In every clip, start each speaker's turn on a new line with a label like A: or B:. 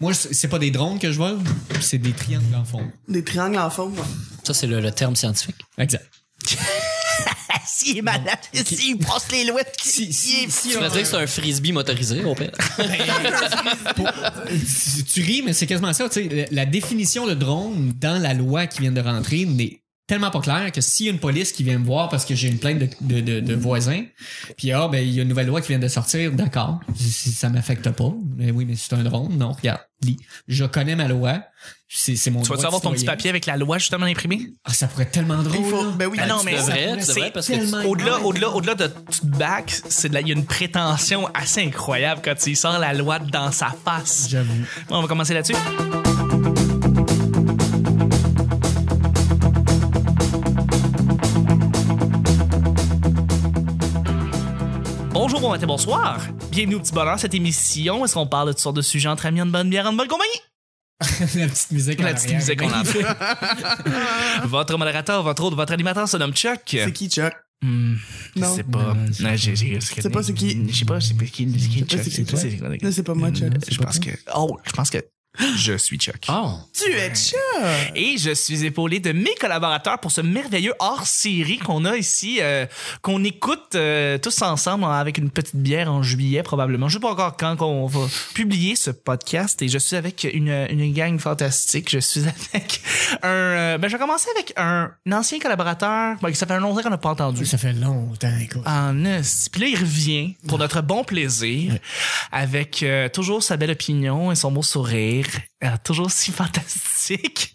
A: Moi, c'est c'est pas des drones que je vole, c'est des triangles en fond.
B: Des triangles en forme.
C: Ça, c'est le, le terme scientifique.
A: Exact.
B: Ah, si, il est malade. Si, il brosse les louettes.
A: Si- si-
B: il est-
A: si
C: Tu vas dire que c'est un frisbee motorisé, au pire.
A: Pour- tu- tu ris, mais c'est quasiment ça. tu sais, la- la définition de drone dans la loi qui vient de rentrer n'est tellement pas claire que s'il y a une police qui vient me voir parce que j'ai une plainte de, de, de- de voisin, puis ah, ben, il y a une nouvelle loi qui vient de sortir, d'accord, si ça m'affecte pas. Mais oui, mais c'est un drone. Non, regarde, lis. Je connais ma loi. C'est c'est mon
D: Tu vas-tu
A: droit
D: avoir ton petit
A: citoyen.
D: papier avec la loi justement imprimée?
A: Ah, ça pourrait être tellement drôle.
B: Il faut-
A: là.
B: ben oui,
D: Ben non,
B: tu
D: mais-
B: dois-
A: Ça
C: vrai,
A: pourrait
C: c'est vrai,
A: être
C: parce que tu-
A: tellement
D: Au-delà,
A: drôle.
D: au-delà, au-delà de tu te back, c'est de la- il y a une prétention assez incroyable quand il sort la loi dans sa face.
A: J'avoue.
D: Bon, on va commencer là-dessus. Bonjour, bon matin, bonsoir. Bienvenue au petit bonheur, cette émission où est-ce qu'on parle de toutes sortes de sujets entre amis, en bonne bière, en bonne compagnie.
A: la petite musique en
D: La petite
A: arrière.
D: musique qu'on entend. votre modérateur, votre autre, votre animateur se nomme Chuck.
B: C'est qui, Chuck?
D: Hmm, je
B: Non.
D: sais pas. Non, j'ai- j'ai- Je
B: sais pas c'est qui.
D: Je sais pas c'est qui. C'est qui
B: pas
D: Chuck.
B: c'est qui,
D: c'est-
B: toi.
D: c'est- c'est-
B: Non, c'est pas moi, Chuck.
D: Je pense que. Oh, je pense que. Je suis Chuck.
C: Oh.
B: Tu es Chuck!
D: Ah. Et je suis épaulé de mes collaborateurs pour ce merveilleux hors-série qu'on a ici, euh, qu'on écoute euh, tous ensemble hein, avec une petite bière en juillet probablement. Je sais pas encore quand qu'on va publier ce podcast et je suis avec une, une gang fantastique. Je suis avec un... euh, ben, je vais commencer avec un ancien collaborateur. Ben, ça fait un longtemps qu'on n'a pas entendu.
A: Ça fait longtemps, écoute.
D: En esti. Puis là, il revient pour notre bon plaisir avec euh, toujours sa belle opinion et son beau sourire. Euh, toujours si fantastique.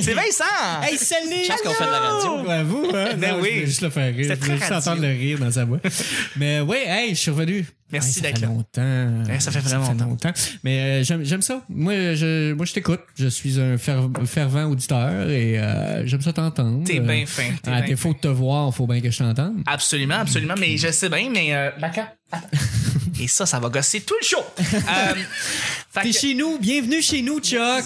D: C'est Vincent!
A: Hey, salut!
C: Chance qu'on
A: Allô!
C: fait de la radio.
A: Ouais, vous, hein?
D: Ben
A: Non,
D: oui.
A: Je voulais juste le faire rire. Je
D: C'était
A: voulais
D: très
A: juste
D: radio.
A: entendre le rire dans sa voix. Mais oui, hey, je suis revenu.
D: Merci
A: ça fait
D: d'être là.
A: longtemps.
D: Eh, ça fait vraiment longtemps.
A: Mais euh, j'aime j'aime ça. Moi, je, moi, je t'écoute. Je suis un fer- fervent auditeur et euh, j'aime ça t'entendre.
D: T'es
A: Euh,
D: bien fin. t'es
A: À
D: ben
A: défaut de te voir, faut bien que je t'entende.
D: Absolument, absolument. Mais je sais bien, mais... euh, Baka, attends. Et ça, ça va gosser tout le show. Euh, fait
A: T'es
D: que-
A: chez nous. Bienvenue chez nous, Chuck.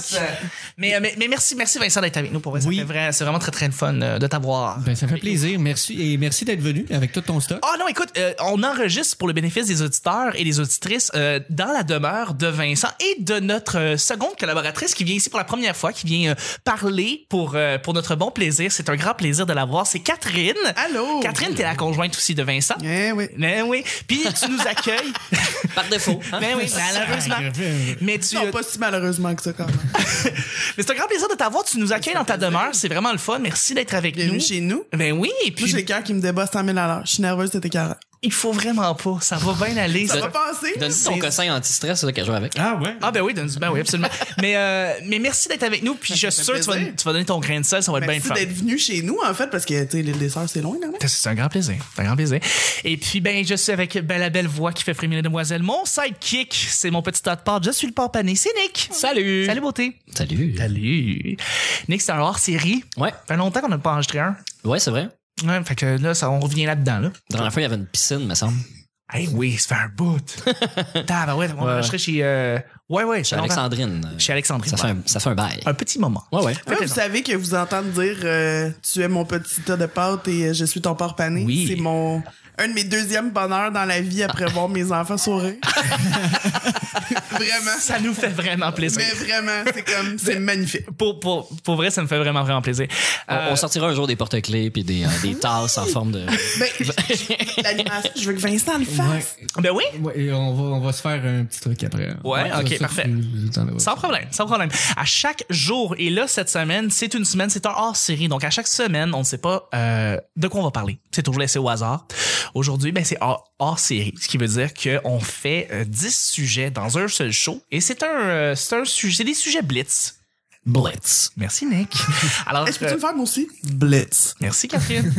D: mais, euh, mais, mais merci, merci Vincent d'être avec nous pour vrai. Ça
A: Oui.
D: fait vrai- C'est vraiment très, très le fun euh, de t'avoir.
A: Ben, ça fait plaisir. Merci. Et merci d'être venu avec tout ton stock.
D: Ah non, écoute, euh, on enregistre pour le bénéfice des auditeurs et des auditrices euh, dans la demeure de Vincent et de notre euh, seconde collaboratrice qui vient ici pour la première fois, qui vient euh, parler pour, euh, pour notre bon plaisir. C'est un grand plaisir de la voir. C'est Catherine.
B: Allô?
D: Catherine, t'es la conjointe aussi de Vincent.
B: Eh oui.
D: Ben oui. Puis tu nous accueilles.
C: Par défaut. hein?
D: ben oui, malheureusement. Mais tu
B: Non,
D: euh,
B: pas si malheureusement que ça, quand même.
D: mais c'est un grand plaisir de t'avoir. Tu nous accueilles dans ta demeure. C'est vraiment le fun. Merci d'être avec
B: Bienvenue
D: nous.
B: chez nous.
D: Ben oui, et
B: Moi,
D: puis
B: j'ai le cœur qui me débat 100 000 Je suis nerveuse, c'était carré.
D: il faut vraiment pas. Ça va bien aller.
B: Ça
C: De-
B: va passer?
C: Donne-nous ton cossin anti-stress, c'est ça qu'elle joue avec.
A: Ah ouais?
D: Ah ben oui, donne ben oui, absolument. mais, euh, mais merci d'être avec nous, puis je
B: fait
D: suis sûr que tu vas,
B: plaisir.
D: tu vas donner ton grain de sel, ça va être bien
B: Merci
D: fun.
B: d'être venu chez nous, en fait, parce que, tu sais, l'île des Sœurs, c'est loin, quand même.
D: C'est un grand plaisir. C'est un grand plaisir. Et puis, ben, je suis avec ben, la belle voix qui fait frémir les demoiselles. Mon sidekick, c'est mon petit tas de pâtes. Je suis le porte pané. C'est Nick.
C: Salut.
D: Salut, beauté.
C: Salut.
D: Salut. Nick, c'est un hors-série.
C: Ouais,
D: Ça fait longtemps qu'on n'a pas enregistré un.
C: ouais, c'est vrai.
D: Ouais, fait que là, ça, on revient là-dedans, là.
C: Dans la fin, il y avait une piscine, me semble.
D: Eh oui, ça fait un bout. Ah, ben ouais, on a enregistré chez. euh, Ouais, ouais,
C: Chez
D: chez Alexandre.
C: Alexandrine.
D: Chez Alexandrine.
C: Ça fait
D: ouais.
C: un, ça fait un bail.
D: un petit moment.
C: Ouais, ouais.
B: Ouais, vous savez que vous entendez dire euh, tu es mon petit tas de pâtes et euh, je suis ton porc pané.
C: Oui.
B: C'est mon un de mes deuxièmes bonheurs dans la vie après voir mes enfants sourire. vraiment.
D: Ça nous fait vraiment plaisir.
B: Mais vraiment, c'est comme c'est magnifique.
D: pour, pour, pour vrai, ça me fait vraiment, vraiment plaisir.
C: On,
D: Euh,
C: on sortira un jour des porte-clés puis des, euh, des tasses en forme de.
B: Ben, l'animation, je veux que Vincent le fasse.
D: ben oui,
A: Ouais, et on va, on va se faire un petit truc après.
D: Ouais, ok,
A: ça, ça,
D: parfait.
A: tu- t'en as-
D: sans problème, sans problème. À chaque jour, et là, cette semaine, c'est une semaine, c'est un hors-série. Donc, à chaque semaine, on ne sait pas euh, de quoi on va parler. C'est toujours laissé au hasard. Aujourd'hui, ben, c'est hors- hors-série, ce qui veut dire qu'on fait euh, 10 sujets dans un seul show. Et c'est un, euh, c'est un sujet, c'est des sujets blitz.
C: Blitz.
D: Merci, Nick. Alors,
B: Est-ce que tu
D: euh,
B: le faire moi aussi? Blitz.
D: Merci Catherine.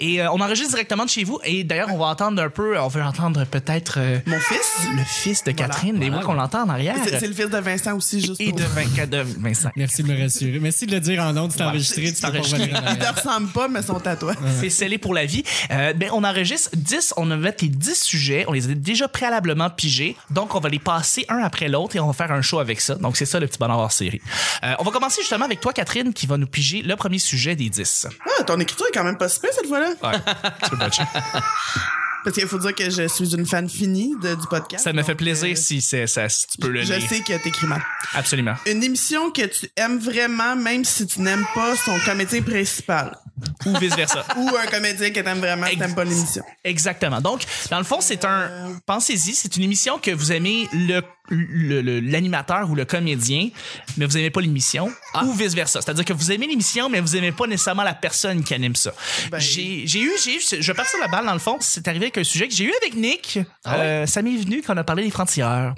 D: et euh, on enregistre directement de chez vous. Et d'ailleurs, on va entendre un peu, on va entendre peut-être euh,
B: Mon fils?
D: le fils de Catherine, les
C: Voilà.
D: voix qu'on l'entend en arrière.
B: C'est, c'est le fils de Vincent aussi, juste
D: Et
B: pour...
D: de, Vin- de Vincent.
A: Merci de me rassurer. Merci de le dire en ondes, c'est enregistré, tu
D: c'est
A: peux pas
D: enregistré.
A: revenir en
B: Il te
A: arrière.
B: ressemble pas, mais son tatouage.
D: C'est scellé pour la vie. Euh, ben, on enregistre 10, on avait les 10 sujets, on les a déjà préalablement pigés, donc on va les passer un après l'autre et on va faire un show avec ça. Donc c'est ça le petit bonheur hors série. Euh, on va commencer justement avec toi Catherine qui va nous piger le premier sujet des 10.
B: Ah, ton écriture est quand même pas super cette fois-là.
D: Ouais, tu peux botcher.
B: Parce qu'il faut dire que je suis une fan finie de- du podcast.
D: Ça me fait
B: donc,
D: plaisir
B: euh,
D: si, c'est ça, si tu peux le
B: Je
D: lire.
B: sais que t'écris mal.
D: Absolument.
B: Une émission que tu aimes vraiment, même si tu n'aimes pas son comédien principal.
D: Ou vice-versa.
B: Ou un comédien que t'aimes vraiment,
D: Ex-
B: t'aimes pas l'émission.
D: Exactement. Donc, dans le fond, c'est un. Pensez-y, c'est une émission que vous aimez le le- le- l'animateur ou le comédien, mais vous aimez pas l'émission, ou vice versa. C'est-à-dire que vous aimez l'émission, mais vous aimez pas nécessairement la personne qui anime ça.
B: Ben-
D: j'ai j'ai eu, j'ai eu, je vais partir la balle dans le fond. C'est arrivé avec un sujet que j'ai eu avec Nick.
C: Ah ouais?
D: Euh, ça m'est venu quand on a parlé des frontières.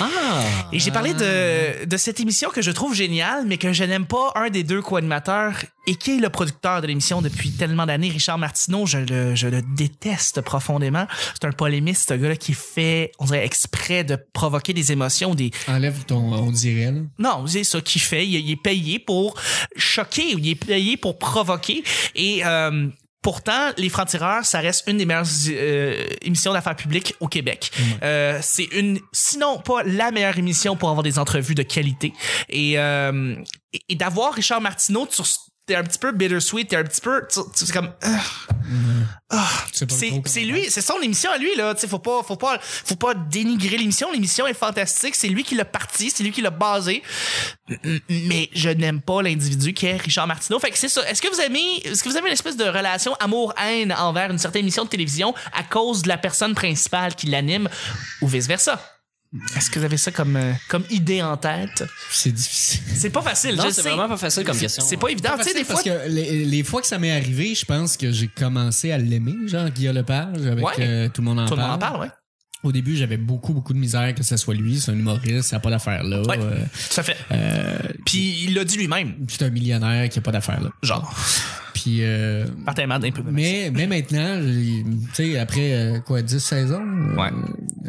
C: Ah!
D: Et j'ai parlé de, de cette émission que je trouve géniale, mais que je n'aime pas un des deux co-animateurs et qui est le producteur de l'émission depuis tellement d'années, Richard Martineau. Je le, je le déteste profondément. C'est un polémiste, ce gars-là, qui fait, on dirait, exprès de provoquer des émotions, des,
A: Enlève ton on dirait. là.
D: non, c'est ça qu'il fait. Il, il est payé pour choquer, il est payé pour provoquer. Et euh, pourtant, Les Francs-Tireurs, ça reste une des meilleures euh, émissions d'affaires publiques au Québec. Euh, c'est une, sinon pas la meilleure émission pour avoir des entrevues de qualité. Et, euh, et, et d'avoir Richard Martineau, tu res- t'es un petit peu bittersweet, t'es un petit peu... tu- tu- C'est comme...
A: Tu sais pas
D: C'est
A: trop
D: c'est
A: comment-
D: lui, c'est son émission à lui là, tu sais, faut pas faut pas faut pas dénigrer l'émission, l'émission est fantastique, c'est lui qui l'a parti, c'est lui qui l'a basé. M- Mais je n'aime pas l'individu qui est Richard Martineau. Fait que c'est ça. Est-ce que vous aimez est-ce que vous avez une espèce de relation amour-haine envers une certaine émission de télévision à cause de la personne principale qui l'anime ou vice-versa Est-ce que vous avez ça comme euh, comme idée en tête
A: C'est difficile.
D: C'est pas facile,
C: Non,
D: je
C: c'est
D: sais.
C: vraiment pas facile comme question. Ben,
D: C'est pas évident, tu sais des fois
A: parce que les, les fois que ça m'est arrivé, je pense que j'ai commencé à l'aimer, genre Guillaume Lepage, avec
D: Ouais.
A: euh, tout le monde en
D: tout le
A: parle.
D: monde en parle, ouais.
A: Au début, j'avais beaucoup, beaucoup de misère que ce soit lui, c'est un humoriste, ça n'a pas d'affaire là.
D: Ouais.
A: Euh,
D: Tout à fait.
A: euh,
D: Puis il l'a dit lui-même,
A: c'est un millionnaire qui n'a pas d'affaire là.
D: genre.
A: Puis, euh,
D: Martin Matt, un peu.
A: mais, mais maintenant, j'ai- tu sais, après euh, quoi, 10 saisons? euh,
D: Ouais.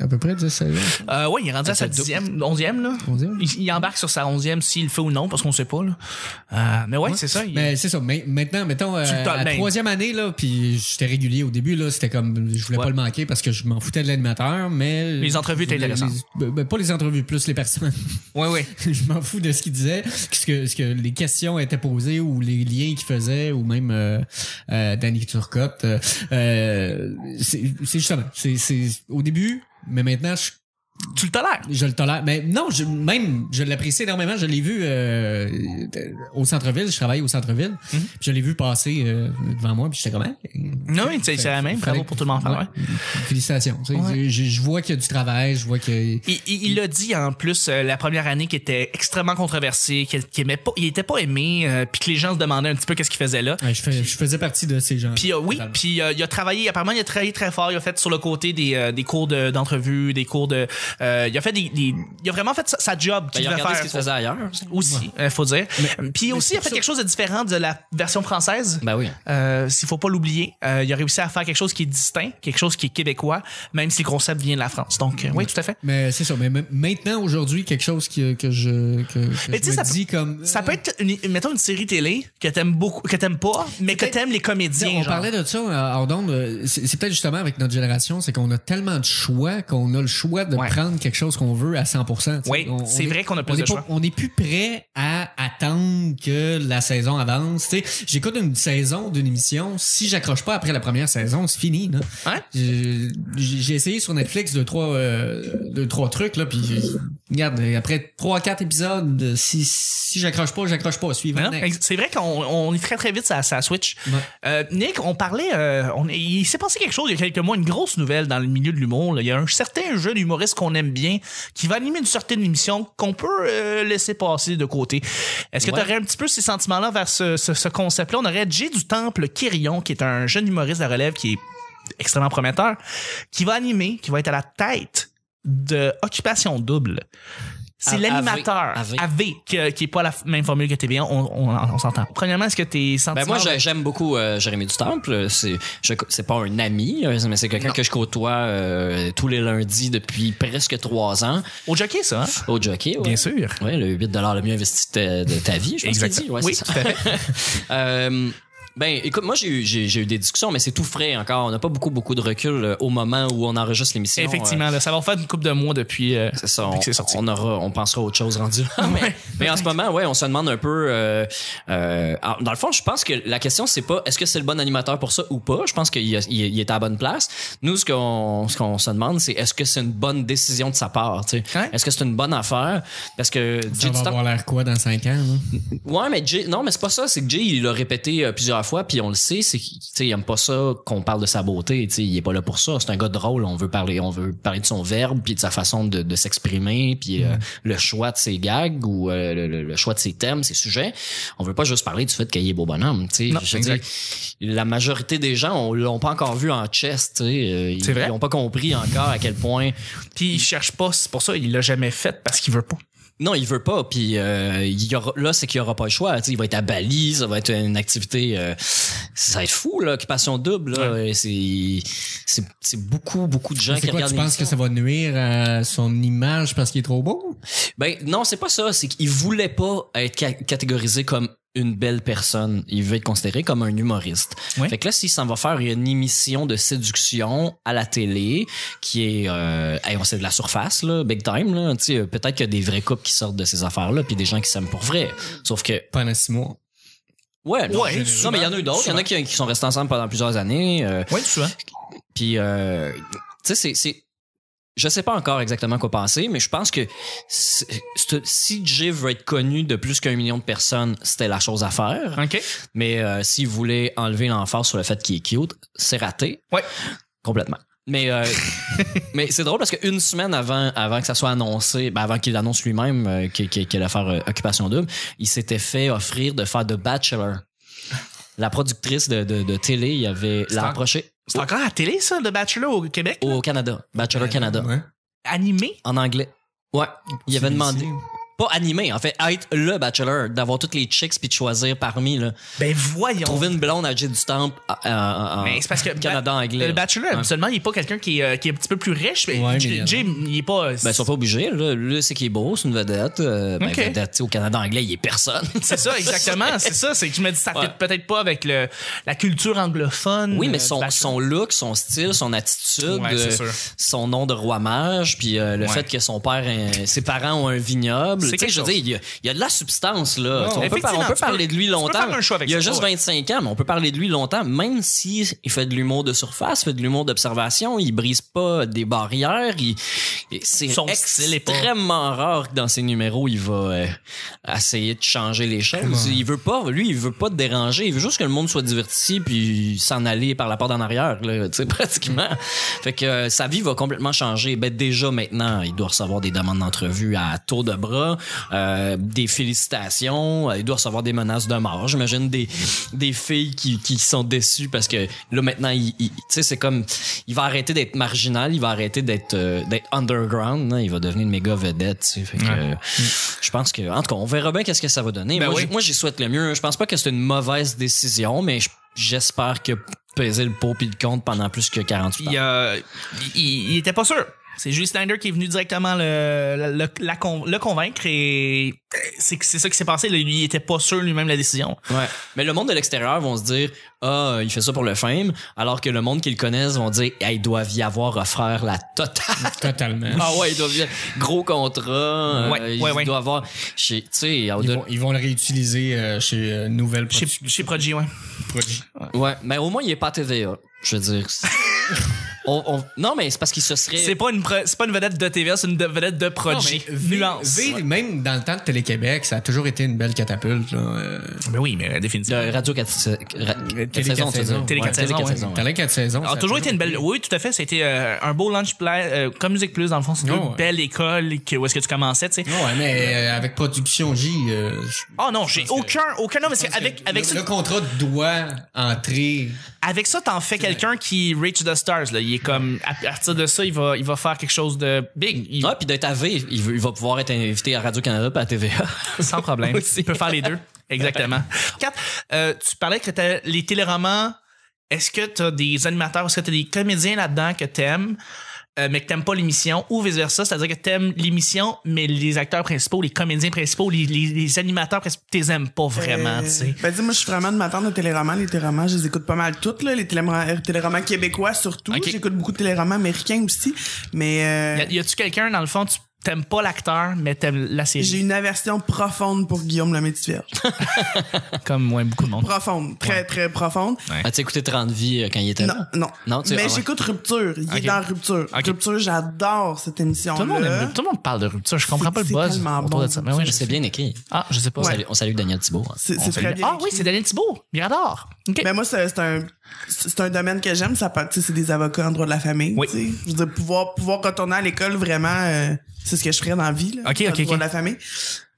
A: À peu près 10 saisons,
D: Euh, ouais, il est rendu à sa
A: fait dou-
D: dixième, onzième, là.
A: on dit.
D: Il, il embarque sur sa onzième s'il le fait ou non, parce qu'on sait pas, là. Euh, mais ouais, c'est ça. il-
A: Mais Ben, c'est ça. Mais maintenant, mettons, euh,
D: Tu le
A: la
D: t'amènes.
A: troisième année, là, puis j'étais régulier au début, là, c'était comme, je voulais
D: Ouais.
A: pas le manquer parce que je m'en foutais de l'animateur, mais.
D: Les entrevues étaient
A: Les-
D: intéressantes.
A: les- ben, ben, pas les entrevues, plus les personnes.
D: Ouais, ouais.
A: je m'en fous de ce qu'il disait, ce que, ce que les questions étaient posées ou les liens qu'il faisait, ou même euh, euh, Danny Turcotte. euh, euh, c'est c'est justement, c'est c'est au début, mais maintenant, je
D: Tu le tolères.
A: je le tolère. Mais non, je, même, je l'apprécie énormément. Je l'ai vu euh, euh, au centre-ville. Je travaille au centre-ville.
D: Mhm.
A: Puis Je l'ai vu passer euh, devant moi. Puis j'étais comme, Hein?
D: Non, oui, c'est c'est la même.
A: Fallait-
D: Bravo pour tout le monde.
A: Ouais.
D: ouais.
A: Félicitations. Tu sais,
D: Ouais.
A: Je, je vois qu'il y a du travail. Je vois que.
D: Il- Il il l'a dit en plus euh, la première année qui était extrêmement controversée, qu'il qu'il aimait pas, il était pas aimé, euh, puis que les gens se demandaient un petit peu qu'est-ce qu'il faisait là.
A: Ouais, je, fais- je faisais partie de ces gens.
D: Puis euh, oui, puis euh, il a travaillé, apparemment il a travaillé très fort, il a fait sur le côté des, euh, des cours de- d'entrevue, des cours de... euh, il a fait des, des- Il a vraiment fait sa, sa job
C: Ben,
D: qu'il
C: il a
D: devait
C: regardé ce
D: faire.
C: qu'il faisait euh, ailleurs.
D: aussi, il faut dire.
A: Mais-
D: Puis aussi, il a fait quelque chose de différent de la version française.
C: Ben oui.
D: Euh, S'il faut pas l'oublier, euh, il a réussi à faire quelque chose qui est distinct, quelque chose qui est québécois, même si le concept vient de la France. Donc, euh, oui, tout à fait.
A: Mais c'est ça. Mais m- maintenant, aujourd'hui, quelque chose que, que je, que, que
D: Mais tu
A: je
D: sais,
A: me
D: ça-
A: dis comme. euh,
D: Ça peut être, une, mettons, une série télé que t'aimes beaucoup, que t'aimes pas, mais que t'aimes les comédiens.
A: on
D: genre.
A: parlait de ça euh, hors d'onde. euh, C'est c'est peut-être justement avec notre génération, c'est qu'on a tellement de choix qu'on a le choix de
D: Ouais.
A: prendre quelque chose qu'on veut à 100%. tu sais.
D: Oui,
A: On- on
D: c'est
A: est-
D: vrai qu'on a plus
A: on
D: de
A: est pas-
D: choix.
A: On n'est plus prêt à attendre que la saison avance. Tu sais, J'écoute une saison d'une émission. Si j'accroche pas après la première saison, c'est fini. là.
D: Hein?
A: J'ai j'ai essayé sur Netflix deux, trois, euh, deux, trois trucs. là Puis regarde, après trois, quatre épisodes, si, si j'accroche pas, j'accroche pas. Suivant.
D: Hein?
A: next.
D: C'est vrai qu'on on est très très vite à sa Switch.
A: Ouais.
D: Euh, Nick, on parlait, euh, on, il s'est passé quelque chose il y a quelques mois, une grosse nouvelle dans le milieu de l'humour. là. Il y a un certain jeune humoriste qu'on aime bien qui va animer une certaine émission qu'on peut euh, laisser passer de côté. Est-ce que
C: Ouais.
D: tu aurais un petit peu ces sentiments-là vers ce, ce- ce concept-là? On aurait Jay du Temple Quirion, qui est un jeune humoriste de la relève qui est extrêmement prometteur, qui va animer, qui va être à la tête de Occupation Double. C'est
C: Av-
D: l'animateur
C: AV.
D: AV, que- qui est pas la f- même formule que TVA, on, on- on s'entend. Premièrement, est-ce que t'es senti
C: Ben moi, j'ai- j'aime beaucoup euh, Jérémy Dutemple. C'est, je- c'est pas un ami, euh, mais c'est quelqu'un que je côtoie euh, tous les lundis depuis presque trois ans
D: au jockey ça hein?
C: au jockey. ouais.
D: Bien sûr.
C: Ouais, le 8 le mieux investi de ta, de ta vie, je pense qu'il
D: Exact.
C: dit. Ouais,
D: oui,
C: c'est ça.
D: tout à fait.
C: Euh, Ben, écoute, moi, j'ai eu, j'ai- j'ai eu des discussions, mais c'est tout frais encore. On n'a pas beaucoup, beaucoup de recul euh, au moment où on enregistre l'émission.
D: Effectivement, là, ça va faire une couple de mois depuis. euh,
C: euh, C'est ça,
D: Depuis
C: on,
D: que c'est sorti.
C: on aura, on pensera à autre chose rendu. là. mais, mais en ce moment, ouais, on se demande un peu. euh, euh, alors, dans le fond, je pense que la question c'est pas est-ce que c'est le bon animateur pour ça ou pas. Je pense qu'il y a- il- il est à la bonne place. Nous, ce qu'on ce qu'on se demande, c'est est-ce que c'est une bonne décision de sa part. tu sais?
D: Ouais.
C: Est-ce que c'est une bonne affaire Parce que
A: Ça
C: Jay
A: va
C: Titan-
A: avoir l'air quoi dans 5 ans? là?
C: Ouais, mais Jay, non, mais c'est pas ça. C'est que Jay, il l'a répété euh, plusieurs fois, puis on le sait, c'est qu'il tu sais, il aime pas ça qu'on parle de sa beauté. tu sais, Il est pas là pour ça. C'est un gars drôle. On veut parler, on veut parler de son verbe, puis de sa façon de, de s'exprimer, puis
D: Mm.
C: euh, le choix de ses gags ou euh, le, le- le choix de ses thèmes, ses sujets. On veut pas juste parler du fait qu'il est beau bonhomme. tu sais.
D: Non,
C: Je veux dire, la majorité des gens, on l'ont pas encore vu en chest. tu sais, euh,
D: C'est
C: Ils,
D: vrai.
C: ils ont pas compris encore à quel point
D: Puis il cherche pas, c'est pour ça il l'a jamais fait parce qu'il veut pas.
C: Non, il veut pas. Puis euh, il y aura- là, c'est qu'il y aura pas le choix. Tu sais, il va être à Bali, ça va être une activité. euh, ça va être fou, là, occupation double. là. Et c'est- C'est c'est beaucoup, beaucoup de gens
A: C'est
C: qui
A: quoi,
C: regardent.
A: tu penses que
C: l'émission.
A: ça va nuire à son image parce qu'il est trop beau?
C: Ben non, c'est pas ça. C'est qu'il voulait pas être ca- catégorisé comme une belle personne. Il veut être considéré comme un humoriste.
D: Oui.
C: Fait que là, s'il s'en va faire une émission de séduction à la télé, qui est, euh, hey, on sait de la surface là, big time là. Tu sais, euh, peut-être qu'il y a des vrais couples qui sortent de ces affaires là, puis des gens qui s'aiment pour vrai. Sauf que
A: Pendant 6 mois.
C: Ouais, non,
D: Ouais,
C: non,
D: souvent,
C: mais il y en a eu d'autres. Il y en
D: souvent.
C: a qui, qui sont restés ensemble pendant plusieurs années. euh,
D: Oui, souvent.
C: Puis, euh, tu sais, c'est- c'est. Je sais pas encore exactement quoi penser, mais je pense que c'est- c'est- si Jay veut être connu de plus qu'un million de personnes, c'était la chose à faire.
D: OK.
C: Mais euh, s'il voulait enlever l'emphase sur le fait qu'il est cute, c'est raté.
D: Ouais.
C: Complètement. Mais, euh, mais c'est drôle parce qu'une semaine avant, avant que ça soit annoncé, ben avant qu'il annonce lui-même euh, qu'il qu'il- qu'il allait faire euh, Occupation Double, il s'était fait offrir de faire The Bachelor. La productrice de, de- de télé, il avait l'a
D: en-
C: approché
D: C'est encore à la télé, ça, de Bachelor au Québec?
C: au Canada, Bachelor Canada,
A: Euh, Ouais.
D: Animé?
C: en anglais. Ouais, il avait
A: C'est
C: demandé,
A: ici.
C: pas animé, en fait, être le Bachelor, d'avoir toutes les chicks puis de choisir parmi, là.
D: Ben voyons.
C: Trouver une blonde à Jay du Temple en
D: Mais c'est parce que
C: Canada anglais.
D: le
C: là.
D: Bachelor,
C: Ouais.
D: habituellement, il est pas quelqu'un qui, est, euh, qui est un petit peu plus riche. Mais
A: Ouais,
D: J-
A: mais il y en a.
D: Jay, il est pas. euh,
C: Ben, ils sont pas obligés. Là, Lui, c'est qu'il est beau, c'est une vedette. Euh, ben,
D: Ok.
C: vedette, tu sais, au Canada anglais, il est personne.
D: C'est ça, exactement. c'est ça. C'est que je me dis, ça
C: Ouais.
D: fait peut-être pas avec le, la culture anglophone.
C: Oui,
D: euh,
C: mais
D: du
C: son,
D: Bachelor.
C: son look, son style, son attitude,
D: Ouais, c'est
C: euh,
D: sûr.
C: son nom de roi mage, puis euh, le
D: Ouais.
C: fait que son père, euh, ses parents ont un vignoble.
D: C'est
C: Tu sais,
D: quelque
C: je veux
D: chose.
C: dire, il y a- il y, a de la substance, là. on,
D: Ouais.
C: peut par- on
D: Effectivement,
C: peut
D: tu
C: parler
D: peux-
C: de lui
D: tu peux
C: longtemps.
D: faire un show avec
C: il y a
D: ça,
C: juste
D: ouais.
C: 25 ans, mais on peut parler de lui longtemps, même si il fait de l'humour de surface, fait de l'humour d'observation, il brise pas des barrières, il, et c'est
D: Son style est pas-
C: extrêmement rare que dans ses numéros, il va euh, essayer de changer les choses.
A: Ouais.
C: Il veut pas, lui, il veut pas te déranger, il veut juste que le monde soit diverti puis s'en aller par la porte en arrière, là, tu sais, pratiquement. Fait que euh, sa vie va complètement changer. Ben, déjà maintenant, il doit recevoir des demandes d'entrevue à tour de bras, euh, des félicitations, euh, il doit recevoir des menaces de mort. J'imagine des, des filles qui, qui sont déçues parce que là maintenant, il, il- tu sais, c'est comme, il va arrêter d'être marginal, il va arrêter d'être euh, d'être underground, hein, il va devenir une méga vedette, tu sais. Fait que, euh, je pense que, en tout cas, on verra bien qu'est-ce que ça va donner.
D: Ben
C: moi,
D: oui.
C: j- moi, j'y souhaite le mieux. Je pense pas que c'est une mauvaise décision, mais je- j'espère que peser le pot puis le compte pendant plus que 48 heures.
D: il, euh, il, il était pas sûr. C'est Julie Snyder qui est venu directement le, le, le- la con- le convaincre et euh, c'est que- c'est ça qui s'est passé. là. Il était pas sûr lui-même de la décision.
C: Ouais. Mais le monde de l'extérieur vont se dire ah il fait ça pour le fame, alors que le monde qui le connaissent vont dire hey, ils doivent y avoir offert la totale.
A: Totalement.
C: ah ouais, ils doivent y gros contrat. euh,
D: Ouais,
C: ils
D: ouais, ouais.
C: doivent avoir. chez- Tu sais,
A: Ils
C: au-delà-
A: vont, ils vont le réutiliser euh, chez euh, Nouvelle
D: Chez,
A: Production.
D: chez Prodigy, ouais.
C: ouais. Mais au moins il est pas à TVA. Je veux dire. On- on- Non mais c'est parce qu'il se
D: C'est
C: serait.
D: pas une pro- c'est pas une vedette de TVA, c'est une de- vedette de
A: Non, mais
D: Prodigy.
A: V-
D: Nuance.
A: V, Même dans le temps de Télé-Québec, ça a toujours été une belle catapulte. Là. euh,
D: Ben oui, mais définitivement.
C: de Radio 4 saisons. tu veux dire.
D: Télé
C: Ouais,
D: quatre
C: Télé
D: saisons,
C: quatre
D: ouais.
C: saisons, ouais.
A: T'as les quatre saisons.
D: Alors,
A: ça a
D: Ah, toujours été une belle. Oui, tout à fait. C'était euh, un beau lunch pla- euh, comme Musique Plus, dans le fond. C'est une
A: Oh, ouais.
D: belle école que, où est-ce que tu commençais, tu sais.
A: Ouais, mais euh, avec Production J. euh, je-
D: Oh non, j'ai aucun, aucun. Non, mais c'est avec, avec
A: le,
D: ça,
A: le contrat doit entrer.
D: avec ça, t'en fais quelqu'un qui reach the stars, là. Il est comme, à partir de ça, il va, il va faire quelque chose de big. Il-
C: Ouais, Ah, puis d'être à V, il, veut- il va pouvoir être invité à Radio-Canada puis à TVA.
D: Sans problème. Il peut faire les deux. Exactement. Quatre, euh, tu parlais que t'as les téléromans. Est-ce que t'as des animateurs, est-ce que t'as des comédiens là-dedans que t'aimes? euh, mais que t'aimes pas l'émission, ou vice-versa, c'est-à-dire que t'aimes l'émission, mais les acteurs principaux, les comédiens principaux, les, les- les animateurs principaux, t'es aimes pas vraiment,
B: Euh,
D: tu sais.
B: Ben, dis, moi, je suis vraiment de ma tante de téléromans. Les téléromans, je les écoute pas mal toutes, là. Les téléromans, euh, téléromans québécois, surtout.
C: Ok.
B: J'écoute beaucoup de téléromans américains aussi. Mais, euh,
D: Y a- Y a-tu quelqu'un, dans le fond, tu t'aimes pas l'acteur, mais t'aimes la
B: j'ai
D: série?
B: une aversion profonde pour Guillaume le Métivierge.
D: Comme moins beaucoup de monde.
B: profonde. Très, très profonde.
C: As-tu écouté 30 vies euh, quand il était
B: Non,
C: là?
B: non.
C: Non, tu-
B: mais
C: ah ouais.
B: j'écoute Rupture. Il
D: Ok.
B: est dans Rupture.
D: Ok.
B: Rupture, j'adore cette émission-là.
D: Tout le, monde aime- tout le monde parle de rupture. Je comprends
B: C'est-
D: pas le
B: c'est
D: buzz
B: tellement
D: autour
B: bon,
D: de ça. Mais oui,
C: Je
D: je
C: sais
D: sais.
C: bien Nicky.
D: Ah, je sais pas.
C: On, salue, on salue Daniel Thibault. hein.
B: C'est
C: On
B: c'est
C: salue.
B: très bien.
D: Ah oui, c'est Daniel Thibault. Mirador. OK.
B: Mais moi, c'est c'est un, c'est un domaine que j'aime. Ça, part- tu sais, c'est des avocats en droit de la famille.
D: Oui.
B: tu sais. Je veux dire, pouvoir, pouvoir retourner à l'école vraiment, euh, c'est ce que je ferais dans la vie. Là,
D: Ok,
B: en
D: ok,
B: droit
D: ok.
B: de la famille.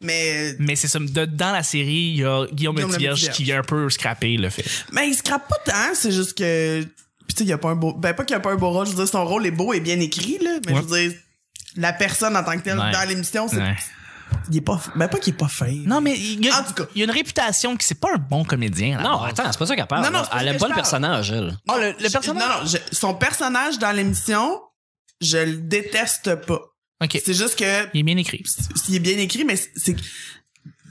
B: Mais,
D: Mais c'est ça. de- dans la série, il y a Guillaume,
B: Guillaume
D: Le
B: le
D: Tivierge
B: Tivierge.
D: qui a un peu scrappé le fait.
B: mais il se crappe pas tant. hein, C'est juste que. Puis, tu sais, il y a pas un beau. Ben, pas qu'il y a pas un beau rôle. Je veux dire, son rôle est beau et bien écrit, là. Mais
D: Ouais.
B: je veux dire, la personne en tant que telle
D: Ouais.
B: dans l'émission, c'est. Il est pas. Ben, pas qu'il est pas fin.
D: Non, mais il y, a,
B: En tout cas.
D: il y a une réputation que c'est pas un bon comédien. à la
C: Non,
D: base.
C: attends, c'est pas ça qu'elle parle.
B: Ah, Non, non,
C: là.
B: c'est pas
C: elle
B: ce
C: aime
B: que
C: pas
B: je
C: le
B: parle.
C: personnage, elle.
B: Non,
D: le- le
B: Oh, je-
D: personnage?
B: Non, non, je- son personnage dans l'émission, je le déteste pas.
D: OK.
B: C'est juste que
D: Il est bien écrit.
B: il est bien écrit, mais c'est- c'est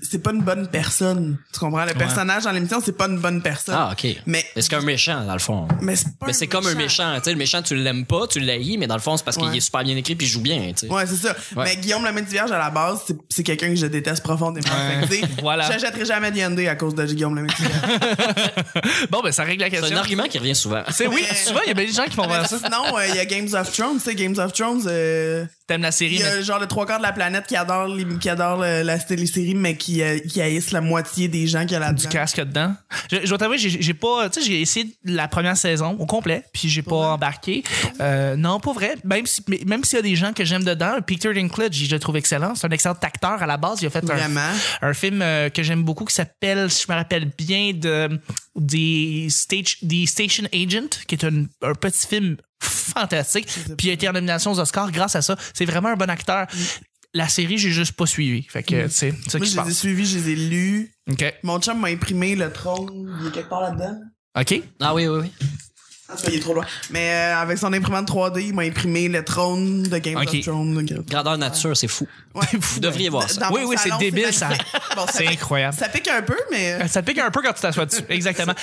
B: c'est pas une bonne personne. Tu comprends? Le personnage dans l'émission, c'est pas une bonne personne.
C: Ah, OK.
B: Mais-
C: Mais c'est qu'un méchant, dans le fond.
B: Mais c'est pas
C: Mais c'est comme un méchant. Tu sais, le méchant, tu l'aimes pas, tu l'haïs, mais dans le fond, c'est parce qu'il
B: Ouais.
C: est super bien écrit puis il joue bien. tu sais.
B: Ouais, c'est ça.
C: Ouais.
B: Mais Guillaume Lamette Vierge, à la base, c'est- c'est quelqu'un que je déteste profondément. Fait que, tu sais,
D: Voilà.
B: J'achèterai jamais D&D à cause de Guillaume Lamette Vierge.
D: Bon, ben, ça règle la
C: C'est
D: question.
C: un argument qui revient souvent.
D: C'est oui,
B: Mais-
D: souvent, il y a bien des gens qui font voir ça.
B: Sinon, euh, il y a Games of Thrones. Tu sais, Games of Thrones, euh,
D: T'aimes la série,
B: il y a
D: mais
B: genre le trois quarts de la planète qui adore, les, qui adore euh, la télésérie, mais qui, euh, qui haïssent la moitié des gens qu'il y a
D: du
B: là-dedans.
D: casque dedans. Je, je dois t'avouer, j'ai j'ai pas. Tu sais, j'ai essayé la première saison au complet, puis j'ai pas embarqué. Euh, non, pas vrai. Même si- mais- même s'il y a des gens que j'aime dedans, Peter Dinklage, je le trouve excellent. C'est un excellent acteur à la base. Il a fait un,
B: Vraiment.
D: un film euh, que j'aime beaucoup qui s'appelle, si je me rappelle bien, de des stage, The Station Agent, qui est un, un petit film fantastique. Puis il a été en nomination aux Oscars grâce à ça. C'est vraiment un bon acteur. La série, j'ai juste pas suivi. Fait que, tu sais, c'est ça
B: Mm. Moi,
D: qui
B: je les ai
D: se passe.
B: suivis, je les ai lus.
D: OK.
B: Mon chum m'a imprimé le trône. Il est quelque part là-dedans.
D: OK.
C: Ah oui, oui, oui.
B: En tout cas, Ah, il est trop loin. Mais euh, avec son imprimante 3D, il m'a imprimé le trône de Game
D: Ok. hein.
B: of Thrones. Donc, euh,
C: Grandeur nature, c'est fou. Vous devriez voir ça.
B: dans
D: Oui,
B: mon
D: oui, c'est
B: salon,
D: débile,
B: magnifique.
D: ça.
B: Bon,
D: C'est
B: fait-
D: incroyable.
B: Ça pique un peu, mais.
D: Euh, Ça pique un peu quand tu t'assois dessus. Exactement.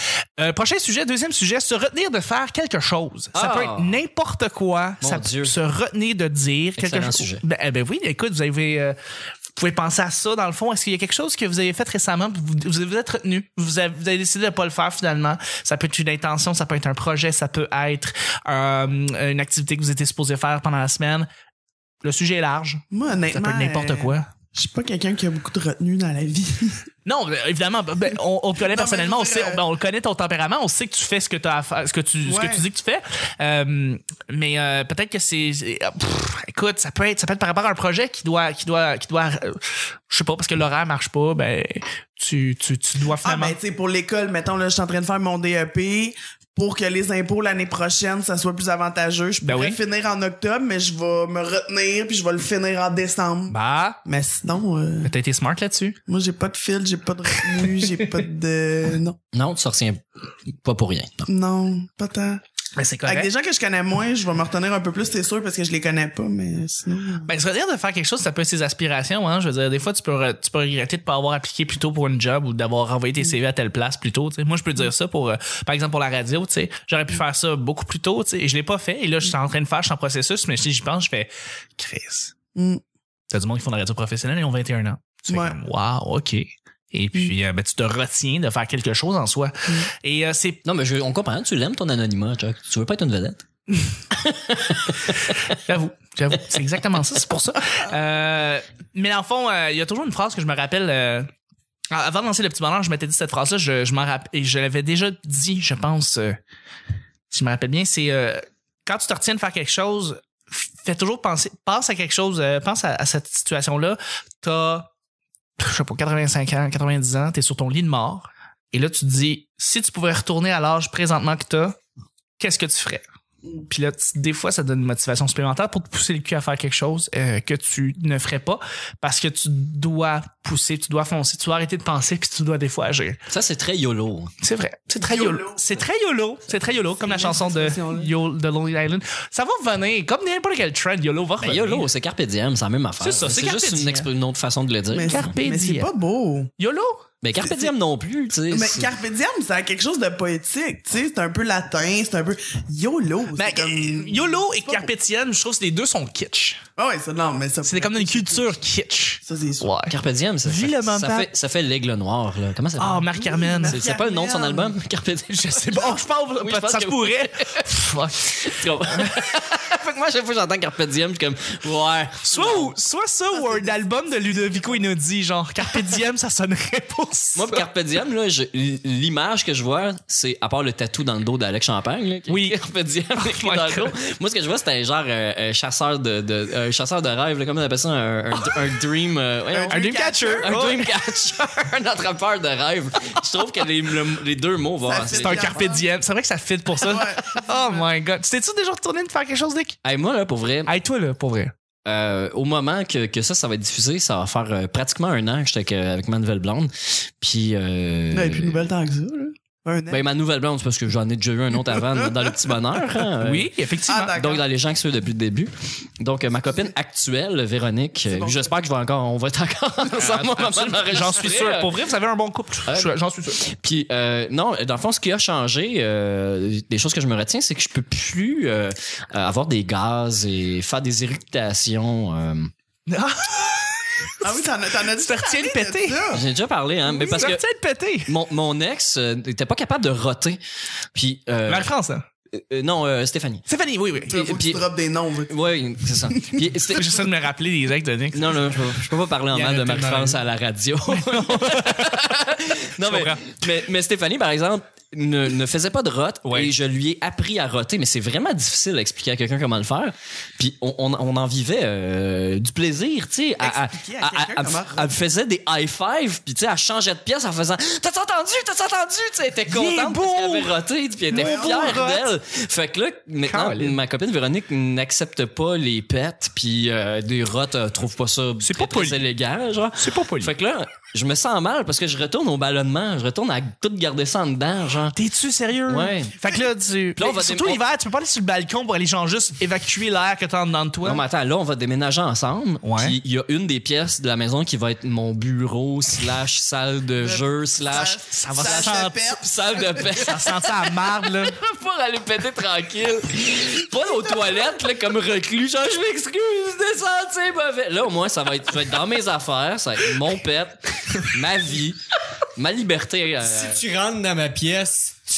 D: Euh, prochain sujet, deuxième sujet, se retenir de faire quelque chose. Ça
C: Ah.
D: peut être n'importe quoi.
C: Mon
D: ça
C: Dieu.
D: Se retenir de dire quelque
C: Excellent
D: chose.
C: sujet.
D: Ben, eh ben oui, écoute, vous avez. euh, vous pouvez penser à ça dans le fond. Est-ce qu'il y a quelque chose que vous avez fait récemment puis vous vous vous êtes retenu, vous avez, vous avez décidé de pas le faire finalement. Ça peut être une intention, ça peut être un projet, ça peut être euh, une activité que vous étiez supposé faire pendant la semaine. Le sujet est large.
B: Moi,
D: Ça
B: honnêtement.
D: peut être n'importe
B: euh,
D: quoi.
B: Je suis pas quelqu'un qui a beaucoup de retenue dans la vie.
D: Non, ben, évidemment, ben, ben, on, on te connaît
B: Non,
D: personnellement, on,
B: mais je veux
D: sait,
B: dire,
D: ben, on le connaît ton tempérament, on sait que tu fais ce que tu as à faire, ce que tu, ce que
B: Ouais.
D: tu dis que tu fais. Euh, mais euh, peut-être que c'est, c'est- ah, pff, écoute, ça peut être, ça peut être par rapport à un projet qui doit, qui doit, qui doit, euh, je sais pas parce que l'horaire marche pas, ben tu, tu, tu dois
B: ah,
D: finalement.
B: ben, tu sais, pour l'école, mettons, là, je suis en train de faire mon DEP. Pour que les impôts l'année prochaine, ça soit plus avantageux. Je
D: Ben
B: pourrais
D: oui.
B: finir en octobre, mais je vais me retenir puis je vais le finir en décembre.
D: bah,
B: Mais sinon, euh,
D: t'as été smart là-dessus.
B: moi, j'ai pas de fil, j'ai pas de retenue, j'ai pas de. Non.
C: Non, tu sortiens pas pour rien. Non.
B: Non, pas tant.
D: Ben c'est
B: Avec des gens que je connais moins, je vais me retenir un peu plus, c'est sûr, parce que je les connais pas, mais sinon.
D: Ben, se dire de faire quelque chose, ça peut être ses aspirations, hein. Je veux dire, des fois, tu peux, re- tu peux regretter de pas avoir appliqué plus tôt pour une job ou d'avoir envoyé tes CV à telle place plus tôt, tu sais. Moi, je peux dire ça pour, euh, par exemple, pour la radio, tu sais. J'aurais pu faire ça beaucoup plus tôt, tu sais. Et je l'ai pas fait. Et là, je suis en train de faire, je suis en processus, mais si j'y pense, je fais, Chris,
B: Mm.
D: t'as du monde qui font de la radio professionnelle et ils ont 21 ans. Tu fais
B: Ouais. Mm.
D: comme, wow, OK. Et puis, euh, ben, tu te retiens de faire quelque chose en soi. Et euh, c'est
C: Non, mais je- on comprend. Tu l'aimes ton anonymat, Chuck. Tu veux pas être une vedette?
D: J'avoue, j'avoue. C'est exactement ça, c'est pour ça. Euh, mais dans le fond, euh, il y a toujours une phrase que je me rappelle. euh, avant de lancer le petit bonheur, je m'étais dit cette phrase-là, je, je m'en rappelle. Et je l'avais déjà dit, je pense. euh, si je me rappelle bien, c'est euh, quand tu te retiens de faire quelque chose, f- fais toujours penser. Pense à quelque chose, euh, pense à, à cette situation-là. T'as, je sais pas, 85 ans, 90 ans, t'es sur ton lit de mort. Et là, tu te dis, si tu pouvais retourner à l'âge présentement que t'as, qu'est-ce que tu ferais? Puis là, tu- des fois, ça donne une motivation supplémentaire pour te pousser le cul à faire quelque chose euh, que tu ne ferais pas parce que tu dois pousser, tu dois foncer, tu dois arrêter de penser, puis tu dois des fois agir.
C: Ça, c'est très YOLO.
D: C'est vrai. C'est très
B: YOLO.
D: YOLO. C'est très YOLO. C'est très YOLO, comme la chanson de,
B: expression-là.
D: Yo- de Lonely Island. Ça va revenir. Comme n'importe quel trend, YOLO va
C: Ben,
D: revenir.
C: YOLO, c'est Carpe Diem, c'est la même affaire.
D: C'est ça, c'est Carpe
C: juste une,
D: Diem.
C: exp- une autre façon de le dire.
B: Mais,
C: Mais,
B: c'est-
D: Carpe
B: mais c'est
D: diem.
B: pas beau.
D: YOLO?
C: Carpe Diem non plus, tu sais.
B: Mais
C: c'est-
B: Carpe Diem, ça a quelque chose de poétique, tu sais. C'est un peu latin, c'est un peu YOLO. c'est
D: Mais, euh,
B: comme...
D: YOLO et Carpe Diem, je trouve que les deux sont kitsch.
B: Ah ouais, ça, non, mais ça.
D: C'est comme une culture kitsch.
B: Ça, c'est sûr.
D: Ouais.
C: Carpe Diem, ça,
D: Vis le
C: fait,
D: moment.
C: ça, fait, ça fait l'aigle noir. Là. Comment ça
D: Ah,
C: s'appelle?
D: Marie-Carmen.
B: Oui,
C: C'est- c'est pas le nom de son
B: Marie-Carmen.
C: album, Carpe Diem?
D: Je sais pas. Oh, je parle.
C: Oui, je pense
D: ça
C: que
D: se
C: oui.
D: pourrait. Fuck.
C: Tu comprends? fait que moi, à chaque fois que j'entends Carpe Diem, je suis comme, ouais.
D: Soit, ou- soit ça ou un album de Ludovico Inaudi, genre Carpe Diem, ça sonnerait pour ça.
C: Moi, pis Carpe Diem, là, je- l'image que je vois, c'est, à part le tatou dans le dos d'Alex Champagne, là, qui-
D: Oui.
C: Carpe Diem, écrit
D: my
C: dans le
D: God.
C: dos. Moi, ce que je vois, c'était genre euh, un chasseur de, de- un chasseur de rêve, là, comment on appelle ça, un, un- un dream, euh, voyons.
D: un Dreamcatcher.
C: un dreamcatcher, un attrapeur de rêve. Je trouve que les, le- les deux mots vont
B: Ça
C: assez-
B: fait
D: C'est un Carpe Diem. C'est vrai que ça fit pour ça.
B: Ouais.
D: Oh my god. Tu T'es-tu déjà retourné de faire quelque chose, Nick?
C: Hey, moi, là, pour vrai,
D: Hey, toi, là, pour vrai.
C: euh, au moment que, que ça, ça va être diffusé, ça va faire euh, pratiquement un an que j'étais avec- avec ma nouvelle blonde. Puis. euh,
B: Non, et puis, nouvelle temps que ça, là. Un an.
C: ben, ma nouvelle blonde, c'est parce que j'en ai déjà eu un autre avant dans le petit bonheur. hein, euh,
D: Oui, effectivement.
B: Ah, d'accord.
C: Donc, dans les gens qui suivent depuis le début. Donc, euh, ma copine actuelle, Véronique, euh,
B: bon.
C: j'espère que je vais encore, on va être encore ensemble au moment de
D: Absolument. J'en suis
C: l'enregistrer.
D: sûr. Pour vrai, vous avez un bon couple. Je- J'en suis sûr.
C: Puis, euh, non, dans le fond, ce qui a changé, euh, des choses que je me retiens, c'est que je peux plus euh, euh, avoir des gaz et faire des irritations. euh.
B: Ah oui, t'en as, t'en as dit.
D: Tu te retiens de péter.
C: J'ai déjà parlé, hein, mais parce que
D: peut-être pété.
C: mon, mon ex euh, n'était pas capable de roter. Puis, euh,
D: Marie-France, hein?
C: euh, euh, non, euh, Stéphanie.
D: Stéphanie, oui, oui.
B: Il faut que
C: puis-
B: tu droppes des noms. veux-tu?
C: Oui, c'est ça. Puis, c'était-
D: J'essaie de me rappeler les actes de Nick.
C: Non, non, je peux, je peux pas parler en
D: Il y en
C: mal de
D: a tellement
C: Marie-France à la radio. non, mais,
D: comprends.
C: mais, mais Stéphanie, par exemple, ne, ne faisait pas de rote
D: Ouais.
C: et je lui ai appris à roter, mais c'est vraiment difficile à expliquer à quelqu'un comment le faire. Puis on, on- on en vivait euh, du plaisir, tu sais. à- à-
B: Expliquer à
C: à-
B: quelqu'un
C: à-
B: comment
C: Elle me faisait des high five, puis tu sais, elle changeait de pièce en faisant T'as entendu, t'as entendu, tu sais, elle était
D: est
C: contente
D: beau!
C: parce qu'elle avait roté, puis elle était
B: beau
C: fière
B: rote!
C: d'elle. Fait que là, maintenant,
D: Caroline.
C: ma copine Véronique n'accepte pas les pets, puis euh, des rotes, elle trouve pas ça
D: C'est
C: très,
D: pas poli.
C: très élégant, genre.
D: C'est pas poli.
C: Fait que là, je me sens mal parce que je retourne au ballonnement, je retourne à tout garder ça en dedans, genre.
D: T'es-tu sérieux?
C: Ouais.
D: Fait que là, tu.
C: Puis là, on va
D: surtout
C: dé- on-
D: l'hiver, tu peux pas aller sur le balcon pour aller, genre, juste évacuer l'air que t'as en dedans de toi.
C: Non, mais attends, là, on va déménager ensemble.
D: Ouais.
C: Puis il y a une des pièces de la maison qui va être mon bureau, slash salle de jeu, slash.
D: Ça va
B: Ça
D: sentir-
B: se perd.
C: Salle de paix.
D: Ça sentait la marde, là.
C: pour aller péter tranquille. Pas aux toilettes, là, comme reclus. Genre, je m'excuse de sentir mauvais. Là, au moins, ça va être, ça va être dans mes affaires. Ça va être mon pet, ma vie, ma liberté. euh,
A: Si tu rentres dans ma pièce,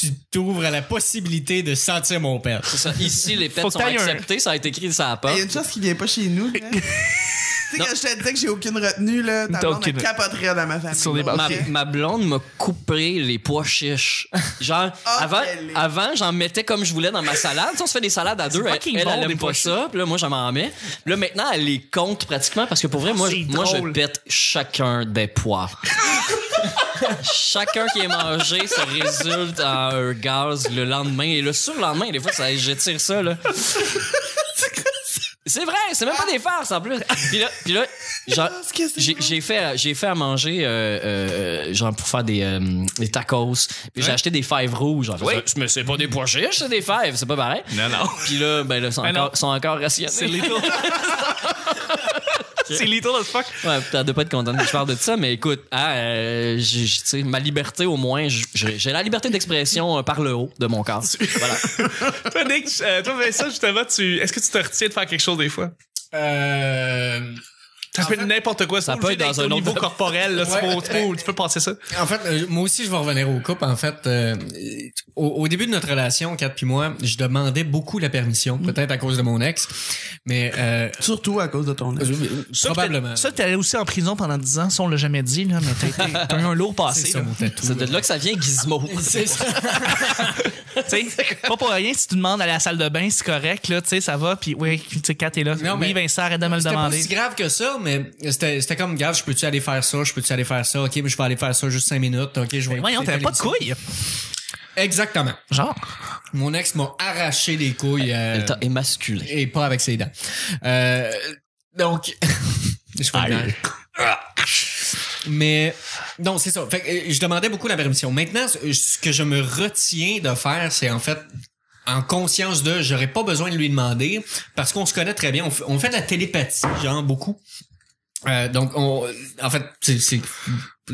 A: tu t'ouvres à la possibilité de sentir mon père.
C: c'est ça. Ici, les pets
D: Faut que
C: sont
D: t'ailles un-
C: acceptés. Ça a été écrit sur la
B: Il
C: porte.
B: y a une chose qui vient pas chez nous. là. tu sais,
C: Non.
B: quand je te disais que j'ai aucune retenue, là,
D: T'as
B: ta blonde
D: aucune-
B: elle capoterait dans ma famille.
D: Sur les
B: Donc,
C: Ma,
D: Ok.
C: ma blonde m'a coupé les pois chiches. Genre,
D: Ah,
C: avant,
B: quelle est-
C: avant j'en mettais comme je voulais dans ma salade. Tu sais, on se fait des salades à deux. Elle,
D: fucking
C: elle,
D: bon,
C: elle
D: des
C: aime
D: pois
C: pas ça. Puis là, moi, j'en m'en mets. Puis Là, maintenant, elle les compte pratiquement parce que pour vrai, moi,
D: Ah, c'est
C: moi je
D: drôle.
C: pète chacun des pois. Chacun qui est mangé, ça résulte en un gaz le lendemain. Et le surlendemain, des fois, ça, j'étire ça, là. C'est vrai, c'est même pas des farces en plus. Puis là, puis là genre,
B: Est-ce que c'est
C: j'ai
B: vrai?
C: j'ai fait, à- j'ai fait à manger, euh, euh, genre pour faire des, euh, des tacos. Puis j'ai acheté des fèves rouges. Genre,
D: Oui.
C: mais c'est pas des pois chiches, c'est des fèves, c'est pas pareil.
D: Non, non.
C: Puis là, ben là, sont
D: Ben
C: encore,
D: non.
C: sont encore rationnés.
D: C'est little. C'est little as fuck.
C: Ouais, t'as de pas être contente que je parle de ça, mais écoute, ah, euh, j'ai- j'ai- tu sais, ma liberté au moins, j'ai j'ai la liberté d'expression euh, par le haut de mon corps. Voilà.
D: Toi, Nick, euh, toi, Vincent, justement, tu... est-ce que tu te retiens de faire quelque chose des fois?
A: Euh,
D: Ça
A: En
D: peut
A: fait,
D: être n'importe quoi. Ça
C: peut être dans un autre-
D: niveau corporel. Là, tu
A: Ouais.
D: peux- tu, peux, tu peux passer ça.
A: en fait, euh, moi aussi, je vais revenir au couple. En fait, euh, au, au début de notre relation, Kat puis moi, je demandais beaucoup la permission, peut-être à cause de mon ex, mais euh,
B: Surtout à cause de ton ex.
A: probablement.
D: Ça, t'es allé aussi en prison pendant 10 ans. Ça, on l'a jamais dit, là, mais t'as été- t'as eu un lourd
A: c'est
D: passé.
A: ça,
D: là.
A: mon tatou.
C: C'est de là que ça vient Gizmo.
A: C'est ça.
D: Tu sais, pas pour rien, si tu demandes d'aller à la salle de bain, c'est correct, là, tu sais, ça va, puis oui, tu sais, Kat est là.
A: Non,
D: oui,
A: mais-
D: Vincent, arrête de me le
A: C'était pas si
D: demander.
A: grave que ça, mais c'était c'était comme, grave, je peux-tu aller faire ça, je peux-tu aller faire ça, ok, mais je vais aller faire ça juste cinq minutes, ok, je vais...
D: Voyons,
A: écouter
D: t'avais pas de
A: télévision.
D: couilles.
A: Exactement.
D: Genre.
A: Mon ex m'a arraché les couilles. euh,
C: Elle t'a émasculé.
A: et pas avec ses dents. Euh, donc, je suis pas
C: Aïe.
A: dedans. Mais non, c'est ça. Fait que, euh, je demandais beaucoup la permission. Maintenant, ce euh, ce que je me retiens de faire, c'est en fait en conscience de j'aurais pas besoin de lui demander parce qu'on se connaît très bien. On, f- on fait de la télépathie, genre beaucoup. Euh, donc, on, en fait, c'est, c'est-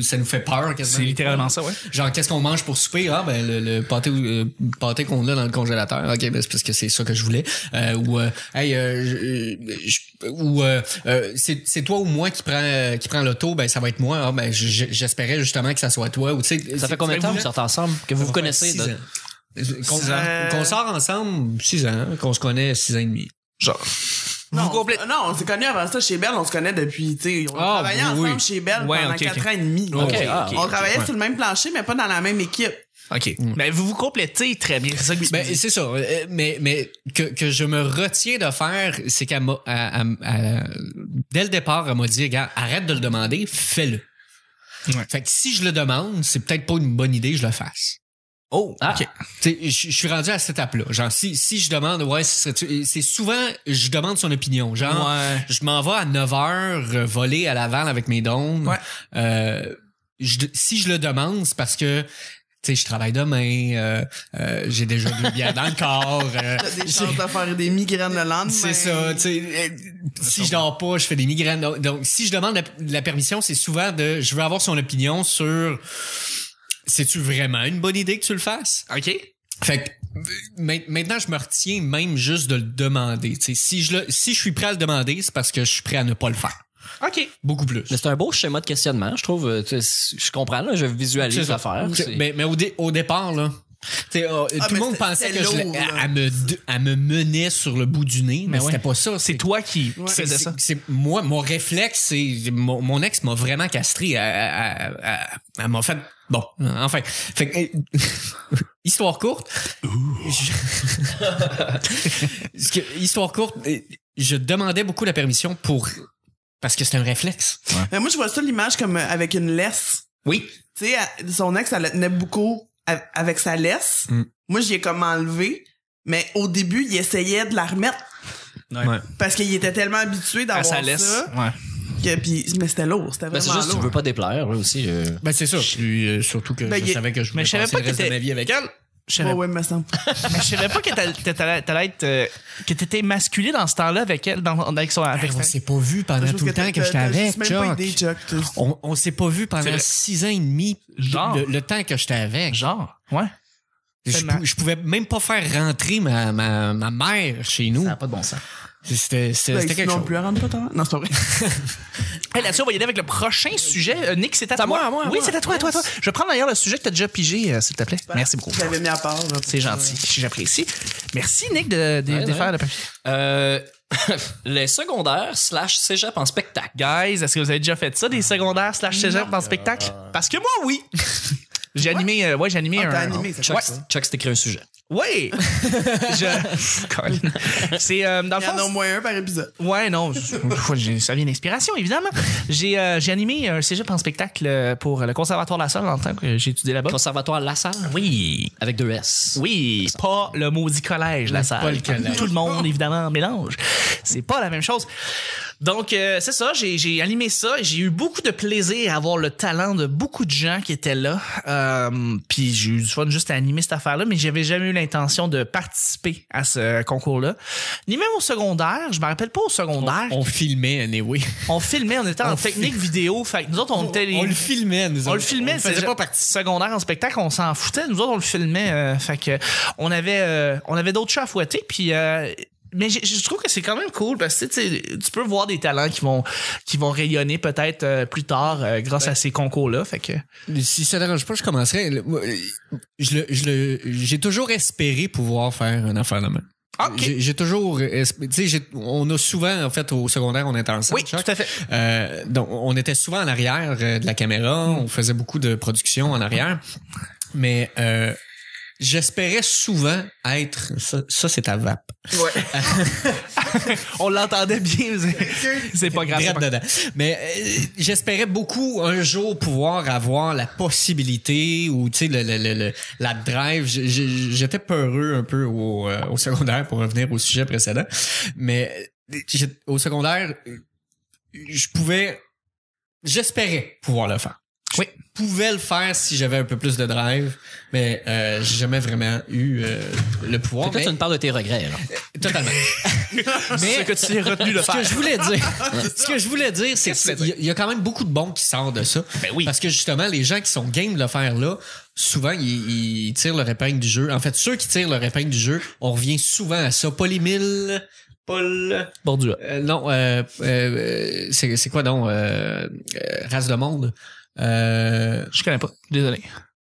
A: ça nous fait peur. quasiment.
D: C'est littéralement ça, ouais.
A: Genre, qu'est-ce qu'on mange pour souper? Ah, ben, le, le pâté, euh, pâté qu'on a dans le congélateur. OK, ben, c'est parce que c'est ça que je voulais. Euh, ou, euh, hey, euh, je- je- ou, euh, euh, c'est c'est toi ou moi qui prend, euh, qui prend l'auto, ben, ça va être moi. Ah, ben, j- j'espérais justement que ça soit toi. Ou, tu sais,
C: Ça fait
A: c'est-
C: combien de temps que vous sortez ensemble? Que vous vous
A: Ça fait
C: connaissez?
A: six
C: de-
A: ans. Qu'on
B: Six ans.
A: qu'on sort ensemble, six ans. hein, Qu'on se connaît, six ans et demi.
B: Non,
D: Vous complé-
B: non, on s'est connus avant ça chez Belle, on se connaît depuis, tu sais, on
A: Ah,
B: travaillait
A: oui, oui.
B: ensemble chez Belle
D: Ouais,
B: pendant
D: ok,
B: quatre
D: ok.
B: ans et demi.
C: Ok, ah,
B: on
C: ok,
B: travaillait
A: ouais.
B: sur le même plancher, mais pas dans la même équipe.
D: OK. Mais vous vous complétez très bien. C'est ça que tu me
A: Ben,
D: dis.
A: c'est ça. Euh, Mais, mais que, que je me retiens de faire, c'est qu'elle m'a, elle- elle- elle- dès le départ, elle m'a dit, regarde, arrête de le demander, fais-le.
D: Ouais.
A: Fait que si je le demande, c'est peut-être pas une bonne idée que je le fasse.
C: Oh, ah,
A: Tu sais, Je je suis rendu à cette étape-là. Genre, si, si je demande, ouais, ce serait-tu- et c'est souvent, je demande son opinion. Genre,
D: Ouais.
A: je m'en vais à 9 heures euh, voler à Laval avec mes dons.
B: Ouais.
A: Euh, je- si je le demande, c'est parce que tu sais, je travaille demain, euh, euh, j'ai déjà deux bières dans le corps. euh,
B: T'as des
A: j'ai-
B: chances de faire des migraines le lendemain.
A: c'est ça, tu sais, euh, si je dors pas, je fais des migraines. Donc, donc, si je demande la, la permission, c'est souvent de, je veux avoir son opinion sur, c'est-tu vraiment une bonne idée que tu le fasses?
D: OK.
A: Fait que, euh, main- maintenant, je me retiens même juste de le demander. Tu sais, si je le, si je suis prêt à le demander, c'est parce que je suis prêt à ne pas le faire.
D: OK.
A: Beaucoup plus.
C: mais c'est un beau schéma de questionnement, je trouve. Euh, tu sais, Je comprends, là, je
A: C'est
C: visualise
A: ça.
C: l'affaire.
A: C'est-
C: c'est-
A: Mais, mais au, dé- au départ, là, tu sais, euh, tout
B: Ah, mais
A: le monde
B: c'est-
A: pensait
B: c'est
A: que je l'ai-
B: lourd,
A: elle,
B: là.
A: elle me, de- elle me menait sur le bout du nez, mais
D: Mais ouais.
A: c'était pas ça.
D: C'est toi qui qui
A: C'est-
D: faisais ça.
A: c'est- c'est- moi, mon réflexe, c'est mon, mon ex m'a vraiment castré. Elle, elle- elle- elle- elle m'a fait bon. Enfin, fait que, euh, histoire courte. Je- Parce que, histoire courte, euh, je demandais beaucoup la permission pour parce que c'est un réflexe.
B: Mais moi, je vois ça l'image comme euh, avec une laisse.
A: Oui.
B: Tu sais, elle- son ex, elle la tenait beaucoup a- avec sa laisse.
A: Mm.
B: Moi, j'y ai comme enlevé. Mais au début, il essayait de la remettre
D: Ouais.
A: Ouais.
B: parce qu'il était tellement habitué
D: À
B: d'avoir
D: sa laisse.
B: ça.
D: Ouais.
B: Que, puis, mais c'était lourd, c'était
C: Ben, c'est
B: vraiment
C: juste, tu
B: lourd.
C: veux pas déplaire, là, aussi. euh.
A: Ben c'est ça. Puis, euh, surtout que
B: Ben,
A: je
B: il-
A: savais que je
D: mais
A: voulais
D: je savais
A: passer
D: pas
A: le reste
D: que
A: de
D: t'es-
A: ma vie avec
B: Ben,
A: elle.
D: Je
B: Ouais,
D: savais
B: ouais, me semble.
D: Mais je savais pas que t'allais- que t'allais t'allais être, euh, que t'étais masculé dans ce temps-là avec elle, dans, avec son avec
A: Ben, on s'est pas vu pendant
B: Chose
A: tout le temps que
B: t'as-
A: j'étais
B: t'as
A: avec.
B: juste même pas
A: Chuck.
B: idée, Chuck. T'as-
A: On, on s'est pas vu
D: C'est
A: pendant
D: vrai.
A: six ans et demi,
D: Genre.
A: le, le temps que j'étais avec.
D: Genre, ouais.
A: Je,
D: Tellement.
A: pou- je pouvais même pas faire rentrer ma, ma, ma mère chez nous.
C: Ça n'a pas de bon sens.
A: C'était c'était- c'était
B: Ben,
A: quelque
B: non
A: chose.
B: plus, elle rentre pas tant. Non, c'est pas vrai.
D: Hey, Là-dessus, on va y aller avec le prochain sujet. Euh, Nick, c'est à toi.
C: moi, à moi, à
D: oui,
C: moi.
D: c'est à toi, à toi, à toi. Je vais prendre d'ailleurs le sujet que t'as déjà pigé, euh, s'il te plaît. Merci beaucoup.
B: Je l'avais mis à part. là, pour
D: C'est
B: ça.
D: gentil. J'apprécie. Merci, Nick, de, de,
C: Ouais,
D: de
C: ouais.
D: faire le papier.
C: Euh, les secondaires slash cégep en spectacle.
D: Guys, est-ce que vous avez déjà fait ça, des secondaires slash cégep en spectacle? Parce que moi, oui. J'ai animé, euh, ouais, j'ai animé
B: Ah,
D: un.
B: t'as animé, c'est
C: Chuck, Chuck, c'est écrit un sujet.
D: Ouais! Je- Colin. C'est, euh, dans le
B: Il y
D: fond,
B: en a au moins un par épisode.
D: Ouais, non, j'ai- ça vient d'inspiration, évidemment. J'ai euh, j'ai animé un cégep en spectacle euh, pour le Conservatoire de la Salle en tant que j'ai étudié là-bas.
C: Conservatoire La Salle.
D: Oh. Oui.
C: Avec deux S.
D: Oui, pas le maudit collège, la salle.
A: pas le collège.
D: Tout le monde, évidemment, mélange. C'est pas la même chose. Donc, euh, c'est ça, j'ai, j'ai animé ça. J'ai eu beaucoup de plaisir à voir le talent de beaucoup de gens qui étaient là. Euh, puis j'ai eu du fun juste à animer cette affaire-là, mais j'avais jamais eu l'intention de participer à ce concours-là. Ni même au secondaire, je me rappelle pas au secondaire. On,
A: On filmait, anyway.
D: filmait, on était en technique vidéo. Fait que nous autres, on était les-
A: On le filmait, nous
D: on le
A: autres.
D: filmait,
A: On
D: c'est
A: faisait
D: déjà-
A: pas partie.
D: Secondaire en spectacle, on s'en foutait. Nous autres, on le filmait. euh, fait que on avait, euh, on avait d'autres chats à fouetter. Puis, euh, mais j'ai- je trouve que c'est quand même cool parce que tu sais, tu peux voir des talents qui vont, qui vont rayonner peut-être euh, plus tard euh, grâce à ces concours-là. Fait que
A: Si ça dérange pas, je commencerai. Le- moi, euh, je le- je le- J'ai toujours espéré pouvoir faire un affaire de même.
D: Ok.
A: J'ai- J'ai toujours. espé- Tu sais, j'ai- on a souvent, en fait, au secondaire, on était ensemble.
D: oui,
A: Chuck.
D: tout à fait.
A: Euh, donc, on était souvent en arrière euh, de la caméra. On faisait beaucoup de production en arrière. Mais euh, j'espérais souvent être... Ça, ça, c'est ta vape.
B: Ouais.
D: On l'entendait bien. c'est- C'est pas grave. c'est
A: Drette
D: pas-
A: dedans. Mais euh, j'espérais beaucoup un jour pouvoir avoir la possibilité ou tu sais le, le- le- le- la drive. J- j- J'étais peureux un peu au, euh, au secondaire pour revenir au sujet précédent, mais euh, j'ai- au secondaire, euh, je pouvais, j'espérais pouvoir le faire. Je
D: Oui.
A: pouvais le faire si j'avais un peu plus de drive, mais euh, j'ai jamais vraiment eu euh, le pouvoir.
C: Fait que là,
A: mais-
C: tu me parles de tes regrets. là.
A: Totalement.
D: Ce que tu es retenu de
A: Ce que
D: faire.
A: je voulais dire, ce que je voulais dire, c'est
D: Qu'est-ce que
A: qu'il
D: tu voulais
A: y a- il y a quand même beaucoup de bons qui sortent de ça.
D: Ben oui.
A: Parce que justement, les gens qui sont game de le faire là, souvent, ils, ils tirent leur épingle du jeu. En fait, ceux qui tirent leur épingle du jeu, on revient souvent à ça. Polymil, Paul...
D: Bordure.
A: Euh, non, euh, euh, c'est c'est quoi donc? euh, euh, race de monde? Euh,
D: Je connais pas. Désolé.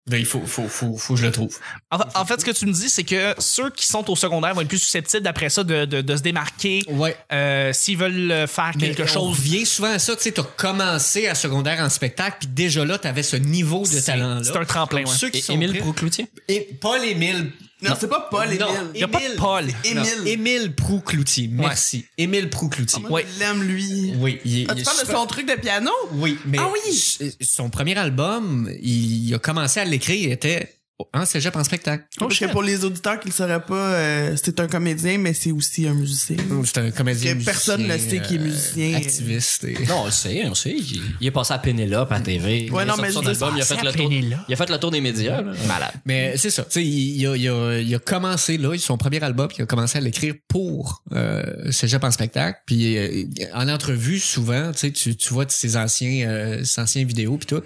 A: ben, il faut, faut, faut, faut que je le trouve.
D: En, fa- en fait, ce que tu me dis, c'est que ceux qui sont au secondaire vont être plus susceptibles après ça de, de- de se démarquer
A: Ouais.
D: euh, s'ils veulent faire quelque
A: Mais On
D: chose.
A: revient souvent à ça. Tu sais, t'as commencé à secondaire en spectacle, puis déjà là, t'avais ce niveau de
D: C'est
A: talent-là.
D: c'est un tremplin.
A: Donc,
D: ouais.
A: ceux qui sont
C: Émile
A: prêts-
C: Proucloutier?
A: Et Paul Émile.
B: Non, c'est pas Paul et
A: Non,
B: Bill.
D: Il n'y a pas de
A: Émile.
D: Paul.
A: Émile. Émile Proucloutier. Merci. Émile Proucloutier.
B: Ah, Moi,
D: Ouais.
B: je l'aime, lui.
A: Oui, il, est-
B: Ah,
A: il
B: tu
A: est
B: parles de
A: super-
B: son truc de piano?
A: Oui, mais
B: Ah oui!
A: s- son premier album, il, il a commencé à l'écrire, il était en cégep en spectacle.
B: Parce que pour les auditeurs qui ne le sauraient pas, euh, c'est un comédien, mais c'est aussi un musicien.
A: C'est un comédien.
B: Parce que personne
A: musicien,
B: ne sait qu'il est
A: euh,
B: musicien.
A: activiste. et-
C: Non, on le sait, on le sait. Il, il est passé à Pénélope à TV.
B: Ouais,
C: il
B: non,
C: a sorti
B: mais
C: son
B: je veux dire,
C: album, il a fait
D: c'est
C: le
D: à
C: tour.
D: Pénélope.
C: Il a fait le tour des médias. là.
D: Malade.
A: Mais c'est ça. Tu sais, il, il a, il a- il a commencé là, son premier album, il a commencé à l'écrire pour euh, Cégep en spectacle. Puis euh, en entrevue, souvent, tu sais, tu, tu vois ses anciens, euh, ses anciens vidéos puis tout.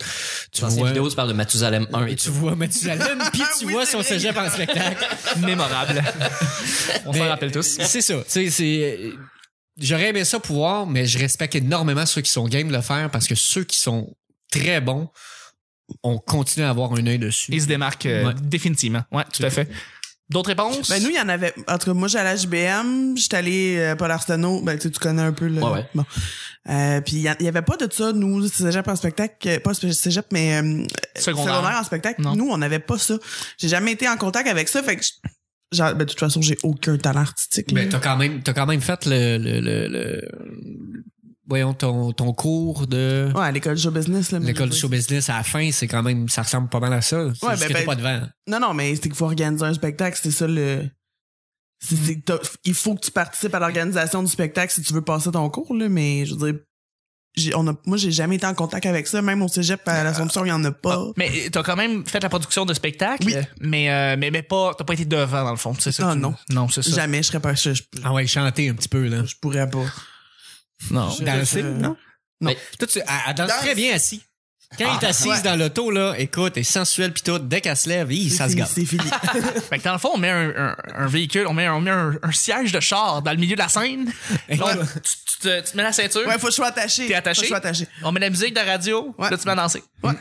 A: Tu
C: Dans cette
A: vois,
C: vidéo, tu parles de Mathusalem 1 et
A: tu
C: tout.
A: vois Mathusalem, puis tu
B: Oui,
A: vois
B: c'est
A: son
B: vrai.
A: Cégep en spectacle.
D: Mémorable. On s'en
A: Mais,
D: rappelle tous.
A: C'est ça. Tu sais, c'est... euh, J'aurais aimé ça pouvoir, mais je respecte énormément ceux qui sont game de le faire parce que ceux qui sont très bons, on continue à avoir un œil dessus.
D: Ils se démarquent euh,
A: Ouais.
D: définitivement. Ouais, tout à fait. D'autres réponses?
B: Ben nous, il y en avait. En tout cas, moi, j'allais à HBM, j'étais allé euh, Paul Arsenault, ben tu sais, tu connais un peu le.
C: Ouais, ouais.
B: Bon. Euh, puis il y, en- il y avait pas de ça, nous, cégep en spectacle, euh, pas spé- cégep, mais euh,
D: Secondaire.
B: en spectacle.
D: Non.
B: Nous, on n'avait pas ça. J'ai jamais été en contact avec ça, fait que je- genre, ben, de toute façon, j'ai aucun talent artistique. là.
A: Ben, t'as quand même, t'as quand même fait le, le, le, le- voyons, ton, ton cours de
B: Ouais, à l'école du show business, là. mais
A: l'école
B: je
A: du
B: veux
A: show
B: dire-
A: business à la fin, c'est quand même, ça ressemble pas mal à ça. C'est
B: Ouais,
A: juste que
B: ben,
A: t'es
B: ben-
A: pas devant.
B: Non, non, mais c'est qu'il faut organiser un spectacle, c'est ça le. c'est- c'est- t'as- il faut que tu participes à l'organisation du spectacle si tu veux passer ton cours, là, mais je veux dire. j'ai- on a, moi, j'ai jamais été en contact avec ça. Même au cégep, à l'Assomption, il y en a pas.
A: Ah,
D: Mais t'as quand même fait la production de spectacle,
B: Oui.
D: mais, euh, mais, mais pas, t'as pas été devant dans le fond, c'est ça?
B: Non,
D: tu-
B: non.
D: Non, c'est ça.
B: jamais, je serais pas. Je, je,
A: Ah ouais, chanter un petit peu, là.
B: je pourrais pas.
D: Non.
B: Je-
A: Danser,
B: je-
A: non?
B: Non.
A: Mais toi, tu, elle, elle danse
B: Danse.
A: très bien assise. Quand elle est assise dans l'auto, là, écoute, elle est sensuelle pis tout, dès qu'elle se lève, hi, ça se
B: C'est-
A: gâte.
B: C'est fini.
D: Fait que dans le fond, on met un, un- un véhicule, on met, un, on met un, un siège de char dans le milieu de la scène. Là, on- tu, tu te, tu te mets la ceinture,
B: Ouais, faut que je sois attaché.
D: T'es attaché?
B: Faut que je sois attaché.
D: on met la musique de la radio,
B: Ouais.
D: là tu vas danser. Ouais.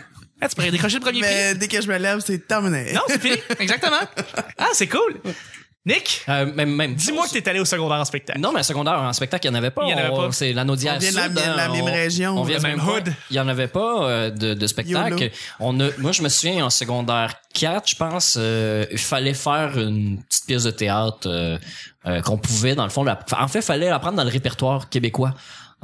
D: tu pourrais décrocher le premier prix.
B: Mais dès que je me lève, c'est terminé.
D: Non, c'est fini, exactement. Ah, c'est cool. Nick,
C: Euh, même, même
D: dis-moi que t'es allé au secondaire en spectacle.
C: Non, mais secondaire, en spectacle, il n'y en avait pas.
D: Il y en avait
C: On-
D: pas.
C: C'est l'anneau d'hier
B: On vient de la
C: Sud,
B: mi- de la
C: hein.
B: même
C: On-
B: région.
C: On vient de
D: La
C: la même
D: même hood.
C: hood. Il n'y en avait pas euh, de, de spectacle.
B: YOLO.
C: On a, moi, je me souviens, en secondaire 4, je pense, euh, il fallait faire une petite pièce de théâtre euh, euh, qu'on pouvait, dans le fond. la- en fait, il fallait la prendre dans le répertoire québécois,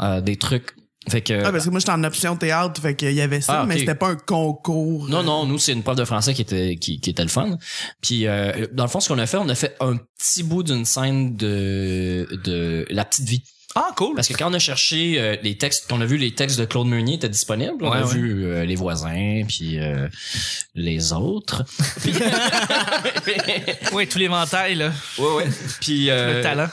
C: euh, des trucs. Fait que,
B: Ah, parce que moi, j'étais en option théâtre, fait qu'il y avait ça,
C: Euh, Ah, ok.
B: mais c'était pas un concours.
C: Non, non, nous, c'est une prof de français qui était, qui, qui était le fun. Puis, euh, dans le fond, ce qu'on a fait, on a fait un petit bout d'une scène de, de La Petite Vie.
D: Ah, cool.
C: Parce que quand on a cherché euh, les textes, qu'on a vu les textes de Claude Meunier étaient disponibles, on
D: Ouais,
C: a
D: ouais.
C: vu euh, les voisins, puis euh, les autres. Puis-
D: Oui, tous les ventailles, là.
C: ouais, ouais. Puis, euh,
D: le talent.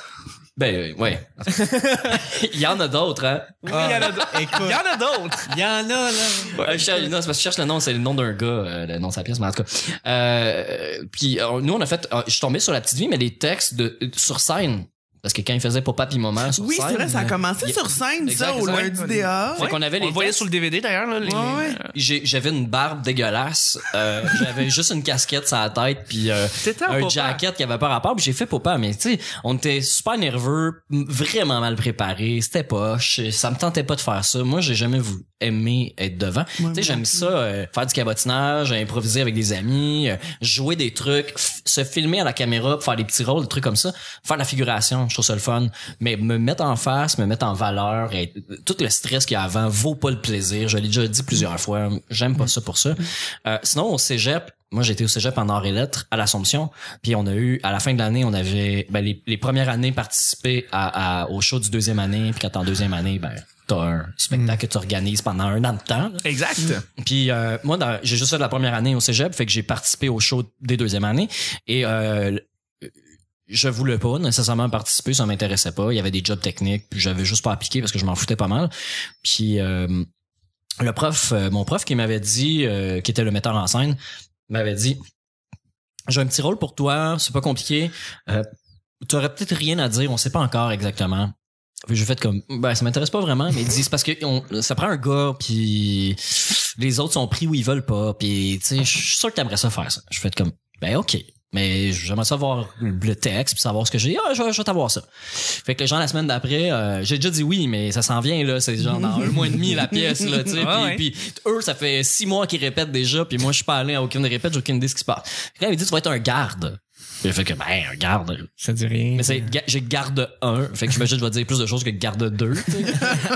C: Ben, euh, ouais. Il y en a d'autres, hein.
D: il y en a d'autres. Ah. Il y
A: Écoute,
D: en a d'autres.
A: il y en a, là.
C: Euh, je cherche- non, c'est parce que je cherche le nom, c'est le nom d'un gars, euh, le nom de sa pièce, mais en tout cas. Euh, puis euh, nous, on a fait, euh, je suis tombé sur la petite vie, mais les textes de, euh, sur scène, parce que quand il faisait Papa puis Maman sur
B: Oui,
C: scène, hein.
B: c'est vrai, ça a commencé
C: y-
B: sur scène,
C: Exact,
B: ça, au
C: exact.
B: lundi DA.
C: Fait qu'on avait
D: on
C: les
D: le voyait
C: textes.
D: sur le DVD, d'ailleurs. Là, les-
B: Ouais, ouais.
C: j'ai- j'avais une barbe dégueulasse, euh, j'avais juste une casquette sur la tête, puis euh,
D: T'étais un
C: un
D: papa.
C: jacket qui avait pas rapport, puis j'ai fait Papa, mais tu sais, on était super nerveux, m- vraiment mal préparé, c'était poche, ça me tentait pas de faire ça. Moi, j'ai jamais voulu. aimé être devant. tu
B: moi
C: sais, j'aime ça, euh, faire du cabotinage, improviser avec des amis, euh, jouer des trucs, f- se filmer à la caméra, faire des petits rôles, des trucs comme ça, faire la figuration, je trouve ça le fun. Mais me mettre en face, me mettre en valeur, et tout le stress qu'il y a avant vaut pas le plaisir. Je l'ai déjà dit plusieurs fois, j'aime pas ça pour ça. Euh, sinon, au cégep, moi, j'étais au cégep en arts et lettres à l'Assomption. Puis on a eu, à la fin de l'année, on avait, ben, les, les premières années participé à, à- au show du deuxième année. Puis quand t'es en deuxième année, ben, t'as un spectacle que tu organises pendant un an de temps. là.
D: Exact.
C: Puis euh, moi, dans- j'ai juste fait la première année au cégep, fait que j'ai participé au show des deuxième années. Et euh, je voulais pas nécessairement participer, ça m'intéressait pas. Il y avait des jobs techniques, puis j'avais juste pas appliqué parce que je m'en foutais pas mal. Puis euh, le prof, euh, mon prof qui m'avait dit, euh, qui était le metteur en scène, m'avait dit j'ai un petit rôle pour toi, c'est pas compliqué. Euh, tu aurais peut-être rien à dire, on sait pas encore exactement. Puis j'ai fait comme ben ça m'intéresse pas vraiment, mais ils disent parce que on- ça prend un gars puis les autres sont pris où ils veulent pas, puis tu sais je suis sûr que t'aimerais ça faire ça. Je fais comme ben OK. Mais j'aimerais savoir le texte puis savoir ce que j'ai. Ah, je vais, je vais t'avoir ça. Fait que les gens la semaine d'après, euh, j'ai déjà dit oui, mais ça s'en vient là. C'est genre dans un mois et demi la pièce là. tu sais.
D: Ah
C: Puis-
D: ouais.
C: puis eux, ça fait six mois qu'ils répètent déjà, puis moi, je suis pas allé à aucune répète, j'ai aucune idée de ce qui se passe. Fait que Là, il me dit, tu vas être un garde. J'ai fait que, ben, un garde.
A: Ça dit rien.
C: Mais c'est, ga- j'ai garde 1. Fait que j'imagine, que je vais dire plus de choses que garde 2.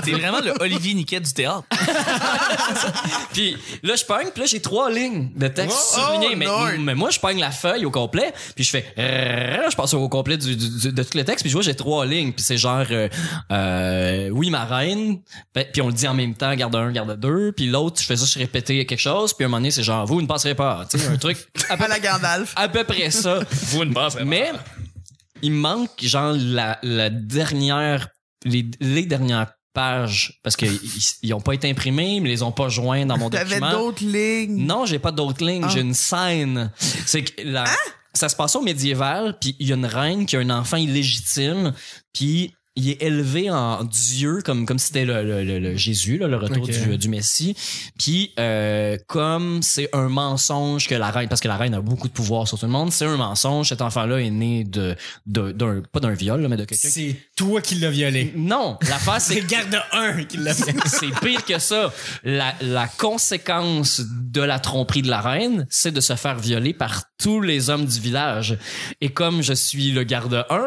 D: T'es vraiment le Olivier Niquet du théâtre.
C: puis là, je pogne, puis là, j'ai trois lignes de texte
B: Oh,
C: surlignées.
B: oh,
C: mais,
B: Lord.
C: mais moi, je pogne la feuille au complet, puis je fais, rrrr, je passe au complet du, du- du- de tout le texte, puis je vois, j'ai trois lignes, puis c'est genre, euh, euh, oui, ma reine, Ben, puis on le dit en même temps, garde 1, garde 2, puis l'autre, je fais juste répéter quelque chose, puis à un moment donné, c'est genre, vous ne passerez pas, tu sais, un truc
B: À la Gandalf.
C: à peu près ça. Vous ne Mais il manque genre la, la dernière les, les dernières pages parce que ils- ils ont pas été imprimés, ils me les ont pas joints dans mon
B: T'avais
C: document.
B: d'autres lignes.
C: Non, j'ai pas d'autres lignes,
B: Ah.
C: j'ai une scène. C'est que la- ça se passe au médiéval, puis il y a une reine qui a un enfant illégitime, puis il est élevé en Dieu comme comme si c'était le, le- le- le Jésus, là, le retour
A: Ok.
C: du, du Messie. Puis euh, comme c'est un mensonge que la reine, parce que la reine a beaucoup de pouvoir sur tout le monde, c'est un mensonge. Cet enfant-là est né de de- d'un pas d'un viol, là, mais de quelqu'un. qui-
A: C'est toi qui l'as violé.
C: Non, l'affaire c'est
A: C'est garde 1 qui l'a fait.
C: c'est pire que ça. La, la conséquence de la tromperie de la reine, c'est de se faire violer par tous les hommes du village. Et comme je suis le garde 1,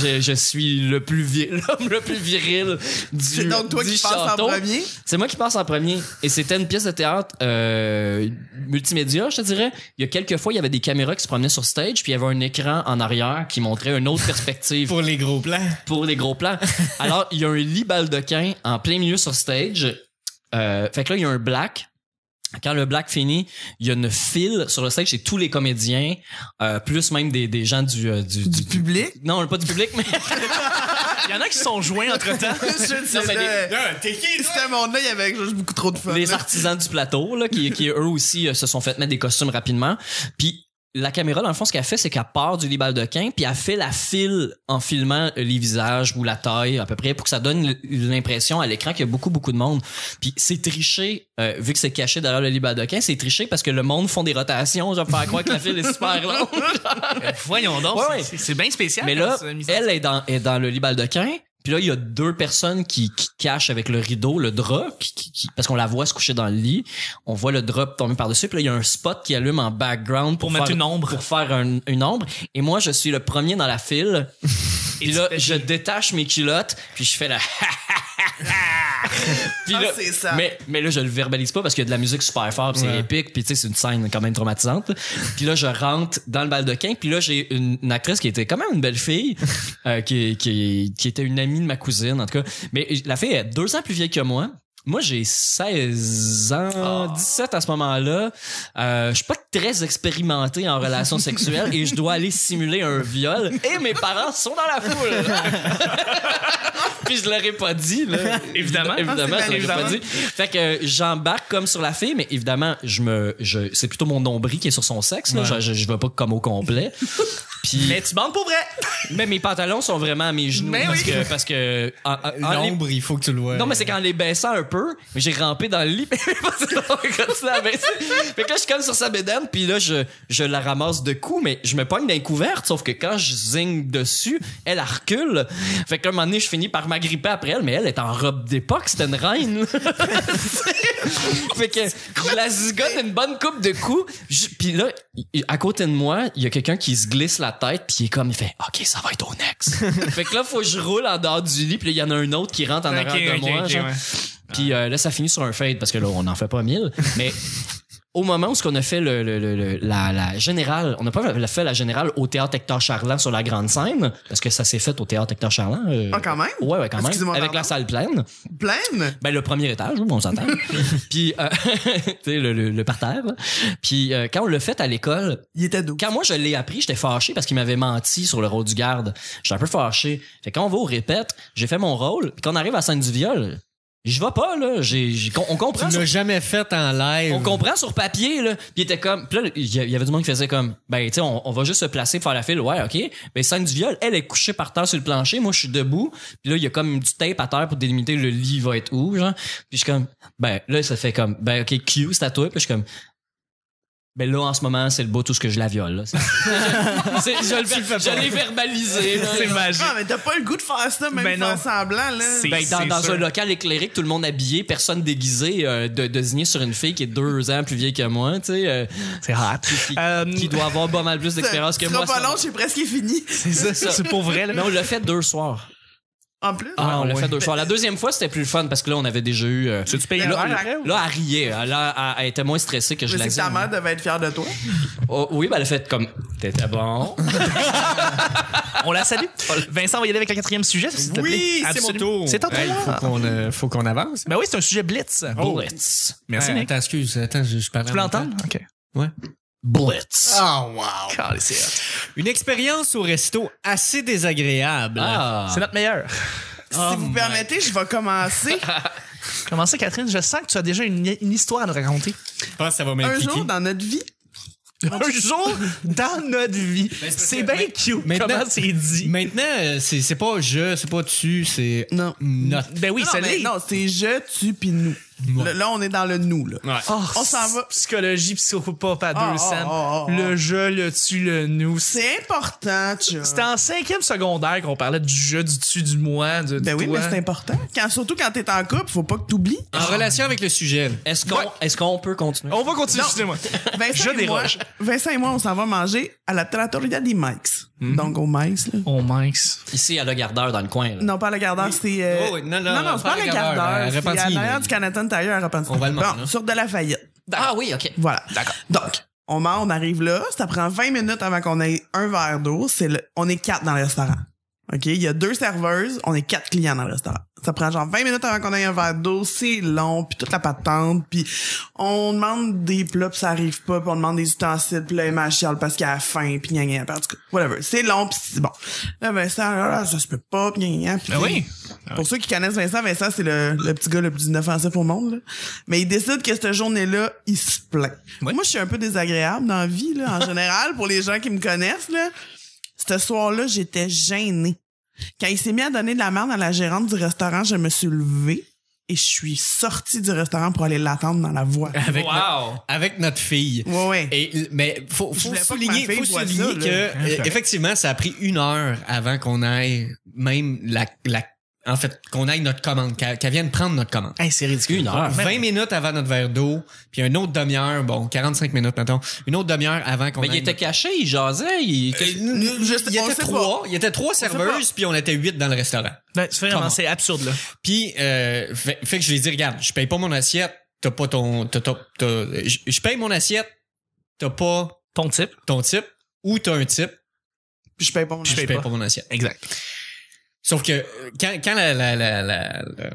C: je, je suis le plus vi- l'homme le plus viril du
B: C'est donc toi
C: du
B: qui passes en
C: château.
B: premier.
C: C'est moi qui passe en premier. Et c'était une pièce de théâtre euh, multimédia, je te dirais. Il y a quelques fois, il y avait des caméras qui se promenaient sur stage, puis il y avait un écran en arrière qui montrait une autre perspective
A: Pour les gros plans.
C: pour les gros plans. Alors, il y a un lit baldequin en plein milieu sur stage. Euh, fait que là, il y a un black. Quand le black finit, il y a une file sur le stage chez tous les comédiens, euh, plus même des, des gens du, euh, du,
B: Du
C: du-
B: public.
C: Non, pas du public, mais...
D: Il y en a qui se sont joints entre temps.
B: Je
C: Non, mais
B: disais,
A: T'es qui?
B: C'était mon là il y avait juste beaucoup trop de fun.
C: les
B: là.
C: artisans du plateau là, qui, qui eux aussi euh, se sont fait mettre des costumes rapidement. Puis la caméra, dans le fond, ce qu'elle fait, c'est qu'elle part du lit baldequin, puis elle fait la file en filmant euh, les visages ou la taille à peu près pour que ça donne l- l'impression à l'écran qu'il y a beaucoup, beaucoup de monde. Puis c'est triché, euh, vu que c'est caché derrière le lit baldequin, c'est triché parce que le monde font des rotations, genre faire croire que la file est super longue.
D: Voyons donc,
C: Ouais,
D: Oh, c'est-
C: ouais.
D: c'est c'est bien spécial.
C: Mais là,
D: comme, euh, mise en-
C: elle est dans, est dans le lit baldequin. Puis là, il y a deux personnes qui, qui cachent avec le rideau le drap, qui- qui- qui- parce qu'on la voit se coucher dans le lit. On voit le drap tomber par-dessus. Puis là, il y a un spot qui allume en background
D: pour
C: pour,
D: mettre
C: faire,
D: une ombre.
C: pour faire un- une ombre. Et moi, je suis le premier dans la file.
D: Et
C: Puis là,
D: tu fais-
C: je détache mes culottes. Puis je fais la... puis
B: Ah,
C: là,
B: c'est ça.
C: mais, mais là, je le verbalise pas parce qu'il y a de la musique super forte, puis
A: Ouais.
C: c'est épique, puis tu sais, c'est une scène quand même traumatisante. Puis là, je rentre dans le baldequin, puis là, j'ai une, une actrice qui était quand même une belle fille, euh, qui, qui, qui était une amie de ma cousine, en tout cas. Mais la fille est deux ans plus vieille que moi. Moi, j'ai 16 ans, 17 à ce moment-là. Euh, je suis pas très expérimenté en relations sexuelles et je dois aller simuler un viol. Et mes parents sont dans la foule. Puis je l'aurais pas dit, là.
D: Évidemment.
C: Évidemment,
B: Ah,
C: je
B: c'est
C: l'aurais
B: bien,
C: pas dit. Fait que euh, j'embarque comme sur la fille, mais évidemment, je me, je, c'est plutôt mon nombril qui est sur son sexe, là. Je, je, je vais pas comme au complet. Puis,
D: Mais tu bandes pour vrai.
C: mais mes pantalons sont vraiment à mes genoux
D: Mais
C: parce
D: oui.
C: que, parce que, en- en- en les-
A: L'ombre, il faut que tu le vois.
C: ah, non, mais c'est qu'en les baissant un peu, j'ai rampé dans le lit, puis parce que j'ai continué à baisser. Fait que là, je suis comme sur sa bédaine, puis là, je, je la ramasse de coups, mais je me pogne d'un couvert, sauf que quand je zigne dessus, elle elle recule. Fait que là, un moment donné, je finis par m'agripper après elle, mais elle est en robe d'époque, c'était une reine. fait que je la zigote une bonne coupe de coups. Je- Puis là, il- à côté de moi, il y a quelqu'un qui se glisse la tête, puis il est comme, il fait « Ok, ça va être au next. » Fait que là, faut que je roule en dehors du lit, puis là, il y en a un autre qui rentre en
D: Ok,
C: arrière de
D: ok,
C: moi.
D: ok,
C: genre.
D: ouais.
C: Puis euh, là, ça finit sur un fade parce que là, on n'en fait pas mille. Mais au moment où ce qu'on a fait le, le- le- le- la, la générale, on n'a pas fait la générale au théâtre Hector Charland sur la grande scène parce que ça s'est fait au théâtre Hector Charland. euh,
B: Ah, quand même?
C: Ouais, ouais, quand même.
B: Excusez-moi,
C: Avec
B: pardon.
C: la salle pleine.
B: Pleine?
C: Ben, le premier étage, où on s'entend. Puis, euh, tu sais, le, le, le parterre. là. Puis, euh, quand on l'a fait à l'école,
B: Il était doux.
C: quand moi je l'ai appris, j'étais fâché parce qu'il m'avait menti sur le rôle du garde. J'étais un peu fâché. Fait que quand on va au répète, j'ai fait mon rôle, puis quand on arrive à la scène du viol, je vais pas là, j'ai, j'ai- on
A: Tu
C: comprend sur,
A: l'as jamais fait en live.
C: on comprend sur papier là, puis il était comme puis là il y a- il y avait du monde qui faisait comme ben tu sais on, on va juste se placer faire la file, ouais, OK. Ben scène du viol, elle est couchée par terre sur le plancher, moi je suis debout, puis là il y a comme du tape à terre pour délimiter le lit va être où genre. Puis je suis comme ben là ça fait comme ben OK, Q c'est à toi, puis je suis comme ben là, en ce moment, c'est le beau tout ce que je la viole. là. C'est- c'est- je le ver- je l'ai verbalisé. là.
D: C'est magique.
B: Ah, mais t'as pas le goût de faire ça, même
D: Ben
B: faire
D: non.
B: semblant, là.
D: C'est-
C: Ben, dans
D: c'est
C: dans
D: sûr.
C: un local éclairé, que tout le monde habillé, personne déguisé, euh, de, désigné sur une fille qui est deux ans plus vieille que moi, tu sais, euh,
D: C'est hot.
C: qui, qui-
D: Euh,
C: qui doit avoir pas mal plus
B: Ça-
C: d'expérience que
B: ça
C: moi.
B: sera pas
C: ça-
B: long, j'ai presque fini.
D: C'est ça, c'est pour vrai. Là.
C: Mais on l'a fait deux soirs.
B: En plus.
C: Ouais, on l'a
D: Ah, ouais.
C: fait deux soirs. La deuxième fois, c'était plus le fun parce que là, on avait déjà eu. euh,
D: tu payes
B: Ben,
D: l'heure
B: là,
D: après, ou-
C: Là, elle riait. Elle, a- elle était moins stressée que je
B: Mais
C: l'ai
B: c'est que
C: dit.
B: ta mère devait être fière de toi.
C: Oh, oui, ben, elle a fait comme. T'étais bon.
D: On la salue. Vincent, on va y aller avec le quatrième sujet, s'il te plaît.
A: Oui, c'est mon
D: Absolument.
A: tour.
D: C'est ton tour.
A: Hey, faut qu'on euh, faut qu'on avance.
D: Ben oui, c'est un sujet blitz.
C: Blitz.
D: Merci,
A: Ouais,
D: Nick.
A: attends, excuse, attends, je, je parlais.
D: Tu
A: en
D: peux
A: même temps.
D: l'entendre? OK.
A: Ouais.
C: Blitz.
D: Ah.
A: Oh, wow.
D: Calais, c'est hot.
A: Une expérience au resto assez désagréable.
C: Ah.
D: C'est notre meilleur.
A: Oh
B: si vous
A: my-
B: permettez, je vais commencer.
D: Comment ça, Catherine? Je sens que tu as déjà une, une histoire à nous raconter.
A: Je pense que ça va
B: Un
A: m'impliquer.
B: jour, dans notre vie,
D: Un jour dans notre vie.
A: Ben, c'est parce
D: c'est
A: que-
D: bien
A: mais-
D: cute.
A: maintenant-
D: Comment c'est dit?
A: Maintenant, euh, c'est c'est pas je, c'est pas tu, c'est
B: Non.
A: notre.
D: Ben oui,
B: non,
D: ça
B: mais
D: l'est.
B: non, c'est je, tu, puis nous. Le- là, on est dans le nous, là.
A: Ouais.
D: Oh,
B: On s'en va.
D: Psychologie, psychopathe à
B: Ah,
D: deux
B: ah,
D: cents.
B: ah, ah,
D: Le jeu, le tu, le nous. C'est
B: C'est important, tu
D: C'était en cinquième secondaire qu'on parlait du jeu, du tu, du moi, de
B: Ben
D: du
B: oui,
D: toi.
B: mais c'est important. Quand, surtout quand t'es en couple, faut pas que t'oublies.
A: En relation avec le sujet. là.
C: Est-ce qu'on est-ce qu'on peut continuer?
D: On va continuer,
B: Non.
D: excusez-moi.
B: Vincent,
D: Ah, Je
B: et moi,
D: déroge.
B: Vincent et moi, on s'en va manger à la trattoria des Mikes. Donc, au Mikes, là.
D: Oh, mince.
C: Ici, à Le Gardeur, dans le coin. là.
B: Non, pas à la gardeur, c'est. euh,
A: Oh, oui, non, non,
B: non, non, c'est pas à la gardeur.
A: à
B: C'est à
A: Repentigny,
B: l'arrière
A: là.
B: du Canadian Tire à Repentigny.
A: On va le mentionner.
B: Bon, sur de la faillite.
C: Ah oui, OK.
B: Voilà. D'accord. Donc, on mange, on arrive là. Ça prend 20 minutes avant qu'on ait un verre d'eau. C'est le- on est quatre dans le restaurant. OK? Il y a deux serveuses, on est quatre clients dans le restaurant. Ça prend genre 20 minutes avant qu'on ait un verre d'eau. C'est long, puis toute la patente. Puis on demande des plats, puis ça arrive pas. Puis on demande des ustensiles, puis là, elle m'en chiale parce qu'elle a faim, puis gna gna. Puis En tout cas, whatever. C'est long, puis c'est bon. Là, Vincent, là, là, ça se peut pas, puis gna gna. Puis
D: Ben oui.
A: Ah
B: pour ceux qui connaissent Vincent, Vincent, c'est le, le petit gars le plus inoffensif au monde. là. Mais il décide que cette journée-là, il se plaint.
D: Ouais.
B: Moi, je suis un peu désagréable dans la vie, là, en général, pour les gens qui me connaissent. Là. Ce soir-là, j'étais gênée. Quand il s'est mis à donner de la merde à la gérante du restaurant, je me suis levée et je suis sortie du restaurant pour aller l'attendre dans la voie.
A: Avec,
C: Wow.
A: no- avec notre fille.
B: Ouais, ouais.
A: Et, mais faut,
B: Je
A: faut
B: voulais pas que ma
A: souligner,
B: fille
A: faut
B: voie
A: souligner
B: ça,
A: que,
B: là.
A: euh, effectivement, ça a pris une heure avant qu'on aille même la, la en fait, qu'on aille notre commande, qu'elle qu'elle vienne prendre notre commande.
D: Hey, c'est ridicule.
C: Une heure.
B: Ben
A: 20 minutes avant notre verre d'eau, puis une autre demi-heure, bon, 45 minutes, mettons, une autre demi-heure avant qu'on
C: Mais il
A: aille
C: était caché, il jasait, il...
A: Euh, nous- nous-
B: Je sais-
A: il y
B: on
A: était
B: sait
A: trois, il y était trois
B: sait pas.
A: serveuses puis on était huit dans le restaurant.
D: Ben, c'est
A: Comment?
D: vraiment, c'est absurde, là.
A: Puis euh, fait, fait que je lui ai dit regarde, je paye pas mon assiette, t'as pas ton t'as- t'as- t'as- je je paye mon assiette, t'as pas
D: Ton type.
A: ton type ou t'as un type,
B: Puis je paye pas mon
A: puis je
B: argent.
A: paye
D: pas.
A: pas. mon assiette.
D: Exact.
A: Sauf que euh, quand quand la la la, la, la-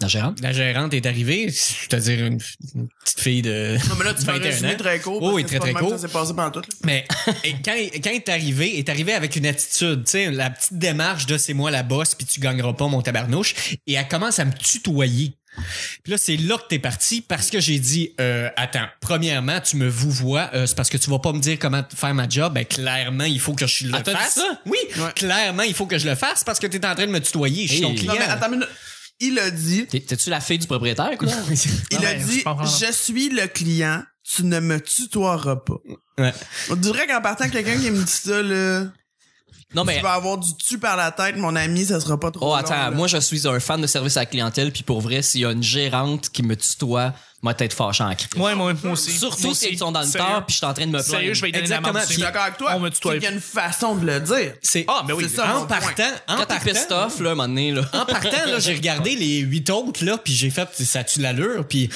C: La gérante?
A: la gérante est arrivée, c'est-à-dire une, une petite fille de
B: Non, mais là, tu fais un
A: 21
B: résumé
A: ans.
B: très
A: Oui,
B: court. parce
A: oui,
B: que
A: très,
B: c'est pas
A: très
B: le même
A: court.
B: que Ça s'est passé pendant tout. là.
A: Mais et quand, quand il est arrivé, il est arrivé avec une attitude, tu sais, la petite démarche de c'est moi la bosse, puis tu gagneras pas mon tabarnouche, et elle commence à me tutoyer. Puis là, c'est là que t'es parti parce que j'ai dit, euh, attends, premièrement, tu me vouvoies, euh, c'est parce que tu vas pas me dire comment faire ma job. Ben, clairement, il faut que je le
C: Ah, t'as dit
A: fasse.
C: ça?
A: Oui,
B: Ouais.
A: clairement, il faut que je le fasse parce que t'es en train de me tutoyer. Je suis
C: Hey.
A: ton
C: Non,
A: client.
B: Non, mais attends une minute. Il a dit.
C: T'es- T'es-tu la fille du propriétaire, quoi?
B: Il
D: Ah
B: a
D: ouais,
B: dit
D: je comprends.
B: Je suis le client, tu ne me tutoieras pas.
A: Ouais.
B: On dirait qu'en partant, quelqu'un qui me dit ça, là.
C: Non, mais.
A: Ben,
B: Tu vas avoir du tu par la tête, mon ami, ça sera pas trop.
C: Oh,
B: long,
C: attends,
B: là.
C: moi, je suis un fan de service à la clientèle, puis pour vrai, s'il y a une gérante qui me tutoie, ma tête fâchée en crise.
D: Ouais, moi, moi aussi.
C: Surtout
D: Moi
C: si
D: aussi.
C: ils sont dans le
D: Sérieux.
C: tort, puis je suis en train de me plaindre.
D: Sérieux, je vais y donner la
A: Exactement,
D: marde
B: Je
D: dessus.
B: suis d'accord avec toi.
D: On me tutoie.
B: C'est qu'il y a une façon de le dire.
A: C'est
D: Ah, mais oui.
B: C'est ça,
A: en
B: mon
A: partant,
B: point.
A: en
C: Quand t'es pissed
A: partant,
C: off, là, un moment donné, là.
A: en partant, là, j'ai regardé les huit autres, là, puis j'ai fait, ça tue l'allure, puis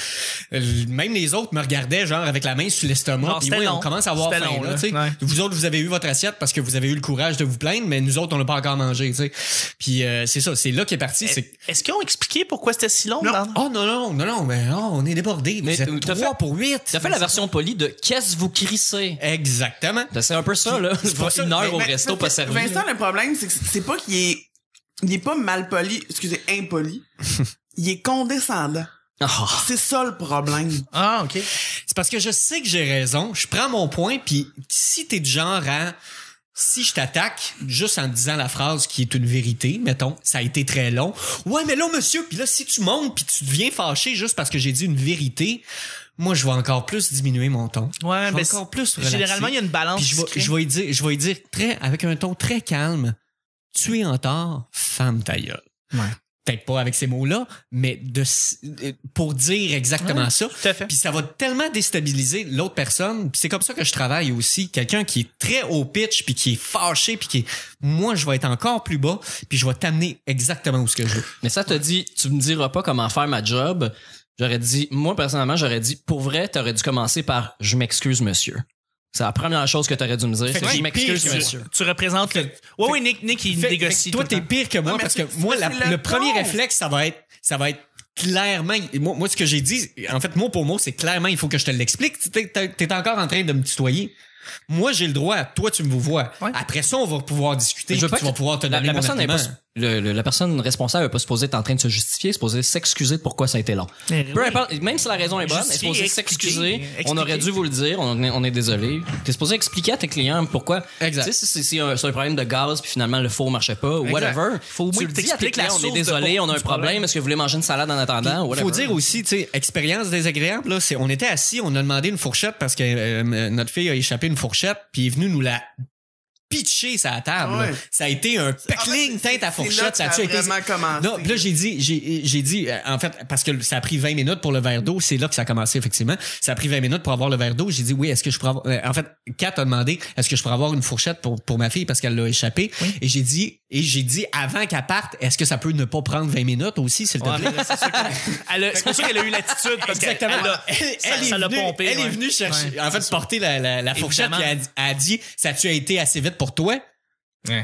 A: euh, même les autres me regardaient, genre, avec la main sur
D: Non,
A: l'estomac, puis
D: c'était
A: ouais,
D: long.
A: on commence à avoir
D: C'était
A: faim,
D: long,
A: là,
D: là.
A: tu sais.
D: Ouais.
A: Vous autres, vous avez eu votre assiette parce que vous avez eu le courage de vous plaindre, mais nous autres, on n'a pas encore mangé, tu sais. Puis euh, c'est ça, c'est là qu'est parti, c'est...
D: Est-ce qu'ils ont expliqué pourquoi c'était si long?
B: Non.
D: Bernard?
A: Oh non, non, non, non, mais oh, on est débordés.
C: Mais
A: vous êtes
C: t'as
A: 3
C: fait-
A: pour 8.
C: T'as fait la version polie de Qu'est-ce que vous crissez?
A: Eh, Exactement.
C: C'est un peu ça, là. C'est
A: pour
C: pas
A: ça-
C: une heure
B: Mais-
C: au
B: mais-
C: resto pas servi.
B: Vincent, le problème, c'est que c'est pas qu'il est, il est pas mal poli, excusez, impoli. il est condescendant.
C: Ah.
B: C'est ça le problème.
D: Ah, OK.
A: C'est parce que je sais que j'ai raison, je prends mon point, puis si t'es du genre à... Si je t'attaque, juste en te disant la phrase qui est une vérité, mettons, ça a été très long. Ouais, mais là, monsieur, puis là, si tu montes, puis tu deviens fâché juste parce que j'ai dit une vérité, moi, je vais encore plus diminuer mon ton.
D: Ouais,
A: je vais
D: ben,
A: encore plus relaxer.
D: Généralement, il y a une balance.
A: Puis je vais,
D: qui se crée.
A: je vais lui dire, je vais lui dire très, avec un ton très calme, tu es en tort, femme ta gueule.
D: Ouais.
A: Peut-être pas avec ces mots-là, mais de, s- euh, pour dire exactement ça.
D: Tout à fait.
A: Puis ça va tellement déstabiliser l'autre personne. Puis c'est comme ça que je travaille aussi. Quelqu'un qui est très haut pitch, puis qui est fâché, puis qui est... Moi, je vais être encore plus bas, puis je vais t'amener exactement où ce que je veux.
C: Mais ça te dit, tu me diras pas comment faire ma job. J'aurais dit, moi, personnellement, j'aurais dit, pour vrai, t'aurais dû commencer par Je m'excuse, monsieur. C'est la première chose que t'aurais dû me dire.
A: Fait
C: c'est
A: que
C: Je
A: j'ai
C: m'excuse,
A: pire que-
C: monsieur.
D: Tu représentes le. Ouais, oui, Nick, Nick, il
A: Fait-
D: négocie.
A: fait que toi,
D: tout
A: t'es
D: le temps.
A: pire que moi
B: Ouais, mais
A: parce que
B: c'est-
A: moi,
B: c'est
A: la-
B: le
A: le, premier
B: ton.
A: réflexe, ça va être, ça va être clairement. Moi, moi, ce que j'ai dit, en fait, mot pour mot, c'est clairement, il faut que je te l'explique. Tu T'es, t'es- t'es encore en train de me tutoyer. Moi, j'ai le droit. Toi, tu me vois.
D: Ouais.
A: Après ça, on va pouvoir discuter.
C: Je veux
A: puis
C: pas
A: tu
C: que-
A: vas pouvoir te
C: La,
A: donner
C: la
A: mon
C: personne n'est pas,
A: argument.
C: le- le- la personne responsable n'est pas supposée être en train de se justifier, est supposée s'excuser de pourquoi ça a été long.
D: Mais
C: Peu
D: Eh oui.
C: importe, même si la raison est bonne, elle est
D: Justifier,
C: supposée
D: expliquer,
C: s'excuser.
D: expliquer.
C: On aurait dû vous le dire, on est, on est désolé. T'es supposé expliquer à tes clients pourquoi.
A: Exact.
C: Tu sais, si c'est si un, c'est un problème de gaz, puis finalement le four marchait pas,
A: Exact.
C: whatever.
D: Faut au
C: tu
D: moins
C: le
D: que
C: dis à tes
D: t'expliques la
C: clients, on est
D: source de
C: désolé,
D: pour-
C: on a un
D: du problème.
C: problème, est-ce que vous voulez manger une salade en attendant,
A: Il
C: Hein, whatever.
A: faut dire aussi, tu sais, expérience désagréable, là, c'est, on était assis, on a demandé une fourchette parce que euh, notre fille a échappé une fourchette, puis est venue nous la pitcher sa table.
B: Ouais. ah,
A: là. Ça a été un peckling tête à fourchette. Ça
B: ça
A: a
B: a
A: été
B: vraiment commencé.
A: Non, puis là j'ai dit, j'ai, j'ai dit, euh, en fait, parce que ça a pris 20 minutes pour le verre d'eau, c'est là que ça a commencé effectivement. Ça a pris 20 minutes pour avoir le verre d'eau. J'ai dit oui, est-ce que je pourrais avoir, euh, en fait, Kat a demandé, est-ce que je pourrais avoir une fourchette pour pour ma fille parce qu'elle l'a échappé. Et j'ai dit, et j'ai dit avant qu'elle parte, est-ce que ça peut ne pas prendre 20 minutes aussi, s'il te
D: Ouais,
A: plaît?
D: mais là, c'est sûr que- elle a- C'est pour ça qu'elle a eu l'attitude. parce qu'elle-
A: Exactement.
D: elle a-
A: Elle,
D: ça-
A: elle est
D: ça l'a
A: venue,
D: pompé,
A: elle
D: ouais.
A: est venue chercher,
D: Ouais,
A: en fait, porter la, la, la fourchette
D: Évidemment.
A: puis elle a dit- elle a dit, ça a-tu été assez vite pour toi?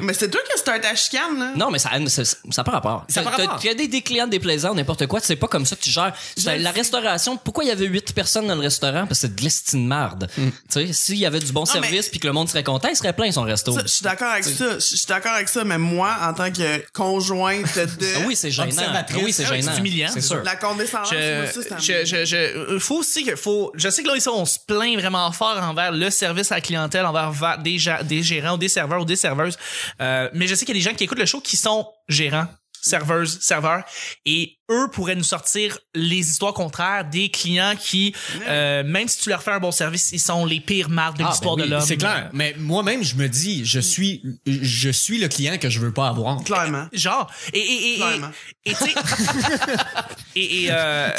B: Mais c'est toi qui start à chicane, là.
C: Non, mais ça ça- ça n'a pas rapport.
A: Ça a pas
C: T'as-
A: rapport.
C: t'as des, des clients déplaisants, n'importe quoi, c'est pas comme ça que tu gères. C'est
B: le
C: La
B: sais.
C: restauration, pourquoi il y avait huit personnes dans le restaurant? Parce que c'est de l'estime de marde. Tu sais, s'il y avait du bon service
B: mais-
C: puis que le monde serait content, il serait plein son resto.
B: Ça, je suis d'accord avec ça. Je suis d'accord avec ça, mais moi, en tant que conjointe
C: Ah
B: de
C: oui, c'est gênant.
A: Observatrice.
C: Ah oui, c'est
D: Ah oui,
C: gênant.
D: c'est humiliant.
C: C'est sûr.
B: la condescendance, moi, ça, Ah, c'est un-
D: je, je, je, je- euh, faut aussi que faut je sais que là ici on se plaint vraiment fort envers le service à la clientèle envers va- des, ja- des gérants ou des serveurs ou des serveuses Euh, mais je sais qu'il y a des gens qui écoutent le show qui sont gérants serveuses, serveurs, et eux pourraient nous sortir les histoires contraires des clients qui, euh, même si tu leur fais un bon service, ils sont les pires marques de
C: Ah,
D: l'histoire
C: ben oui,
D: de l'homme.
A: C'est clair. Mais moi-même, je me dis, je suis, je suis le client que je veux pas avoir.
B: clairement.
D: Genre, et, et, et,
B: Clairement.
D: et, et, tu sais- et, et, euh,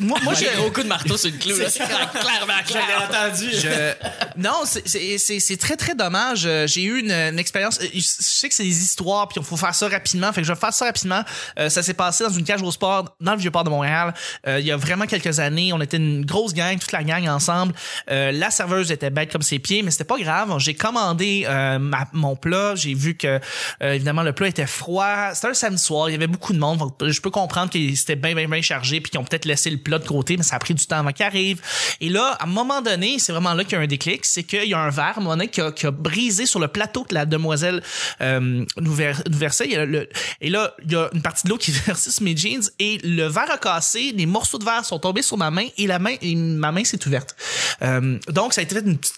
D: moi, moi,
C: Moi,
D: je,
C: j'ai un gros coup de marteau sur le clou. là. Clairement, clairement.
A: entendu.
D: Je- Non, c'est- c'est c'est- c'est très, très dommage. Euh, J'ai eu une, une expérience. euh, Je sais que c'est des histoires, puis il faut faire ça rapidement. Fait que je vais faire ça rapidement. Euh, ça s'est passé dans une cage au sport, dans le Vieux-Port de Montréal, euh, il y a vraiment quelques années. On était une grosse gang, toute la gang ensemble. Euh, la serveuse était bête comme ses pieds, mais c'était pas grave. J'ai commandé euh, ma- mon plat. J'ai vu que, euh, évidemment, le plat était froid. C'était un samedi soir. Il y avait beaucoup de monde. Fait que Je peux comprendre qu'ils c'était bien, bien, bien chargé, puis qu'ils ont peut-être laissé le plat de côté, mais ça a pris du temps avant qu'il arrive. Et là, à un moment donné, c'est vraiment là qu'il y a un déclic, c'est qu'il y a un verre, à un moment donné, qui a, qui a brisé sur le plateau que la demoiselle euh, nous, ver- nous versait. Il y a le- et là, il y a une partie de l'eau qui versait sur mes jeans et le verre a cassé, des morceaux de verre sont tombés sur ma main et la main et ma main s'est ouverte. Euh, donc, ça a été fait une petite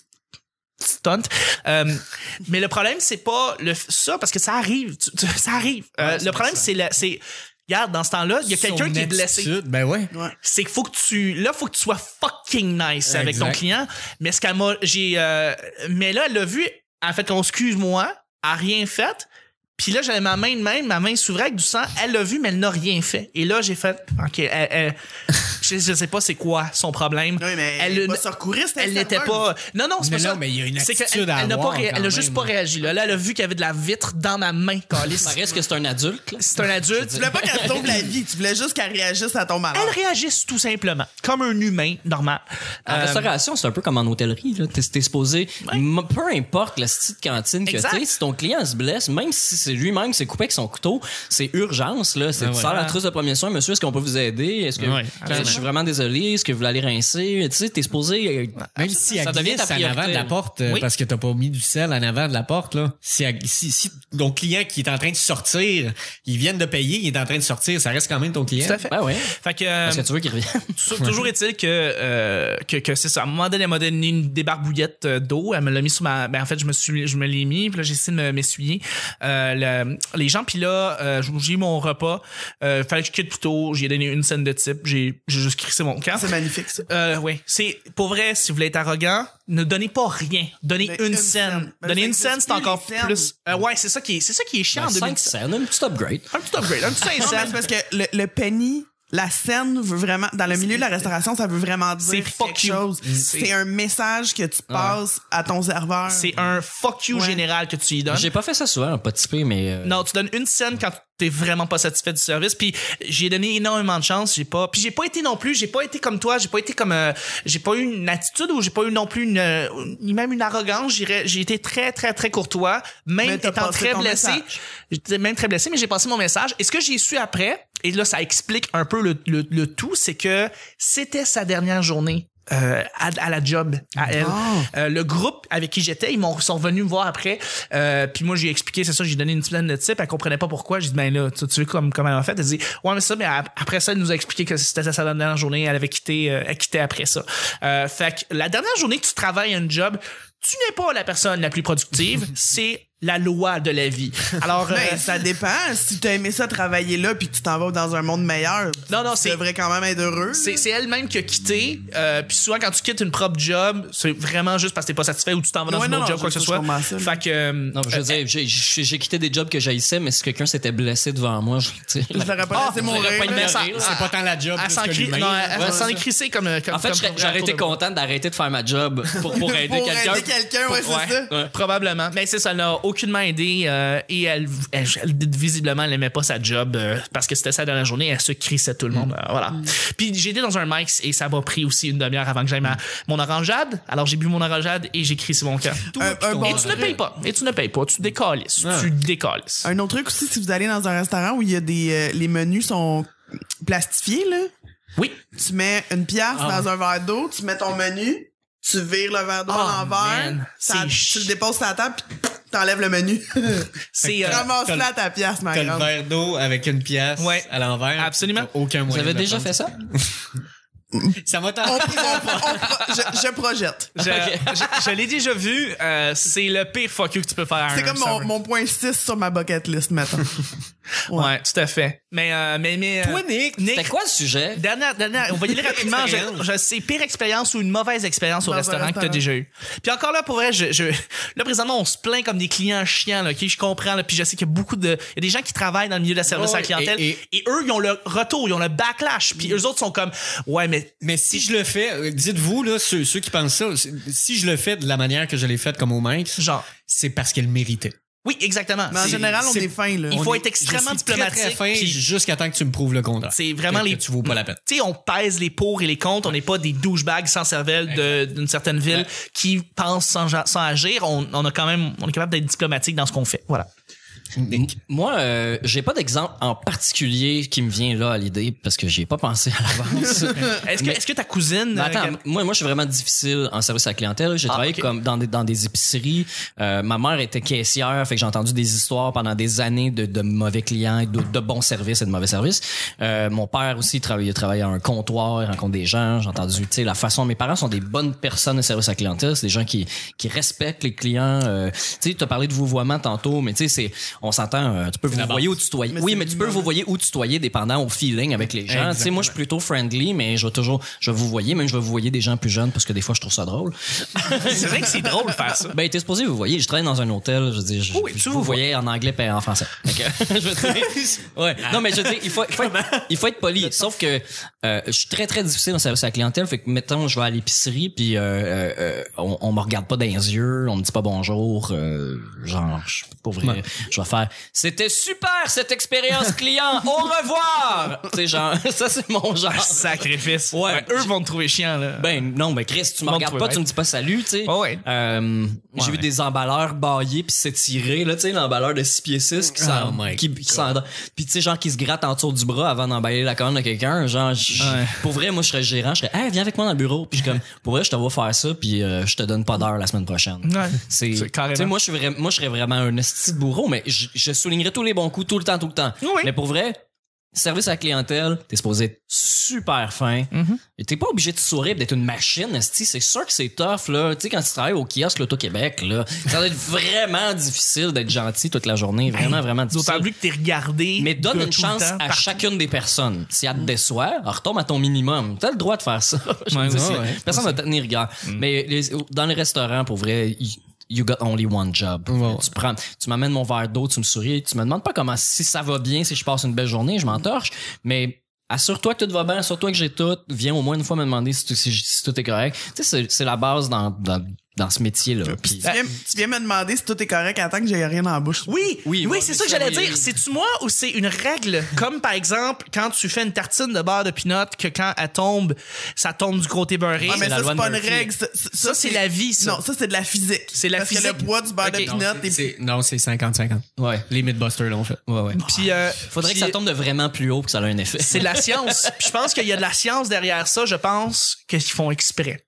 D: stunt. Euh, mais le problème, c'est pas le, ça, parce que ça arrive. tu- tu- ça arrive. Euh, le problème, c'est... la- c'est Regarde, dans ce temps-là, il y a quelqu'un qui est blessé
A: Ben ouais.
D: c'est qu'il faut que tu là faut que tu sois fucking nice avec
A: Exact.
D: ton client mais ce qu'elle m'a j'ai euh, mais là elle l'a vu elle a fait comme excuse-moi a rien fait. Puis là, j'avais ma main de même, ma main s'ouvrait avec du sang. Elle l'a vu, mais elle n'a rien fait. Et là, j'ai fait, OK, elle- elle- je, je sais pas c'est quoi son problème.
B: Oui, mais
D: Elle
B: elle
D: le-
B: pas secouriste,
D: Elle n'était pas. Non, non, c'est
A: Mais
D: pas
A: non,
D: ça.
A: mais il y a une
D: C'est qu'elle-
A: attitude à
D: elle n'a pas
A: avoir
D: ré-
A: quand
D: Elle n'a juste
A: même.
D: pas réagi. Là. Là, elle a vu qu'il y avait de la vitre dans ma main, câlisse.
C: Ça reste que c'est un adulte, là.
D: C'est un adulte.
B: Tu voulais pas qu'elle tombe la vie, tu voulais juste qu'elle réagisse à ton malheur.
D: Elle réagisse tout simplement, comme un humain normal.
B: Ah,
C: En
B: ben
D: Euh,
C: restauration, c'est un peu comme en hôtellerie. Là. T'es, t'es supposé, m- peu importe la petite cantine que
D: Exact.
C: t'es, si ton client se blesse, même si c'est lui-même qui s'est coupé avec son couteau, c'est urgence. Là. C'est,
A: Ah
C: tu
A: ouais.
C: sors la trousse de premier soin, monsieur, est-ce qu'on peut vous aider? Est-ce que euh,
A: Ah ouais.
C: je- je suis vraiment désolé? Est-ce que vous voulez aller rincer? Tu sais, t'es supposé... euh,
A: Même si elle
C: ça devient ta
A: glisse en avant
C: priorité,
A: de la
C: là.
A: porte, euh,
D: Oui.
A: parce que t'as pas mis du sel en avant de la porte, là. Si, elle- si, si ton client qui est en train de sortir, il vient de payer, il est en train de sortir, ça reste quand même ton client.
D: Tout à fait.
C: Ben ouais,
D: Euh, Fait que,
B: Ah,
C: parce que tu veux qu'il revienne.
D: Tou- Toujours est-il que, euh, que, que c'est ça. À un moment donné, elle m'a donné une débarbouillette euh, d'eau. Elle me l'a mis sur ma. Ben, en fait, je me, suis, je me l'ai mis. Puis là, j'ai essayé de me- m'essuyer euh, le- les gens. Puis là, euh, j'ai eu mon repas. Euh, fallait que je quitte plus tôt. J'ai donné une scène de type. J'ai j'ai juste crissé mon camp.
B: C'est magnifique, ça.
D: Euh, oui. C'est pour vrai, si vous voulez être arrogant, ne donnez pas rien. Donnez
B: Mais
D: une,
B: une
D: scène.
B: scène. Ben,
D: Donnez
B: ça
D: une
B: existe Ben,
D: scène, c'est
B: plus,
D: encore
B: les scènes.
D: plus. Euh, ouais, c'est ça qui est, c'est ça qui est chiant en
C: 5
D: 2017.
C: scènes, un petit upgrade.
D: Un petit upgrade, un petit 5
B: Non, mais c'est parce que le, le penny, la scène veut vraiment, dans le milieu de la restauration, ça veut vraiment
D: C'est
B: dire
D: fuck
B: quelque
D: you.
B: chose.
D: Mm. C'est-
B: C'est un message que tu passes à ton serveur.
D: C'est un fuck you
B: Mhm. Ouais.
D: général que tu y donnes.
C: J'ai pas fait ça souvent, pas typé, mais... euh,
D: Hein? Non, tu donnes une scène quand t'es vraiment pas satisfait du service. Puis j'ai donné énormément de chance. J'ai pas, puis j'ai pas été non plus. J'ai pas été comme toi. J'ai pas été comme. euh, j'ai pas eu une attitude ou j'ai pas eu non plus une, euh, ni même une arrogance. J'irais- J'ai été très très très courtois, même
B: Mais t'as
D: étant
B: passé
D: très
B: ton
D: blessé.
B: message.
D: J'étais même très blessé, mais j'ai passé mon message. Et ce que j'ai su après, et là ça explique un peu le, le- le tout, c'est que c'était sa dernière journée. euh, à, à la job à elle
B: Ah.
D: Euh, le groupe avec qui j'étais ils m'ont sont venus me voir après euh, puis moi j'ai expliqué c'est ça j'ai donné une semaine de type elle comprenait pas pourquoi j'ai dit ben là tu, tu veux comme comment elle a fait elle dit ouais mais ça mais ap- après ça elle nous a expliqué que c'était sa dernière journée elle avait quitté euh, elle quittait après ça euh, fait que la dernière journée que tu travailles un job tu n'es pas la personne la plus productive c'est la loi de la vie alors euh,
B: Ben, ça dépend. Si t'as aimé ça travailler là puis que tu t'en vas dans un monde meilleur,
D: Non, non,
B: tu
D: c'est-
B: devrais quand même être heureux.
D: C'est, c'est elle-même qui a quitté. Euh, puis souvent, quand tu quittes une propre job, c'est vraiment juste parce que t'es pas satisfait ou tu t'en vas dans
B: Ouais,
D: une
B: non,
D: autre
B: non,
D: job, quoi que
B: je-
D: ce
B: je
D: soit.
B: comprends ça, là.
D: Fait que. euh,
C: Non, mais je veux dire, j'ai- j'ai j'ai quitté des jobs que j'haïssais, mais si quelqu'un s'était blessé devant moi, je, tu sais,
B: Je l'aurais
D: Ah,
B: pas laissé
D: vous
B: mourir.
D: l'aurez pas
B: là.
D: aimé, ça-
A: C'est pas tant la job
D: elle
A: plus
D: s'en
A: que
D: crie-
A: l'humain.
D: non, elle- elle
B: Ouais,
D: s'en
B: ça.
D: est crissée comme, euh, comme.
C: En fait,
D: comme-
C: j'aurais-
D: comme-
C: j'aurais été
D: comme-
C: content d'arrêter de faire ma job pour, pour aider
B: Pour
C: quelqu'un.
B: aider quelqu'un, ouais,
D: Ouais,
B: c'est ça.
D: ouais. probablement. Mais c'est ça, elle n'a aucunement aidé euh, et elle, elle- elle- visiblement, elle n'aimait pas sa job euh, parce que c'était sa dernière journée. Elle se crissait tout le monde. euh, voilà.
B: Mm.
D: Puis j'ai été dans un Mike's et ça m'a pris aussi une demi-heure avant que j'aille ma, mon orangeade. Alors j'ai bu mon orangeade et j'ai crissé mon cœur.
B: Un- un
D: Et
B: bon
D: tu ne payes pas. Et tu ne payes pas. Tu décolles.
A: Ah.
D: Tu décolles.
B: Un autre truc aussi, si vous allez dans un restaurant où il y a des euh, les menus sont plastifiés, là,
D: Oui.
B: tu mets une pièce
A: Ah.
B: dans un verre d'eau, tu mets ton menu, tu vires le verre d'eau
D: Ah,
B: à
D: man,
B: l'envers, ça-
D: c'est
B: tu le déposes sur la table, puis t'enlèves le menu.
D: C'est. euh,
B: Ramasse-la ta pièce, ma
A: T'as le
B: grande.
A: verre d'eau avec une pièce
D: Ouais.
A: à l'envers.
D: Absolument.
A: T'as Aucun
C: Vous
A: moyen.
C: avez
A: de
C: déjà
A: prendre.
C: fait ça?
A: Ça m'a
B: On- on-
D: Oh.
A: tenté.
B: on- on- je, je projette.
D: je je- je l'ai déjà vu. euh, c'est le pire fuck you que tu peux faire à
B: C'est
D: un
B: comme
D: serveur.
B: mon, mon point 6 sur ma bucket list, maintenant.
D: Ouais. tout à fait. Mais, euh, mais, mais. euh,
A: Toi, Nick,
D: Nick,
C: C'était quoi le sujet?
D: Dernière, dernière, on va y aller rapidement.
A: Expérience.
D: je, je sais, pire expérience ou une mauvaise expérience au
B: Dans un
D: restaurant que t'as
B: restaurant.
D: déjà eu. Puis encore là, pour vrai, je, je- là, présentement, on se plaint comme des clients chiants, là, ok? Je comprends, là, puis je sais qu'il y a beaucoup de, il y a des gens qui travaillent dans le milieu de la service
A: Ouais,
D: à la clientèle, et,
A: et-
D: eux, ils ont le retour, ils ont le backlash, puis eux autres sont comme, ouais, mais
A: Mais si je le fais, euh, dites-vous, là, ceux, ceux qui pensent ça, c'est- si je le fais de la manière que je l'ai faite comme au Mike,
D: genre,
A: c'est parce qu'elle méritait.
D: oui, exactement.
B: Mais en
D: C'est-
B: général, on
A: c'est-
B: est, fin, là.
D: Il faut
A: On
D: être extrêmement
A: je suis très,
D: diplomatique,
A: Très, fin
D: puis-
A: jusqu'à temps que tu me prouves le contraire.
D: C'est vraiment
A: Que-
D: les-
A: que tu vaux pas la peine.
D: tu sais, on pèse les pour et les contre. On n'est pas des douchebags sans cervelle de- d'une certaine ville qui pensent sans, ja- sans agir. On, on a quand même, on est capable d'être diplomatique dans ce qu'on fait. Voilà.
A: Nick.
C: Moi, euh, j'ai pas d'exemple en particulier qui me vient là à l'idée parce que j'y ai pas pensé à l'avance.
D: Est-ce que,
C: Mais-
D: est-ce que ta cousine.
C: Mais attends,
D: euh,
C: moi, moi, je suis vraiment difficile en service à la clientèle. J'ai
D: Ah,
C: travaillé
D: ok.
C: comme dans des, dans des épiceries. Euh, ma mère était caissière, fait que j'ai entendu des histoires pendant des années de, de mauvais clients, et de, de bons services et de mauvais services. Euh, mon père aussi travaillait, travaillait à un comptoir, il rencontre des gens. J'ai entendu, tu sais, la façon. Mes parents sont des bonnes personnes de service à la clientèle. C'est des gens qui, qui respectent les clients. Euh, tu sais, tu as parlé de vouvoiement tantôt, mais tu sais, c'est on s'entend, euh, tu peux vous
A: la
C: voyer ou tutoyer.
B: Mais
C: oui,
B: c'est
C: mais tu peux vous voyer ou tutoyer dépendant au feeling avec les gens. Tu sais, moi, je suis plutôt friendly, mais je vais toujours, je vais vous voyer, même je vais vous voyer des gens plus jeunes parce que des fois, je trouve ça drôle.
D: C'est vrai que c'est drôle de faire ça.
C: Ben, t'es supposé vous voyez, je traîne dans un hôtel, je dis, je,
D: Oui,
C: je
D: tu
C: vous
D: vous
C: voyais en anglais et en français. Fait que, je veux dire, ouais. Non, mais je veux dire, il faut, il faut être, il faut être poli. Sauf que euh, je suis très, très difficile dans service à la clientèle. Fait que, mettons, je vais à l'épicerie, puis euh, euh, euh, on, on me regarde pas dans les yeux, on me dit pas bonjour. euh, genre, je pour vrai, je vais faire, c'était super cette expérience client, au revoir! tu sais, genre, ça, c'est mon genre.
D: Sacrifice. Ben,
C: Ouais.
D: eux vont te trouver chiant, là.
C: Ben non, mais Chris, tu me
D: Bon,
C: regardes
D: toi,
C: pas,
D: ouais.
C: tu me dis pas salut, tu sais.
D: Ouais, ouais.
C: Euh, j'ai
D: Ouais,
C: vu
D: ouais.
C: des emballeurs bailler puis s'étirer là, tu sais, l'emballeur de 6 pieds 6
D: Oh
C: qui s'en
A: my
C: qui, qui s'en puis tu sais genre qui se gratte en dessous du bras avant d'emballer la corne de quelqu'un, genre j-
D: Ouais.
C: pour vrai moi je serais gérant, je serais "Hey, viens avec moi dans le bureau." Puis je suis comme "Pour vrai, je te vois faire ça puis euh, je te donne pas d'heure la semaine prochaine."
D: Ouais.
C: C'est
D: C'est carrément.
C: tu sais, moi je suis vra- moi je serais vraiment un esti de bourreau mais je, je soulignerais tous les bons coups tout le temps tout le temps.
D: Oui.
C: Mais pour vrai, service à la clientèle, t'es supposé être super fin.
D: Mhm.
C: Et T'es pas obligé de sourire pis d'être une machine, esti. c'est sûr que c'est tough là. Tu sais quand tu travailles au kiosque l'auto-Québec là, ça doit être vraiment difficile d'être gentil toute la journée, vraiment vraiment
D: D'autant
C: difficile.
D: plus que t'es regardé.
C: Mais donne
D: de
C: une
D: tout le
C: chance
D: temps Mm.
C: à
D: par-
C: chacune des personnes. Si elle te déçoit, elle retombe à ton minimum. T'as le droit de faire ça. Je veux
D: Ouais,
C: dire,
D: ouais,
C: c'est-
D: ouais. Mm.
C: Personne ne va te tenir rigueur. Mais les- dans les restaurants, pour vrai, y- you got only one job. Tu prends, tu m'amènes mon verre d'eau, tu me souris, tu me demandes pas comment, si ça va bien, si je passe une belle journée, je m'entorche. Mais assure-toi que tout va bien, assure-toi que j'ai tout. Viens au moins une fois me demander si, tout- si- si tout est correct. Tu sais, c'est- c'est la base dans, dans, dans ce métier-là. Puis-
B: Tu viens, tu viens me demander si tout est correct en tant que j'ai rien dans la bouche.
D: Oui,
C: Oui,
D: oui,
C: bon,
D: c'est
C: mais
D: ça que
C: ça,
D: j'allais
C: oui.
D: dire. C'est-tu moi ou c'est une règle? Comme par exemple, quand tu fais une tartine de beurre de pinot, que quand elle tombe, ça tombe du côté beurré.
B: Ah, mais
C: la
B: ça,
C: loi
B: c'est
C: de
B: pas une
C: Murphy.
B: règle. Ça, ça,
D: Ça, c'est la vie, ça.
B: Non, ça, c'est de la physique.
D: C'est la
B: Parce
D: physique.
B: que le poids du beurre
D: Ok.
B: de
A: Non,
B: peanut
A: c'est-
B: est
A: c'est- Non, c'est 50-50.
C: ouais.
A: Les Mythbusters l'ont fait.
C: Ouais, ouais.
D: Puis, euh,
C: Ah, Faudrait
D: puis-
C: que ça tombe de vraiment plus haut que ça a un effet.
D: C'est de la science. Puis je pense qu'il y a de la science derrière ça. Je pense qu'ils font exprès.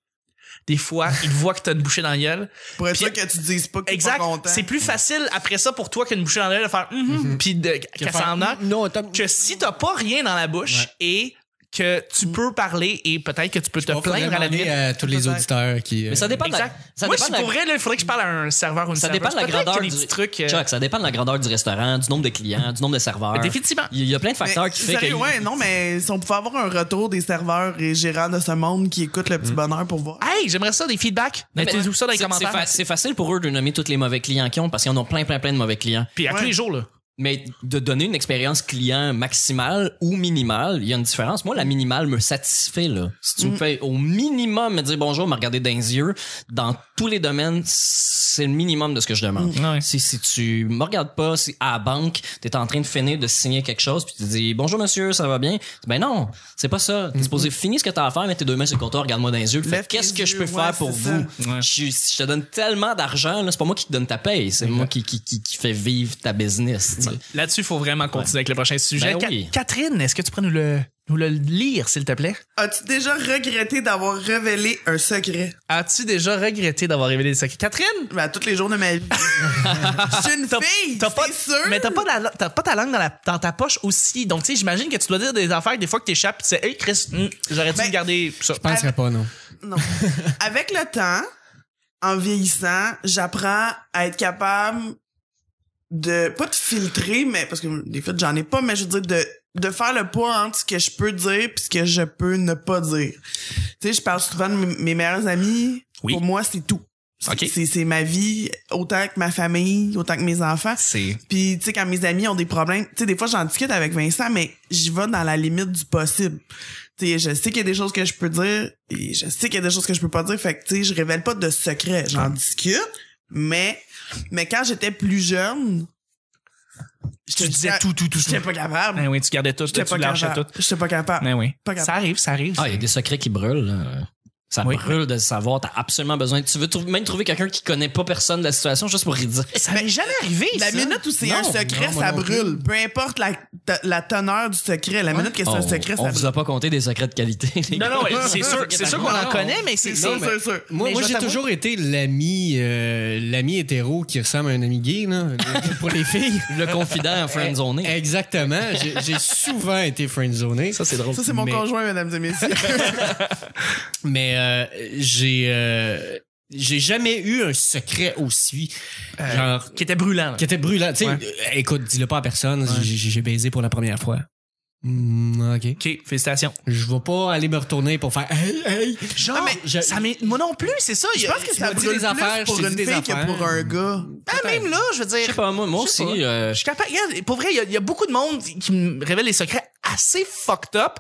D: Des fois, ils voient que t'as une bouchée dans la gueule.
B: pour être
D: Puis-
B: sûr que tu dises pas que t'es pas
D: Exact.
B: content. Mm-hmm.
D: C'est plus facile après ça pour toi qu'une bouchée dans la gueule de faire Mhm puis de qu'elle s'en a.
A: Non, attends.
D: Que si t'as pas rien dans la bouche et que tu
B: Mm-hmm.
D: peux parler et peut-être que tu peux te
A: On
D: plaindre à la limite.
B: euh,
A: à tous les auditeurs qui. euh,
C: Mais ça dépend de la-
D: Exact.
C: ça
D: Moi,
C: dépend
D: si
C: de la-
D: pour vrai, là, il faudrait que je parle à un serveur ou une
C: Ça dépend de la
D: serveuse. Peut-être
C: grandeur
D: qu'il y a
C: du
D: des petits trucs. euh,
C: Chuck, ça dépend de la grandeur du restaurant, du nombre de clients, du nombre de serveurs.
D: Définitivement.
C: Il y a plein de
B: Mais,
C: facteurs qui font
B: sérieux,
C: que.
B: ouais, non, mais si on pouvait avoir un retour des serveurs et gérants de ce monde qui écoutent le petit bonheur pour voir.
D: Hey, j'aimerais ça, des feedbacks. Mettez tout ça dans les
C: C'est-
D: commentaires.
C: c'est fa- C'est facile pour eux de nommer tous les mauvais clients qu'ils ont parce qu'ils en ont plein, plein, plein de mauvais clients.
D: Puis à tous
B: Ouais.
D: les jours, là.
C: Mais de donner une expérience client maximale ou minimale, il y a une différence. Moi, la minimale me satisfait, là. Si tu me fais au minimum me dire bonjour, me regarder dans les yeux, dans tous les domaines, c'est le minimum de ce que je demande.
D: Ouais.
C: Si, si tu me regardes pas, si à la banque, t'es en train de finir de signer quelque chose, puis tu dis bonjour monsieur, ça va bien. Ben non, c'est pas ça. T'es supposé finir ce que t'as à faire, mets tes deux mains sur le comptoir, regarde-moi dans les yeux.
B: Lève
C: Fait, Qu'est-ce
B: tes
C: que je peux
B: yeux,
C: faire
B: ouais,
C: pour
B: c'est
C: vous?
D: ça. Ouais.
C: Je, je te donne tellement d'argent, là, c'est pas moi qui te donne ta paye, c'est moi qui, qui, qui, qui fait vivre ta business. tu sais.
D: Là-dessus, il faut vraiment continuer avec le prochain sujet.
C: Ben
D: Ca-
C: oui.
D: Catherine, est-ce que tu pourrais nous le, nous le lire, s'il te plaît?
B: As-tu déjà regretté d'avoir révélé un secret?
D: As-tu déjà regretté d'avoir révélé ça? Catherine?
B: Ben, tous les jours de ma vie. Je suis une fille!
D: T'as pas,
B: c'est sûr!
D: mais t'as pas, la- t'as pas ta langue dans, la- dans ta poche aussi. Donc, tu sais, j'imagine que tu dois dire des affaires que des fois que t'échappes pis tu sais, hey Chris, hmm, j'aurais dû
B: Ben,
D: garder ça.
A: Je penserais pas, non.
B: Non. Avec le temps, en vieillissant, j'apprends à être capable de pas de filtrer, mais parce que des fois j'en ai pas, mais je veux dire de de faire le pas entre ce que je peux dire puis ce que je peux ne pas dire. Tu sais, je parle souvent de mes, mes meilleurs amis.
D: Oui.
B: Pour moi, c'est tout. C'est-
D: Ok.
B: C'est c'est ma vie, autant que ma famille, autant que mes enfants.
D: C'est.
B: Puis, tu sais, quand mes amis ont des problèmes, tu sais, des fois, j'en discute avec Vincent, mais j'y vais dans la limite du possible. Tu sais, je sais qu'il y a des choses que je peux dire, et je sais qu'il y a des choses que je peux pas dire, fait que, tu sais, je révèle pas de secret. J'en discute, mais, mais quand j'étais plus jeune, je
D: Tu disais tout, tout, tout, tout.
B: J'étais pas capable.
D: Ben oui, tu gardais tout, tu
B: J'étais pas
D: lâchais tout.
B: capable. J'étais pas capable.
D: Ben oui.
B: Pas capable.
D: Ça arrive, ça arrive.
C: Ah, il y a des secrets qui brûlent. là. Ça
D: Oui.
C: brûle de le savoir. T'as absolument besoin. Tu veux trou- même trouver quelqu'un qui connaît pas personne de la situation juste pour y dire.
D: Ça m'est jamais arrivé,
B: La
D: ça.
B: minute où c'est
C: Non,
B: un secret,
A: non, moi
B: ça
A: non plus.
B: brûle. Peu importe la, la teneur du secret, la minute que c'est
C: On-
B: un secret,
C: oh, on
B: ça
C: vous
B: brûle.
C: a pas compté des secrets de qualité. les
D: Non,
C: gars.
D: non, ouais, c'est sûr, c'est sûr qu'on en connaît, mais c'est.
B: sûr,
D: c'est-
B: c'est sûr.
A: Moi,
D: Mais
A: moi
D: je
A: j'ai
D: t'avoue-
A: toujours été l'ami euh, l'ami hétéro qui ressemble à un ami gay, là, pour les filles.
C: Le confident en
D: Eh,
C: friendzoné.
A: Exactement. J'ai- J'ai souvent été friendzoné.
D: c'est drôle.
B: Ça, c'est mon
A: Mais-
B: conjoint, mesdames et messieurs.
A: Mais euh, j'ai euh, J'ai jamais eu un secret aussi.
D: Euh,
A: genre,
D: Qui était brûlant. là.
A: qui était brûlant. Tu sais,
D: Ouais.
A: euh, écoute, dis-le pas à personne,
D: Ouais.
A: j'ai- j'ai baisé pour la première fois. Hmm, ok.
D: OK, félicitations.
A: Je vais pas aller me retourner pour faire hey, hey.
D: Genre,
A: Ah, mais je-
D: ça m'est- moi non plus, c'est ça.
B: Je pense que
A: tu
B: ça
A: m'as dit
B: brûle
A: des
B: plus
A: affaires,
B: pour
A: je t'ai
B: une
A: dit des
B: fille que
A: affaires.
B: pour un gars.
D: Ah, même là, je veux
C: Je sais
D: dire.
C: pas, moi, moi
D: Je sais
C: aussi,
D: pas.
C: euh,
D: Je
C: je-
D: suis capable. regarde, pour vrai, il y a- il y, a beaucoup de monde qui me révèle des secrets assez fucked up.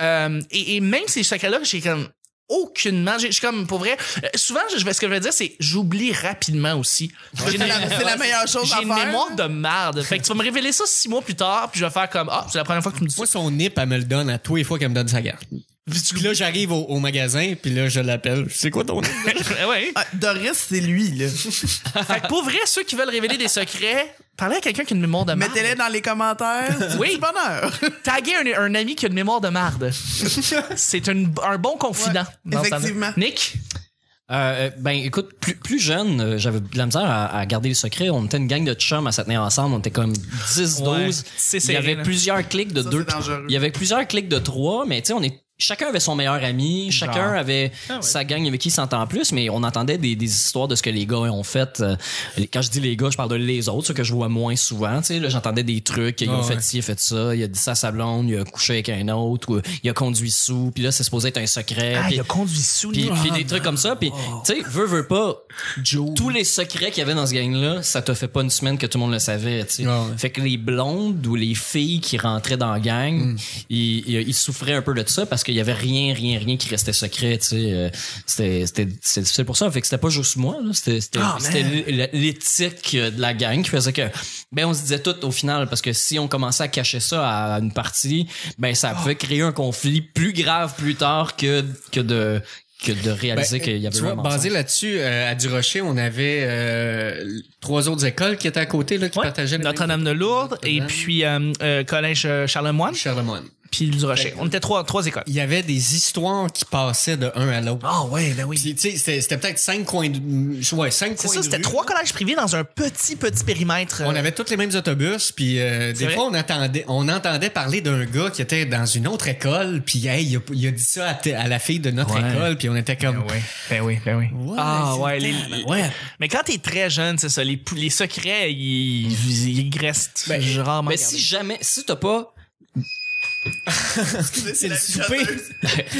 D: Euh, et, et même ces secrets-là, j'ai comme aucunement. j'ai- Je suis comme, pour vrai. euh, souvent, je, je vais- ce que je vais dire, c'est j'oublie rapidement aussi. J'ai
B: C'est
D: une-
B: la, c'est la meilleure chose à
D: J'ai
B: faire.
D: une mémoire de merde. Fait que tu vas me révéler ça six mois plus tard, puis je vais faire comme Ah, c'est la première fois que tu me dis ça.
A: Moi, son nip, elle me le donne à tous les fois qu'elle me donne sa carte.
D: Puis tu
A: Puis là, j'arrive au, au magasin, puis là, je l'appelle. C'est quoi ton nip?
D: l'oublies. Ouais.
B: Ah, Doris, c'est lui, là.
D: Fait que pour vrai, ceux qui veulent révéler des secrets, parlez à quelqu'un qui a une mémoire de merde.
B: Mettez-les dans les commentaires.
D: Oui.
B: Du bonheur.
D: Taguer un, un ami qui a une mémoire de marde. C'est un, un bon confident.
B: Ouais,
D: dans ce temps-là.
B: effectivement.
D: Nick?
C: Euh, euh, ben écoute, plus, plus jeune, euh, j'avais de la misère à, à garder le secret. On était une gang de chums à se tenir ensemble. On était comme 10, 12.
D: Ouais.
C: Il
D: C'est
C: y
D: serré,
C: avait
D: là.
C: plusieurs clics de
B: Ça,
C: deux.
B: c'est dangereux.
C: Il y avait plusieurs clics de trois, mais tu sais, on est. Chacun avait son meilleur ami, chacun
D: Genre.
C: avait
D: Ah ouais.
C: sa gang avec qui il s'entend plus, mais on entendait des, des histoires de ce que les gars ont fait. Euh, les- Quand je dis les gars, je parle de les autres, ceux que je vois moins souvent. Tu sais, là, j'entendais des trucs, ils
A: Ah
C: ont
A: ouais.
C: fait ci, il a fait ça, il a dit ça à sa blonde, il a couché avec un autre, ou il a conduit sous, puis là, c'est supposé être un secret.
D: Ah,
C: puis-
D: il a conduit sous
C: puis,
D: nous. hein.
C: puis
A: Ah,
C: des trucs comme ça. Puis, tu sais, veux, veux pas, tous les secrets qu'il y avait dans ce gang-là, ça te fait pas une semaine que tout le monde le savait, tu sais.
A: Ah ouais.
C: Fait que les blondes ou les filles qui rentraient dans la gang,
A: Hmm.
C: ils, ils- ils souffraient un peu de ça parce qu'il y avait rien, rien, rien qui restait secret, tu sais. Euh, C'était, c'était, c'est difficile pour ça. Fait que c'était pas juste moi, là. C'était, c'était,
B: Ah,
C: c'était l- l'éthique de la gang qui faisait que, ben, on se disait tout au final parce que si on commençait à cacher ça à une partie, ben, ça pouvait
B: Oh.
C: créer un conflit plus grave plus tard que, que de, que de réaliser
A: Ben,
C: qu'il
B: euh,
C: y avait
A: tu
C: eu un
A: vois,
C: mensonge.
A: basé là-dessus, euh, à Durocher, on avait euh, trois autres écoles qui étaient à côté, là, qui
D: Ouais.
A: partageaient le même-
D: Notre-Dame de Lourdes et
A: Notre-Dame.
D: puis euh, euh, Collège euh, Charlemagne
A: Charlemagne.
D: puis du Rocher. On était trois, trois écoles.
A: Il y avait des histoires qui passaient de un à l'autre.
D: Ah ouais, ben oui.
A: Puis, tu sais, C'était c'était peut-être cinq coins de. Ouais, cinq
D: C'est
A: coins
D: ça,
A: de
D: c'était
A: rue.
D: trois collèges privés dans un petit, petit périmètre. euh,
A: On avait tous les mêmes autobus, puis euh, des
D: C'est
A: fois, on, attendait, on entendait parler d'un gars qui était dans une autre école, puis hey, il, a, il a dit ça à, t- à la fille de notre
C: Ouais.
A: école, puis on était comme...
D: Ben oui, ben oui, ben oui.
A: Ouais,
D: Ah
A: c'est
D: ouais, les-
A: tellement- ouais.
D: Mais quand t'es très jeune, c'est ça, les, pou- les secrets, ils, ils, ils restent
A: Ben,
D: rarement
C: Mais
D: gardés.
C: si jamais, si t'as pas,
A: C'est le souper.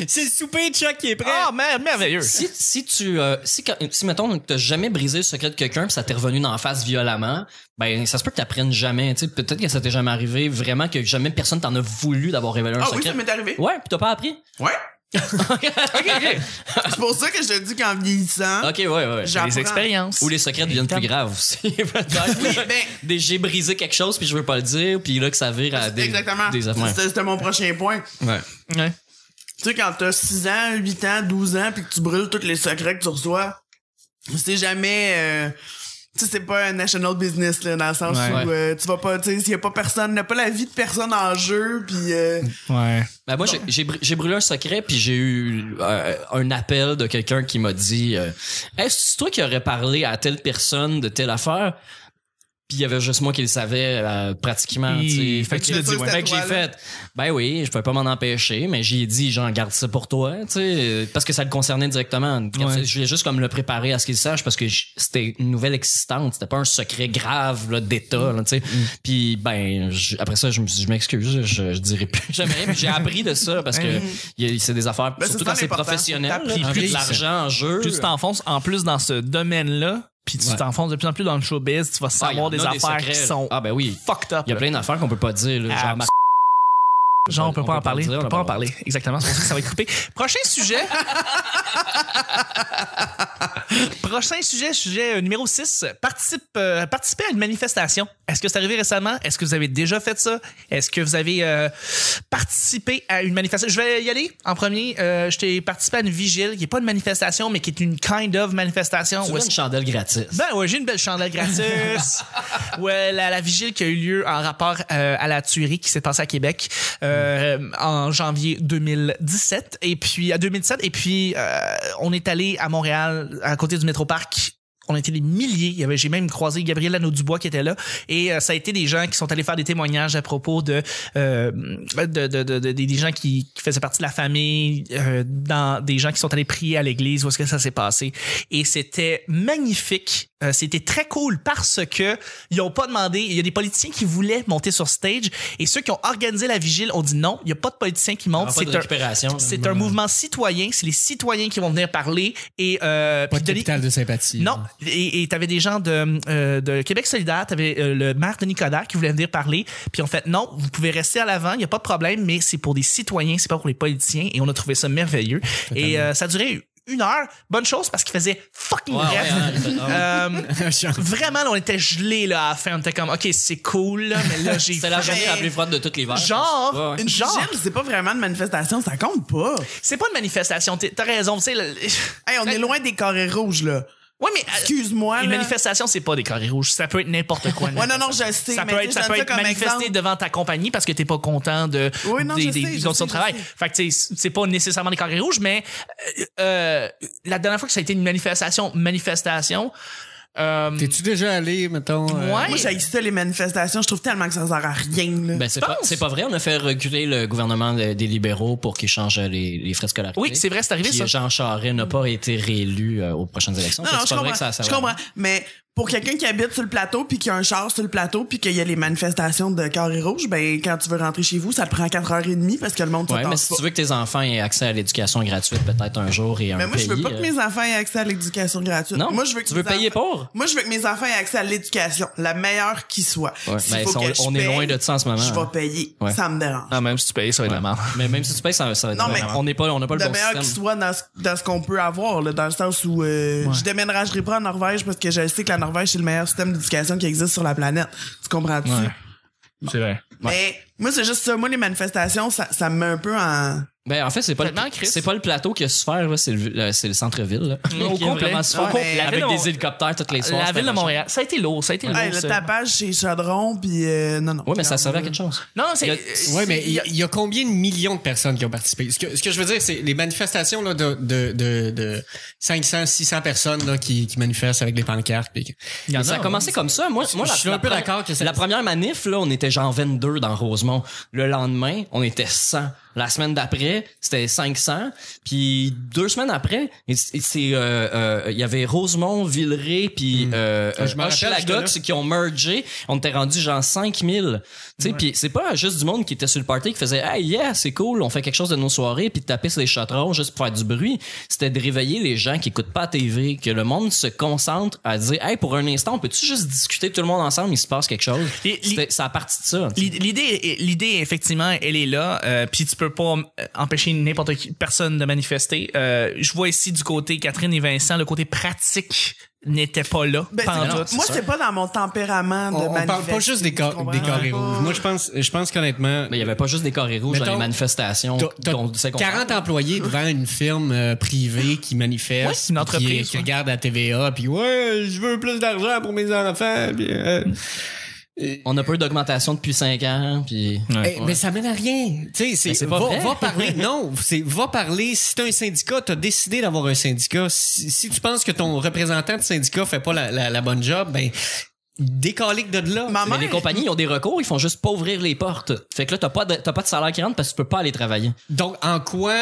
A: c'est le souper, Chuck, qui est prêt.
D: Ah, mer- merveilleux.
C: si, si tu, euh, si, quand- si mettons, t'as jamais brisé le secret de quelqu'un pis ça t'est revenu d'en face violemment, ben, ça se peut que t'apprennes jamais, tu sais. Peut-être que ça t'est jamais arrivé vraiment que jamais personne t'en a voulu d'avoir révélé un
B: Ah oui,
C: secret.
B: ça m'est Hein? arrivé.
C: ouais, pis t'as pas appris.
B: Ouais.
C: ok, ok.
B: C'est pour ça que je te dis qu'en vieillissant,
C: ouais, ouais.
B: j'apprends.
D: Les expériences.
C: Ou les secrets deviennent plus graves aussi. peut-être.
B: Oui, ben,
C: Des j'ai brisé quelque chose puis je veux pas le dire puis là que ça vire à
B: c'est
C: Ah, des
B: exactement.
C: des affaires.
B: C'était c'était mon prochain point.
A: Ouais.
D: Ouais.
B: Tu sais, quand t'as 6 ans, 8 ans, 12 ans, puis que tu brûles tous les secrets que tu reçois, c'est jamais... euh, tu sais, c'est pas un national business, là, dans le sens
D: Ouais.
B: où euh, tu vas pas... Tu sais, s'il y a pas personne, il n'y a pas la vie de personne en jeu, puis... euh,
D: Ouais.
C: Ben moi, j'ai- j'ai br- j'ai brûlé un secret, puis j'ai eu euh, un appel de quelqu'un qui m'a dit euh, Hey, c'est toi qui aurais parlé à telle personne de telle affaire? » Puis il y avait juste moi qui le savais euh, pratiquement.
D: Hi,
C: tu sais.
D: fait que tu
C: j'ai-
B: l'as dit, ouais.
C: fait que j'ai
B: Toi, là.
C: fait « Ben oui, je pouvais pas m'en empêcher, mais j'ai dit « J'en garde ça pour toi. » tu sais, euh, Parce que ça le concernait directement. Garde ça-
D: Ouais.
C: Je voulais juste comme le préparer à ce qu'il sache parce que j- c'était une nouvelle excitante. C'était pas un secret grave là, d'État. là, tu sais.
D: Mm.
C: Puis ben je- après ça, je me suis dit, je m'excuse, je, je dirais plus jamais. rien. Puis J'ai appris de ça parce que il y a- c'est des affaires,
B: Ben, c'est
C: surtout
B: ça
C: quand c'est
B: l'important.
C: professionnel,
B: T'as
C: là,
D: appris
C: avec
D: plus.
C: de l'argent en jeu.
D: Plus tu t'enfonces en plus dans ce domaine-là, puis tu
A: Ouais.
D: t'enfonces de plus en plus dans le showbiz, tu vas
C: Ah, il y en
D: savoir
C: a
D: des affaires
C: secrets,
D: qui
C: là.
D: sont
C: Ah ben oui.
D: fucked up.
C: Il y a
D: là.
C: plein d'affaires qu'on peut pas dire. là, genre,
D: Ah,
C: ma-
D: Genre, on peut
C: bah, on
D: pas en
C: peut pas
D: parler.
C: le dire, là,
D: on
C: bah,
D: peut pas en
C: par
D: parler. Exactement. C'est pour ça que ça va être coupé. Prochain sujet. Prochain sujet, sujet euh, numéro 6. Participe, euh, participez à une manifestation. Est-ce que c'est arrivé récemment? Est-ce que vous avez déjà fait ça? Est-ce que vous avez euh, participé à une manifestation? Je vais y aller en premier. Euh, je t'ai participé à une vigile qui est pas une manifestation, mais qui est une kind of manifestation.
C: tu
D: Où
C: veux
D: est-ce
C: une chandelle gratis.
D: ben ouais, j'ai une belle chandelle gratis. ouais, la, la vigile qui a eu lieu en rapport euh, à la tuerie qui s'est passée à Québec euh, en janvier 2017 et puis à 2007 et puis euh, on est allé à Montréal à côté du métroparc on a été des milliers. Il y avait- J'ai même croisé Gabriel Anneau Dubois qui était là. Et euh, ça a été des gens qui sont allés faire des témoignages à propos de, euh, de, de- de- de- des gens qui, qui faisaient partie de la famille, euh, dans des gens qui sont allés prier à l'église, où est-ce que ça s'est passé. Et c'était magnifique. Euh, c'était très cool parce que ils ont pas demandé. Il y a des politiciens qui voulaient monter sur stage et ceux qui ont organisé la vigile ont dit non. Il y a Ah, pas de politiciens qui montent.
C: C'est
D: C'est un,
C: récupération.
D: c'est un mouvement citoyen. C'est les citoyens qui vont venir parler et euh,
A: Pas
D: puis
A: de
D: donner-
A: capital de sympathie.
D: non, et et t'avais des gens de, euh, de Québec solidaire, t'avais euh, le maire de Nicolas qui voulait venir parler, puis en fait, non, vous pouvez rester à l'avant, il n'y a pas de problème, mais c'est pour des citoyens, c'est pas pour les politiciens, et on a trouvé ça merveilleux. Et euh, ça durait une heure, bonne chose, parce qu'il faisait fucking
C: Ouais, hein. ouais,
D: bref.
C: ouais, ouais.
D: Euh,
A: Genre,
D: vraiment, là, on était gelés là, à la fin, on était comme, OK, c'est cool, là, mais là, j'ai...
C: C'est la journée la
D: vraiment-
C: plus froide de toutes les vagues.
D: Genre,
C: Ouais, ouais.
B: Une
D: genre,
B: gym, c'est pas vraiment une manifestation, ça compte pas.
D: c'est pas une manifestation, t'es- t'as raison, tu sais... le-
B: Hey,
C: Ben,
B: on est loin des carrés rouges, là.
D: Ouais, mais... euh,
B: Excuse-moi.
D: Une
B: là.
D: manifestation, c'est pas des carrés rouges. Ça peut être n'importe quoi.
B: Ouais, non, non, je sais.
D: ça
B: mais
D: peut
B: tu
D: être,
B: sais,
D: ça
B: je
D: peut
B: donne
D: être
B: comme
D: manifesté
B: exemple.
D: devant ta compagnie parce que t'es pas content de
B: Oui, non,
D: des,
B: je sais,
D: des
B: je
D: conditions
B: sais,
D: de
B: je
D: travail.
B: sais.
D: Fait que tu sais, c'est pas nécessairement des carrés rouges, mais euh, euh, la dernière fois que ça a été une manifestation, manifestation. euh,
A: T'es-tu déjà allé, mettons? euh,
D: Ouais.
B: Moi, j'ai ça, les manifestations. Je trouve tellement que ça sert à rien, là.
C: Ben, c'est pas,
D: penses?
C: c'est pas vrai, on a fait reculer le gouvernement de- des libéraux pour qu'ils changent les, les frais scolaires.
D: oui, c'est vrai, c'est arrivé
C: Puis
D: ça.
C: Jean Charest n'a pas été réélu euh, aux prochaines élections.
B: non,
C: Fait
B: non,
C: que
B: je
C: c'est pas vrai
B: comprends.
C: que ça, ça
B: je
C: va.
B: comprends. Mais pour quelqu'un qui habite sur le plateau puis qui a un char sur le plateau puis qu'il y a les manifestations de carrés rouges, ben, quand tu veux rentrer chez vous, ça te prend 4h30 parce que le monde se
C: Ouais, mais
B: tasse
C: si
B: pas.
C: tu veux que tes enfants aient accès à l'éducation gratuite peut-être un jour et un
B: Mais moi,
C: pays,
B: je veux pas
C: euh,
B: que mes enfants aient accès à l'éducation gratuite.
C: Non,
B: moi, je veux que
C: tu veux
B: mes
C: payer
B: enfants-
C: pour?
B: Moi, je veux que mes enfants aient accès à l'éducation, la meilleure qui soit.
C: Ouais,
B: S'il
C: ben,
B: faut
C: ça,
B: que
C: on-
B: je
C: on est loin
B: paye,
C: de ça en ce moment,
B: Je
C: hein.
B: vais payer.
C: Ouais.
B: Ça me dérange.
D: Ah, même si tu payes, ça va être la merde.
C: Mais même si tu payes, ça, ça va être
B: Non, mais-
C: vraiment- on n'est pas, on n'a pas le
B: le
C: bon
B: meilleur qui
C: système.
B: soit dans ce, dans ce qu'on peut avoir, là, dans le sens où euh, je déménagerai pas en Norvège parce que je sais que la Norvège, c'est le meilleur système d'éducation qui existe sur la planète. Tu comprends-tu?
D: C'est vrai.
B: Mais moi, c'est juste ça. Moi, les manifestations, ça, ça me met un peu en...
C: Ben, en fait, c'est pas, le,
D: Tellement, Chris.
C: c'est pas le plateau qui a souffert, là, c'est le, le- c'est le centre-ville. là. Qui est
D: complet.
C: vraiment souffert.
D: Au
B: complet.
C: Avec
D: La ville de
C: des
D: Mont-
C: hélicoptères toutes les soirs.
D: La
C: fait
D: ville de
C: machin.
D: Montréal, ça a été lourd, ça a été lourd.
B: Hey, le
D: ça.
B: tapage chez Chaudron, puis... euh, non, non.
C: Oui, mais ça servait à quelque chose.
D: Non, non, c'est.
C: Il y a-
D: euh,
A: Ouais, mais
D: c'est-
A: il y, a- il y a combien de millions de personnes qui ont participé? Ce que, ce que je veux dire, c'est les manifestations là, de, de, de, de 500, 600 personnes là, qui, qui manifestent avec des pancartes. pis que-
C: Mais ça a commencé comme ça. Moi, moi
A: hein. Je
C: la-
A: suis
C: la
A: un peu
C: première-
A: d'accord que ça-
C: La première manif, là, on était genre 22 dans Rosemont. Le lendemain, on était 100. La semaine d'après, c'était 500. Puis deux semaines après, et c'est- et c'est, euh, euh, il y avait Rosemont, Villeray, puis euh,
A: Ah, je m'en
C: euh,
A: rappelle,
C: Hochelaga
A: j'étais
C: qui- qui ont mergé. On était rendu genre 5000. Tu sais, puis c'est pas juste du monde qui était sur le party qui faisait « Hey, yeah, c'est cool, on fait quelque chose de nos soirées », puis de taper sur les chatrons juste pour faire du bruit. C'était de réveiller les gens qui écoutent pas la TV, que le monde se concentre à dire « Hey, pour un instant, on peut-tu juste discuter tout le monde ensemble, il se passe quelque chose?
D: Les- »
C: C'était- C'est à partir de ça.
D: L'id- L'idée, est- l'idée effectivement, elle est là. euh, Puis tu peux pas euh, empêcher n'importe qui personne de manifester. Euh, je vois ici du côté Catherine et Vincent, le côté pratique n'était pas là.
B: Ben,
D: pas en
B: c'est-
D: tout.
B: moi, c'est pas dans mon tempérament de
A: On, on parle pas
B: manifester,
A: juste des,
B: tu
A: ca-
B: comprends?
A: des carrés
B: Pas-
A: rouges. Moi, je pense, je pense qu'honnêtement,
C: Mais il y avait pas juste des carrés rouges dans
A: Mettons,
C: les manifestations.
A: T'as- t'as
C: dont on sait qu'on
A: 40 employés devant une firme euh, privée qui manifeste,
D: Ouais, c'est une
A: puis qui,
D: entreprise,
A: qui
D: ouais.
A: regarde la TVA, puis ouais, je veux plus d'argent pour mes enfants. puis, euh,
C: On a pas eu d'augmentation depuis 5 ans, puis...
A: Eh, Mais ça mène à rien. Tu sais,
C: Mais
A: c'est
C: c'est pas
A: va,
C: vrai.
A: va parler. Non, c'est va parler. Si t'as un syndicat, t'as décidé d'avoir un syndicat. Si, si tu penses que ton représentant de syndicat fait pas la, la, la bonne job, ben décalique de là.
B: Ma
C: Mais
B: mère-
C: les compagnies, ils ont des recours, ils font juste pas ouvrir les portes. Fait que là, t'as pas de, t'as pas de salaire qui rentre parce que tu peux pas aller travailler.
A: Donc en quoi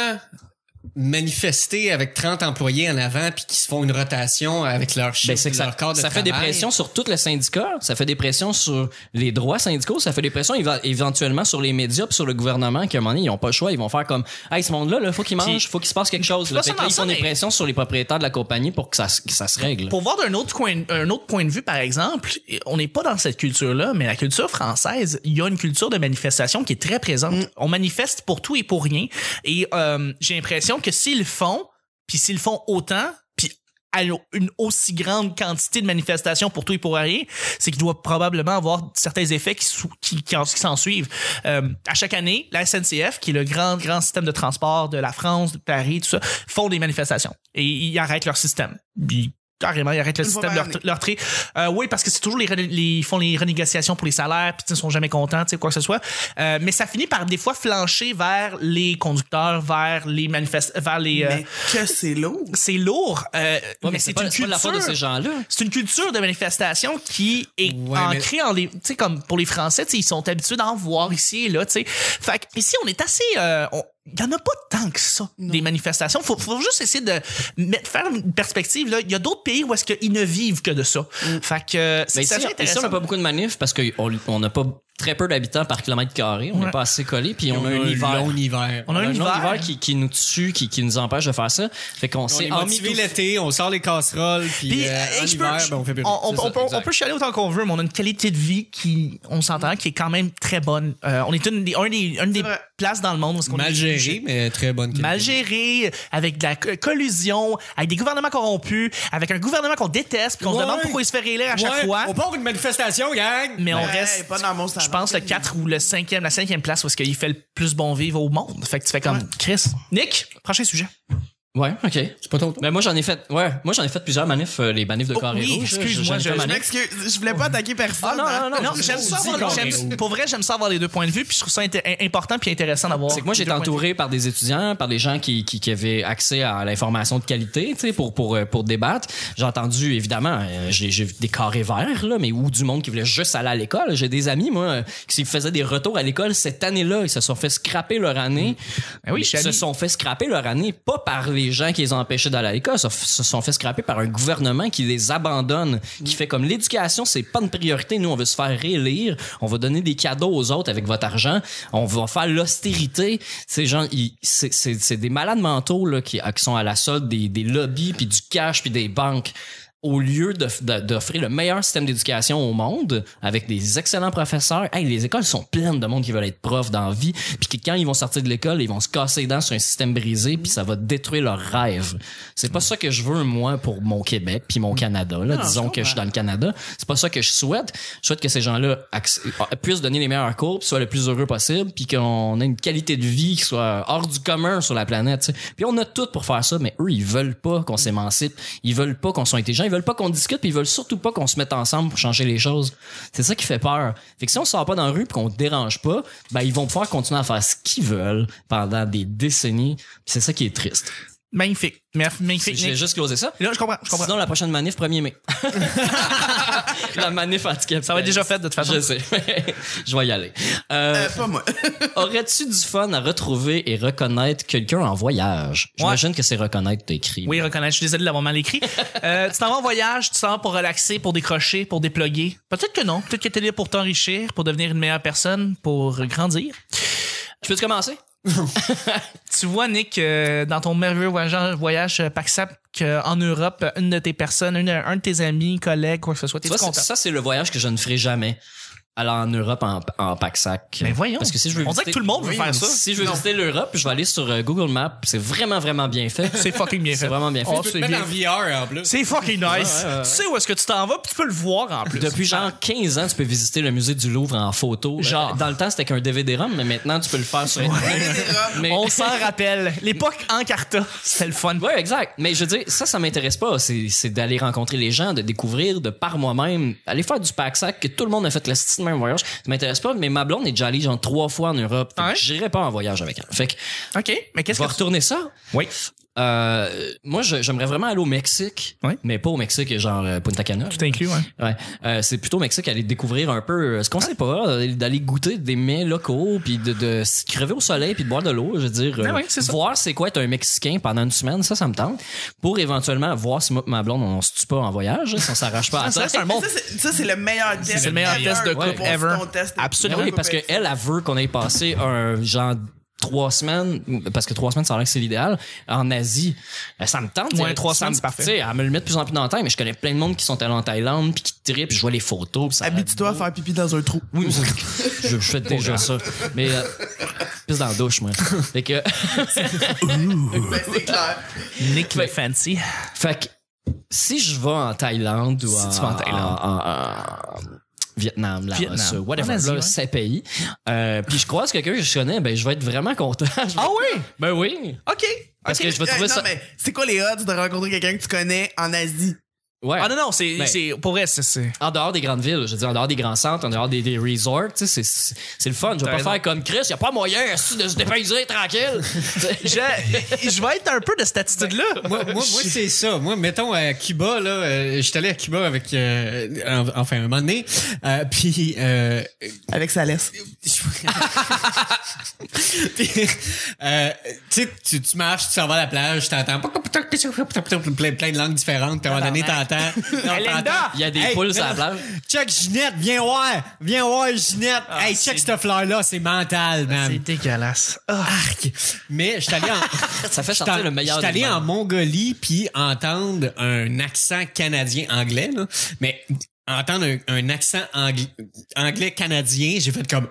A: manifester avec 30 employés en avant puis qui se font une rotation avec leur
C: Ben,
A: chef,
C: c'est que ça,
A: leur corps de
C: ça fait des
A: travail?
C: pressions sur tout le syndicat, ça fait des pressions sur les droits syndicaux, ça fait des pressions éva- éventuellement sur les médias puis sur le gouvernement qui à un moment donné, ils ont pas le choix, ils vont faire comme hey ce monde-là, là, faut qu'il mange,
D: Puis-
C: faut qu'il se passe quelque chose. là.
D: pas
C: Fait que là,
D: seulement
C: ils
D: ça,
C: font des
D: mais-
C: pressions sur les propriétaires de la compagnie pour que ça, se- que ça se règle.
D: Pour voir d'un autre, coin- un autre point de vue, par exemple, on n'est pas dans cette culture-là, mais la culture française, il y a une culture de manifestation qui est très présente. On manifeste pour tout et pour rien. Et euh, j'ai l'impression que s'ils le font, puis s'ils le font autant, puis à l'o- une aussi grande quantité de manifestations pour tout et pour rien, c'est qu'il doit probablement avoir certains effets qui, sou- qui, qui en- qui s'en suivent. Euh, à chaque année, la SNCF, qui est le grand, grand système de transport de la France, de Paris, tout ça, font des manifestations. Et ils arrêtent leur système. Ils Carrément, ils arrêtent le
B: Une
D: système de
B: fois
D: leur,
B: par
D: leur tri. Euh, oui, parce que c'est toujours les, rené- les- ils font les renégociations pour les salaires, puis tu sais, ils sont jamais contents, tu sais, quoi que ce soit. Euh, mais ça finit par des fois flancher vers les conducteurs, vers les manifest, vers les. euh,
B: Mais que c'est lourd.
D: c'est lourd, euh, mais, c'est
C: pas,
D: une
C: pas de la faute de ces
D: culture.
C: gens-là.
D: C'est une culture de manifestation qui est
A: Ouais,
D: ancrée en les, tu sais comme pour les Français, tu sais, ils sont habitués d'en voir ici et là, tu sais. Fait que ici on est assez, euh, on- il y en a pas tant que ça des manifestations. Faut, faut juste essayer de mettre, faire une perspective là. Il y a d'autres pays où est-ce qu'ils ne vivent que de ça. Fait que euh,
C: Mais
D: c'est
C: ici,
D: assez
C: ici, on
D: intéressant.
C: n'a pas beaucoup de manifs parce qu'on on n'a pas très peu d'habitants par kilomètre carré. On n'est
D: Ouais.
C: pas assez collés, puis on, a un hiver.
A: long hiver.
D: On a
C: On a
D: un hiver.
C: qui, qui nous tue, qui, qui nous empêche de faire ça. Fait qu'on
A: On
C: s'est
A: est
C: hormis
A: motivé
C: tout-
A: l'été, on sort les casseroles, puis,
D: Puis,
A: euh,
D: euh,
A: en
D: je peux-
A: hiver, ben, on fait plus
D: on, on-
A: rien.
D: on- on peut chialer autant qu'on veut, mais on a une qualité de vie qui, on s'entend, qui est quand même très bonne. Euh, on est une des, un des, une des
B: vrai.
D: places dans le monde où est-ce qu'on est
A: Mal géré, mais très bonne qualité.
D: mal géré, avec de la co- collusion, avec des gouvernements corrompus, avec un gouvernement qu'on déteste, puis qu'on
A: Ouais.
D: se demande pourquoi il se fait réélire à chaque
A: Ouais,
D: fois.
A: On part une manifestation, gang!
D: Mais on
B: Ouais,
D: reste,
B: pas dans mon
D: je
B: salon.
D: pense, le 4 ou le 5e, la 5e place où est-ce qu'il fait le plus bon vivre au monde. Fait que tu fais comme Chris. Nick, prochain sujet.
C: Ouais, OK.
A: C'est pas ton tour.
C: Mais moi, j'en ai fait, ouais, moi, j'en ai fait plusieurs manifs, euh, les manifs de
D: Oh,
C: carré
D: oui,
C: rouge.
D: excuse-moi,
C: J'en ai
D: je-
C: fait
D: je
C: manif.
B: M'excuse, je voulais pas attaquer personne.
C: Ah, non,
B: hein.
C: non, non,
D: Non,
C: je-
D: j'aime ça
A: dis
D: avoir,
A: qu'on
D: j'aime-
A: est où.
D: pour vrai, j'aime ça avoir les deux points de vue, puis je trouve ça inté- important puis intéressant d'avoir.
C: C'est que moi,
D: les
C: j'étais
D: deux points de vue.
C: entouré par des étudiants, par des gens qui, qui, qui avaient accès à l'information de qualité, tu sais, pour, pour, euh, pour débattre. J'ai entendu, évidemment, euh, j'ai j'ai vu des carrés verts, là, mais ou du monde qui voulait juste aller à l'école. J'ai des amis, moi, euh, qui s'ils faisaient des retours à l'école cette année-là. Ils se sont fait scraper leur année.
D: Ben oui,
C: Ils
D: je suis
C: se
D: allé-
C: sont fait scraper leur année, pas par les gens qui les empêchaient d'aller à l'école. Ils se f- se sont fait scraper par un gouvernement qui les abandonne, qui fait comme l'éducation, c'est pas une priorité. Nous, on veut se faire réélire. On va donner des cadeaux aux autres avec votre argent. On va faire l'austérité. Ces gens, ils- c'est c'est- c'est des malades mentaux là, qui, qui sont à la solde des, des lobbies, puis du cash, puis des banques. Au lieu de- de- d'offrir le meilleur système d'éducation au monde avec des excellents professeurs, hey, les écoles sont pleines de monde qui veulent être profs dans la vie, puis que quand ils vont sortir de l'école, ils vont se casser les dents sur un système brisé, puis ça va détruire leurs rêves. C'est pas ça que je veux moi pour mon Québec puis mon Canada. Là,
B: Non,
C: disons
B: je
C: que je suis dans le Canada, c'est pas ça que je souhaite. Je souhaite que ces gens-là acc- puissent donner les meilleurs cours, puis soient le plus heureux possible, puis qu'on ait une qualité de vie qui soit hors du commun sur la planète. tu sais. Puis on a tout pour faire ça, mais eux ils veulent pas qu'on s'émancipe, ils veulent pas qu'on soit intelligent, ils veulent pas qu'on discute, puis ils veulent surtout pas qu'on se mette ensemble pour changer les choses. C'est ça qui fait peur. Fait que si on sort pas dans la rue puis qu'on dérange pas, ben ils vont pouvoir continuer à faire ce qu'ils veulent pendant des décennies. Puis C'est ça qui est triste.
D: Magnifique. Mer-
C: Je
D: Magnifique.
C: vais
D: Nick.
C: juste closer ça.
D: Là, je comprends. Je comprends.
C: Sinon, la prochaine manif, 1er mai. la manif handicap.
D: Ça va être déjà fait de toute façon.
C: euh, Je sais. je vais y aller. Euh,
B: Euh, pas moi.
C: Aurais-tu du fun à retrouver et reconnaître quelqu'un en voyage? J'imagine que c'est reconnaître écrit.
D: Oui, reconnaître. Je suis désolé d'avoir mal écrit. Euh, tu t'en vas en voyage, tu t'en vas pour relaxer, pour décrocher, pour déploguer. Peut-être que non. Peut-être que t'es là pour t'enrichir, pour devenir une meilleure personne, pour grandir.
C: Je peux-tu commencer?
D: Tu vois, Nick, euh, dans ton merveilleux voyage, voyage euh, PACSAP, qu'en Europe, euh, une de tes personnes, une- un de tes amis, collègues, quoi que ce soit, t'es
C: Tu vois,
D: content.
C: c'est- ça, c'est le voyage que je ne ferai jamais. Aller en Europe en, en pack-sac.
D: Mais Ben voyons.
C: Parce que si je veux
D: On dirait que
C: visiter-
D: tout le monde veut
C: Oui,
D: faire
C: mais
D: ça.
C: Si je veux visiter l'Europe, je vais aller sur euh, Google Maps. C'est vraiment, vraiment bien fait.
D: C'est fucking bien fait.
C: C'est vraiment bien fait.
D: Oh,
A: Tu peux
D: c'est
A: te
D: bien.
A: mettre en VR en plus.
D: C'est fucking nice. Tu sais où est-ce que tu t'en vas, puis tu peux le voir en plus.
C: Depuis genre 15 ans, tu peux visiter le musée du Louvre en photo.
D: Genre.
C: Euh, Dans le temps, c'était qu'un DVD-ROM, mais maintenant, tu peux le faire sur Internet. Mais-
D: On s'en rappelle. L'époque Encarta, c'était le fun.
C: Ouais, exact. Mais je veux dire, ça, ça m'intéresse pas. C'est c'est d'aller rencontrer les gens, de découvrir, de par moi-même, aller faire du pack-sac, que tout le monde a fait le style de même voyage. Ça m'intéresse pas, mais ma blonde est déjà allée genre trois fois en Europe. Fait que
D: Ouais.
C: J'irai pas en voyage avec elle. Fait que,
D: OK, mais qu'est-ce
C: va
D: que tu...
C: retourner ça.
D: Oui.
C: Euh, moi, je- j'aimerais vraiment aller au Mexique,
D: Ouais.
C: mais pas au Mexique, genre euh, Punta Cana.
D: Tout inclus, ouais.
C: Ouais. Euh, c'est plutôt au Mexique aller découvrir un peu euh, ce qu'on sait pas, euh, d'aller goûter des mets locaux, puis de, de se crever au soleil, puis de boire de l'eau, je veux dire. euh,
D: Ah ouais, c'est ça.
C: voir c'est quoi être un Mexicain pendant une semaine, ça, ça me tente. Pour éventuellement voir si moi et ma blonde, on se tue pas en voyage, hein, si on s'arrache pas à
D: Ça,
C: terre.
D: c'est un bon
B: Ça, c'est- Ça, c'est le meilleur test.
D: le meilleur test de
B: ever.
D: couple
B: Bon, c'est
D: ever.
B: ton test.
D: Absolument,
C: Ben oui, parce qu'elle, elle veut qu'on ait passé un genre trois semaines, parce que trois semaines, ça a l'air que c'est l'idéal, en Asie. Euh, Ça me tente.
D: Ouais,
C: euh,
D: trois
C: ça
D: semaines,
C: me-
D: c'est parfait.
C: Tu sais, elle me le met de plus en plus dans la tête, mais je connais plein de monde qui sont allés en Thaïlande, puis qui trippent, puis je vois les photos. puis ça a l'air
B: Habitue-toi à faire pipi dans un trou.
C: Oui, mais je, je fais déjà ça. Mais euh, pisse dans la douche, moi. Fait que,
B: Ben, c'est clair.
D: Nick le Fancy.
C: fait que si je vais en Thaïlande ou
D: Si
C: en,
D: tu vas en Thaïlande.
C: en- en- en Vietnam, Laos, euh,
D: Vietnam.
C: whatever,
D: En Asie,
C: là,
D: ouais.
C: ces pays, euh, puis je croise quelqu'un que je connais, ben je vais être vraiment content. Je-
D: Ah oui?
C: ben oui.
D: OK.
C: Parce
D: OK.
C: que je vais trouver
B: Eh, non,
C: ça.
B: mais c'est quoi les odds de rencontrer quelqu'un que tu connais en Asie?
C: Ouais.
D: Ah non, non, c'est.
C: Ben.
D: c'est- Pour vrai, c'est- c'est.
C: En dehors des grandes villes, je veux dire, en dehors des grands centres, en dehors des, des resorts, tu sais, c'est c'est le fun. Je vais
D: T'as
C: pas
D: raison.
C: faire comme Chris, y a pas moyen esti, de se dépayser tranquille.
D: Je, je vais être un peu de cette attitude-là.
A: Moi, moi, moi, c'est ça. Moi, mettons, à Cuba, là, euh, j'étais allé à Cuba avec, euh, en- enfin, un moment donné, euh, puis euh,
B: Avec sa laisse.
A: Puis, euh, tu sais, tu- tu marches, tu s'en vas à la plage, t'entends plein, plein de langues différentes, puis à un moment donné, t'entends. non,
D: Linda!
A: t'entends,
C: Il y a des
A: Hey,
C: poules sur la
A: non.
C: plage.
A: Check Ginette, viens voir! Viens voir Ginette!
D: Ah,
A: hey, check cette fleur-là, c'est mental, man!
D: dégueulasse.
A: Arc! Mais je suis allé en.
C: Ça fait
A: J'étais
C: sortir le meilleur
A: j'étais
C: des
A: allé en
C: mondes.
A: Mongolie puis entendre un accent canadien-anglais, là. mais entendre un, un accent angl- anglais-canadien, j'ai fait comme...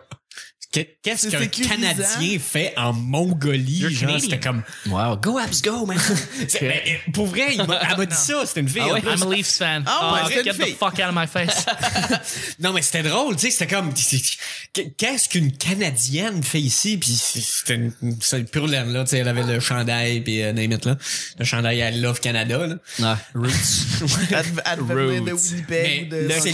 A: que- Qu'est-ce
B: C'est
A: qu'un
B: sécurisant.
A: Canadien fait en Mongolie?
D: You're
A: Genre,
D: Canadian.
A: C'était comme...
C: Wow, go Abs, go, man.
A: C'est- ben, pour vrai, il m'a- elle m'a dit ça, c'était une fille.
C: Ah ouais?
A: en plus.
D: I'm a Leafs fan.
B: Ah, ouais,
D: Ah,
B: c'est une
D: get the
B: fille.
D: fuck out of my face.
A: Non, mais c'était drôle, tu sais, c'était comme... Qu'est-ce qu'une Canadienne fait ici? Puis c'était une, c'est pure laine, là, tu sais, elle avait le chandail, puis euh, name it, là, le chandail à Love Canada, là.
C: Ouais, Roots.
B: Elle devait- elle devait venir de Winnipeg ou de... hein.
A: c'est le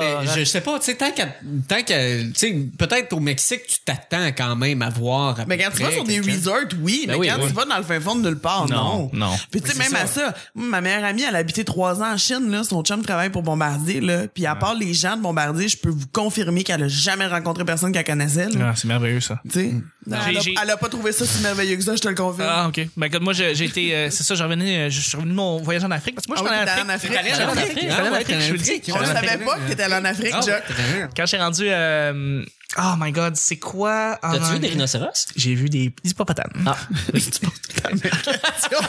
A: fun, mais je sais pas, tu sais, tant qu'à, tant qu'à- tu sais, peut-être au Mexique, tu t'attends quand même à voir. à
B: Mais
A: peu
B: quand tu
A: près
B: vas sur des
A: quelqu'un.
B: resorts, oui.
C: Ben
B: mais
C: oui,
B: quand
C: oui.
B: tu vas dans le fin fond de nulle part, non.
D: Non, non.
B: Puis tu sais, même à ça, ma meilleure amie, elle a habité trois ans en Chine, là. Son chum travaille pour Bombardier, là. Puis à part les gens de Bombardier, je peux vous confirmer qu'elle a jamais rencontré personne qu'elle connaissait, là.
D: Ah, c'est merveilleux, ça.
B: Tu sais? Non,
D: J'ai-
B: Elle, a-
D: j'ai-
B: elle a pas trouvé ça si merveilleux que ça, je te le confirme.
D: Ah, ok. Ben, écoute, moi, j'ai j'ai été. euh, c'est ça, je revenais, euh, je suis revenu de mon voyage en Afrique. Parce que moi,
B: Ah
D: je
B: oui,
D: suis allé
B: t'es
D: en
B: allé
A: T'es allé en
B: en Afrique.
D: Afrique. J'allais
A: Afrique,
D: J'allais
A: hein?
D: en
A: Ouais,
D: Afrique,
A: t'es allé en
D: je vous le dis.
A: Afrique.
B: On
A: Ouais.
B: ne savait pas que t'étais allé en Afrique,
A: Ah ouais,
B: Jack.
A: t'as raison.
D: Quand j'ai rendu. euh, oh my god, c'est quoi. en
C: T'as-tu vu des
D: anglais?
C: rhinocéros?
D: J'ai vu des des hippopotames.
C: Ah,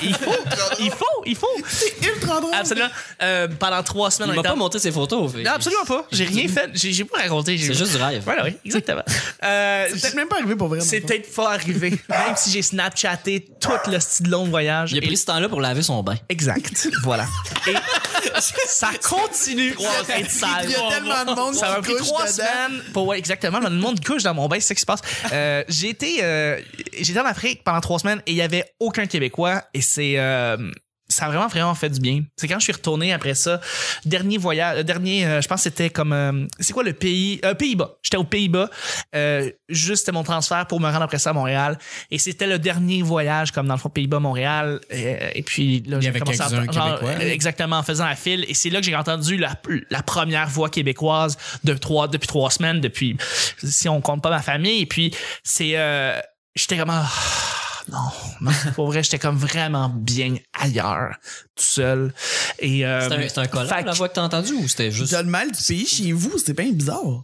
D: Il faut, il faut, il faut.
B: Ultra drôle.
D: Absolument. Euh, pendant trois semaines,
C: il
D: on
C: m'a
D: était
C: pas
D: en-
C: monté ses photos. fait.
D: Non, absolument pas. J'ai rien fait. J'ai j'ai pas raconté.
C: C'est juste du rêve.
D: Voilà, oui, exactement. Euh,
B: C'est peut-être même pas arrivé pour vrai.
D: c'est
B: dans le fond.
D: peut-être pas arrivé. Même si j'ai Snapchaté tout le style long voyage.
C: Il a
D: Et-
C: pris ce temps-là pour laver son bain.
D: Exact. Voilà. Et ça continue.
C: Ça
D: Et ça-
B: Il y a tellement de monde
D: ça m'a
B: qui
D: pris
B: couche
D: trois
B: dedans.
D: semaines. Pour, ouais, exactement. Le monde couche dans mon bain, c'est ce qui se passe. Euh, j'ai été, euh, j'étais en Afrique pendant trois semaines et il y avait aucun Québécois et c'est, euh, ça a vraiment vraiment fait du bien. C'est quand je suis retourné après ça, dernier voyage, euh, dernier, euh, je pense que c'était comme, euh, c'est quoi le pays, Euh, Pays-Bas. J'étais aux Pays-Bas, euh, juste c'était mon transfert pour me rendre après ça à Montréal et c'était le dernier voyage comme dans le fond Pays-Bas Montréal et, et puis là
A: Il y
D: j'ai
A: avait
D: commencé à
A: quelques-uns
D: genre,
A: Québécois.
D: euh, exactement en faisant la file et c'est là que j'ai entendu la, la première voix québécoise de trois depuis trois semaines depuis si on compte pas ma famille et puis c'est euh, j'étais comme ah, non non pour vrai j'étais comme vraiment bien ailleurs tout seul et euh,
C: C'est un, c'est un collab,
D: fait que
C: la voix que t'as entendue, ou c'était juste.
B: T'as le mal du pays chez vous, c'est bien bizarre.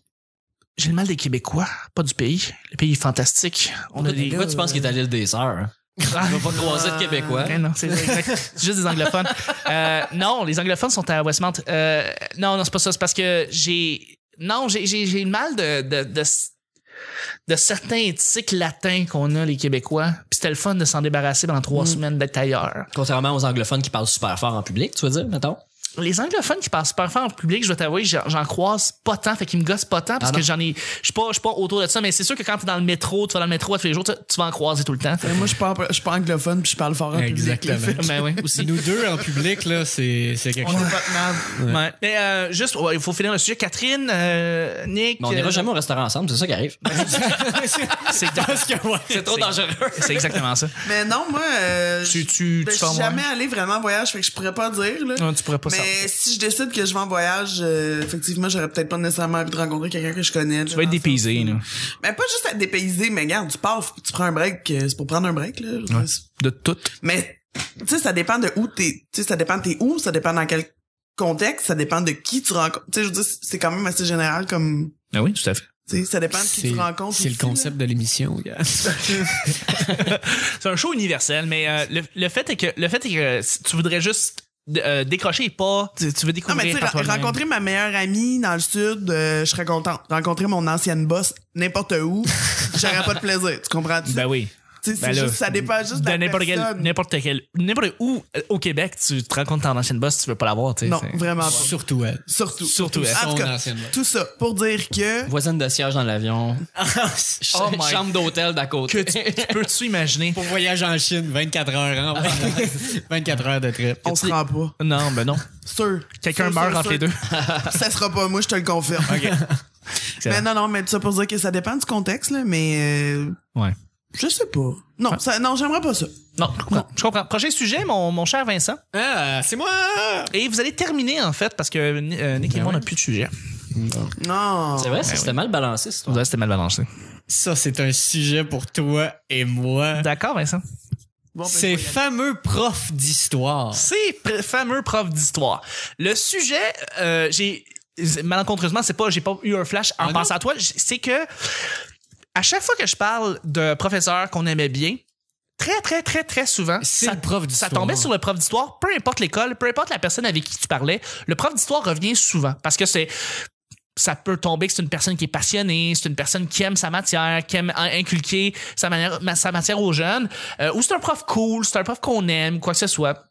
D: j'ai le mal des Québécois pas du pays le pays est fantastique on a
C: Pourquoi,
D: des euh,
C: pourquoi tu penses qu'il est à l'île des Sœurs? On va pas croiser de Québécois.
D: Ouais, non, c'est exact. C'est juste des anglophones. Euh, non, les anglophones sont à Westmount. Euh, non, non, c'est pas ça. C'est parce que j'ai. Non, j'ai, j'ai, j'ai le mal de, de, de, de certains tics latins qu'on a, les Québécois. Puis c'était le fun de s'en débarrasser pendant trois semaines d'être ailleurs.
C: Contrairement aux anglophones qui parlent super fort en public, tu veux dire, mettons?
D: Les anglophones qui parlent super fort en public, je dois t'avouer, j'en, j'en croise pas tant, fait qu'ils me gossent pas tant parce
C: Ah non.
D: que j'en ai. Je suis pas, je suis pas autour de ça, mais c'est sûr que quand t'es dans le métro, tu vas dans le métro à tous les jours, tu, tu vas en croiser tout le temps.
B: Mais moi, je suis pas, je suis pas anglophone puis je parle fort en public.
A: Exactement.
B: Fait que
D: Ben oui, aussi.
A: Nous deux en public, là, c'est c'est quelque
B: c'est
A: chose.
B: pas tenable.
D: Ouais. Mais euh, juste, ouais, il faut finir le sujet. Catherine, euh, Nick.
C: Mais on
D: euh,
C: n'ira jamais au restaurant ensemble, c'est ça qui arrive.
D: C'est
A: Parce que, ouais.
C: C'est trop dangereux.
D: c'est exactement ça.
B: Mais non, moi, euh,
D: Tu-
B: je-
D: tu-
B: ben,
D: tu
B: je
D: vas en
B: suis jamais allée vraiment en voyage, fait que je pourrais pas dire. Là.
D: Non, tu pourrais pas
B: Mais euh,
D: sortir.
B: si je décide que je vais en voyage, euh, effectivement, j'aurais peut-être pas nécessairement envie de rencontrer quelqu'un que je connais.
D: Tu vas être dépaysé, là.
B: Mais pas juste à te dépayser, mais regarde, tu pars, tu prends un break, euh, c'est pour prendre un break. Là. Je sais-
D: De tout.
B: Mais tu sais, ça dépend de où t'es. Tu sais, ça dépend de t'es où, ça dépend dans quel contexte, ça dépend de qui tu rencontres. Tu sais, je veux dire, c'est quand même assez général comme.
D: Ah oui, tout à fait.
B: Tu sais, ça dépend de qui tu rencontres.
A: c'est le
B: aussi, là.
A: concept de l'émission, gars.
D: C'est un show universel, mais euh, le, le fait est que le fait est que si tu voudrais juste euh, décrocher et pas. Tu, tu veux
B: Non, Ah, mais
D: découvrir
B: tu sais,
D: par
B: re-
D: toi-même.
B: rencontrer ma meilleure amie dans le sud, euh, je serais contente. Rencontrer mon ancienne boss n'importe où, j'aurais pas de plaisir. Tu comprends-tu?
D: Ben oui.
B: Tu sais, c'est
D: Ben là,
B: juste- ça dépend juste de
D: de
B: la
D: n'importe quel,
B: personne.
D: n'importe quel, n'importe où euh, au Québec, tu te rends compte que ton ancienne boss, tu veux pas l'avoir, tu sais.
B: non,
D: c'est-
B: vraiment pas.
A: Surtout elle.
B: Surtout.
D: Surtout elle.
B: En tout
A: Son
B: cas,
A: ancienne boss.
B: tout ça pour dire que
C: Voisine de siège dans l'avion.
B: Ah,
D: Oh my-
C: Chambre d'hôtel d'à
D: Que
C: côté.
D: tu, tu peux-tu imaginer?
A: Pour voyage en Chine, 24 heures, hein? 24 heures de trip.
B: Ah, on se rend pas.
D: Non, ben non.
B: Sûr.
D: Quelqu'un
B: Sûr,
D: meurt
B: sûr,
D: entre les
B: sûr.
D: deux.
B: Ça sera pas moi, je te le confirme. Mais non, non, mais tout ça pour dire que ça dépend du contexte, là, mais euh,
D: Ouais.
B: je sais pas.
D: Ah.
B: Non, ça, non, j'aimerais pas ça.
D: Non, je comprends. Je comprends. Prochain sujet, mon, mon cher Vincent.
A: Ah, c'est moi!
D: Et vous allez terminer, en fait, parce que euh, Nick et moi, on n'a plus de sujet.
B: Non.
C: C'est vrai, ça c'était mal balancé, cette
D: Vous
C: histoire.
D: avez c'était mal balancé.
A: Ça, c'est un sujet pour toi et moi.
D: Hein? D'accord, Vincent.
B: Bon, ben,
A: Ces
B: je vais y
A: fameux profs d'histoire.
D: Ces pr- fameux profs d'histoire. Le sujet, euh, j'ai malencontreusement, c'est pas, j'ai pas eu un flash en
A: Ah
D: pensant à toi. j- C'est que à chaque fois que je parle de professeur qu'on aimait bien, très très très très souvent,
A: C'est
D: ça,
A: le prof
D: ça
A: d'histoire.
D: tombait sur le prof d'histoire. Peu importe l'école, peu importe la personne avec qui tu parlais, le prof d'histoire revient souvent parce que c'est ça peut tomber que c'est une personne qui est passionnée, c'est une personne qui aime sa matière, qui aime in- inculquer sa, manière, ma- sa matière aux jeunes, euh, ou c'est un prof cool, c'est un prof qu'on aime, quoi que ce soit.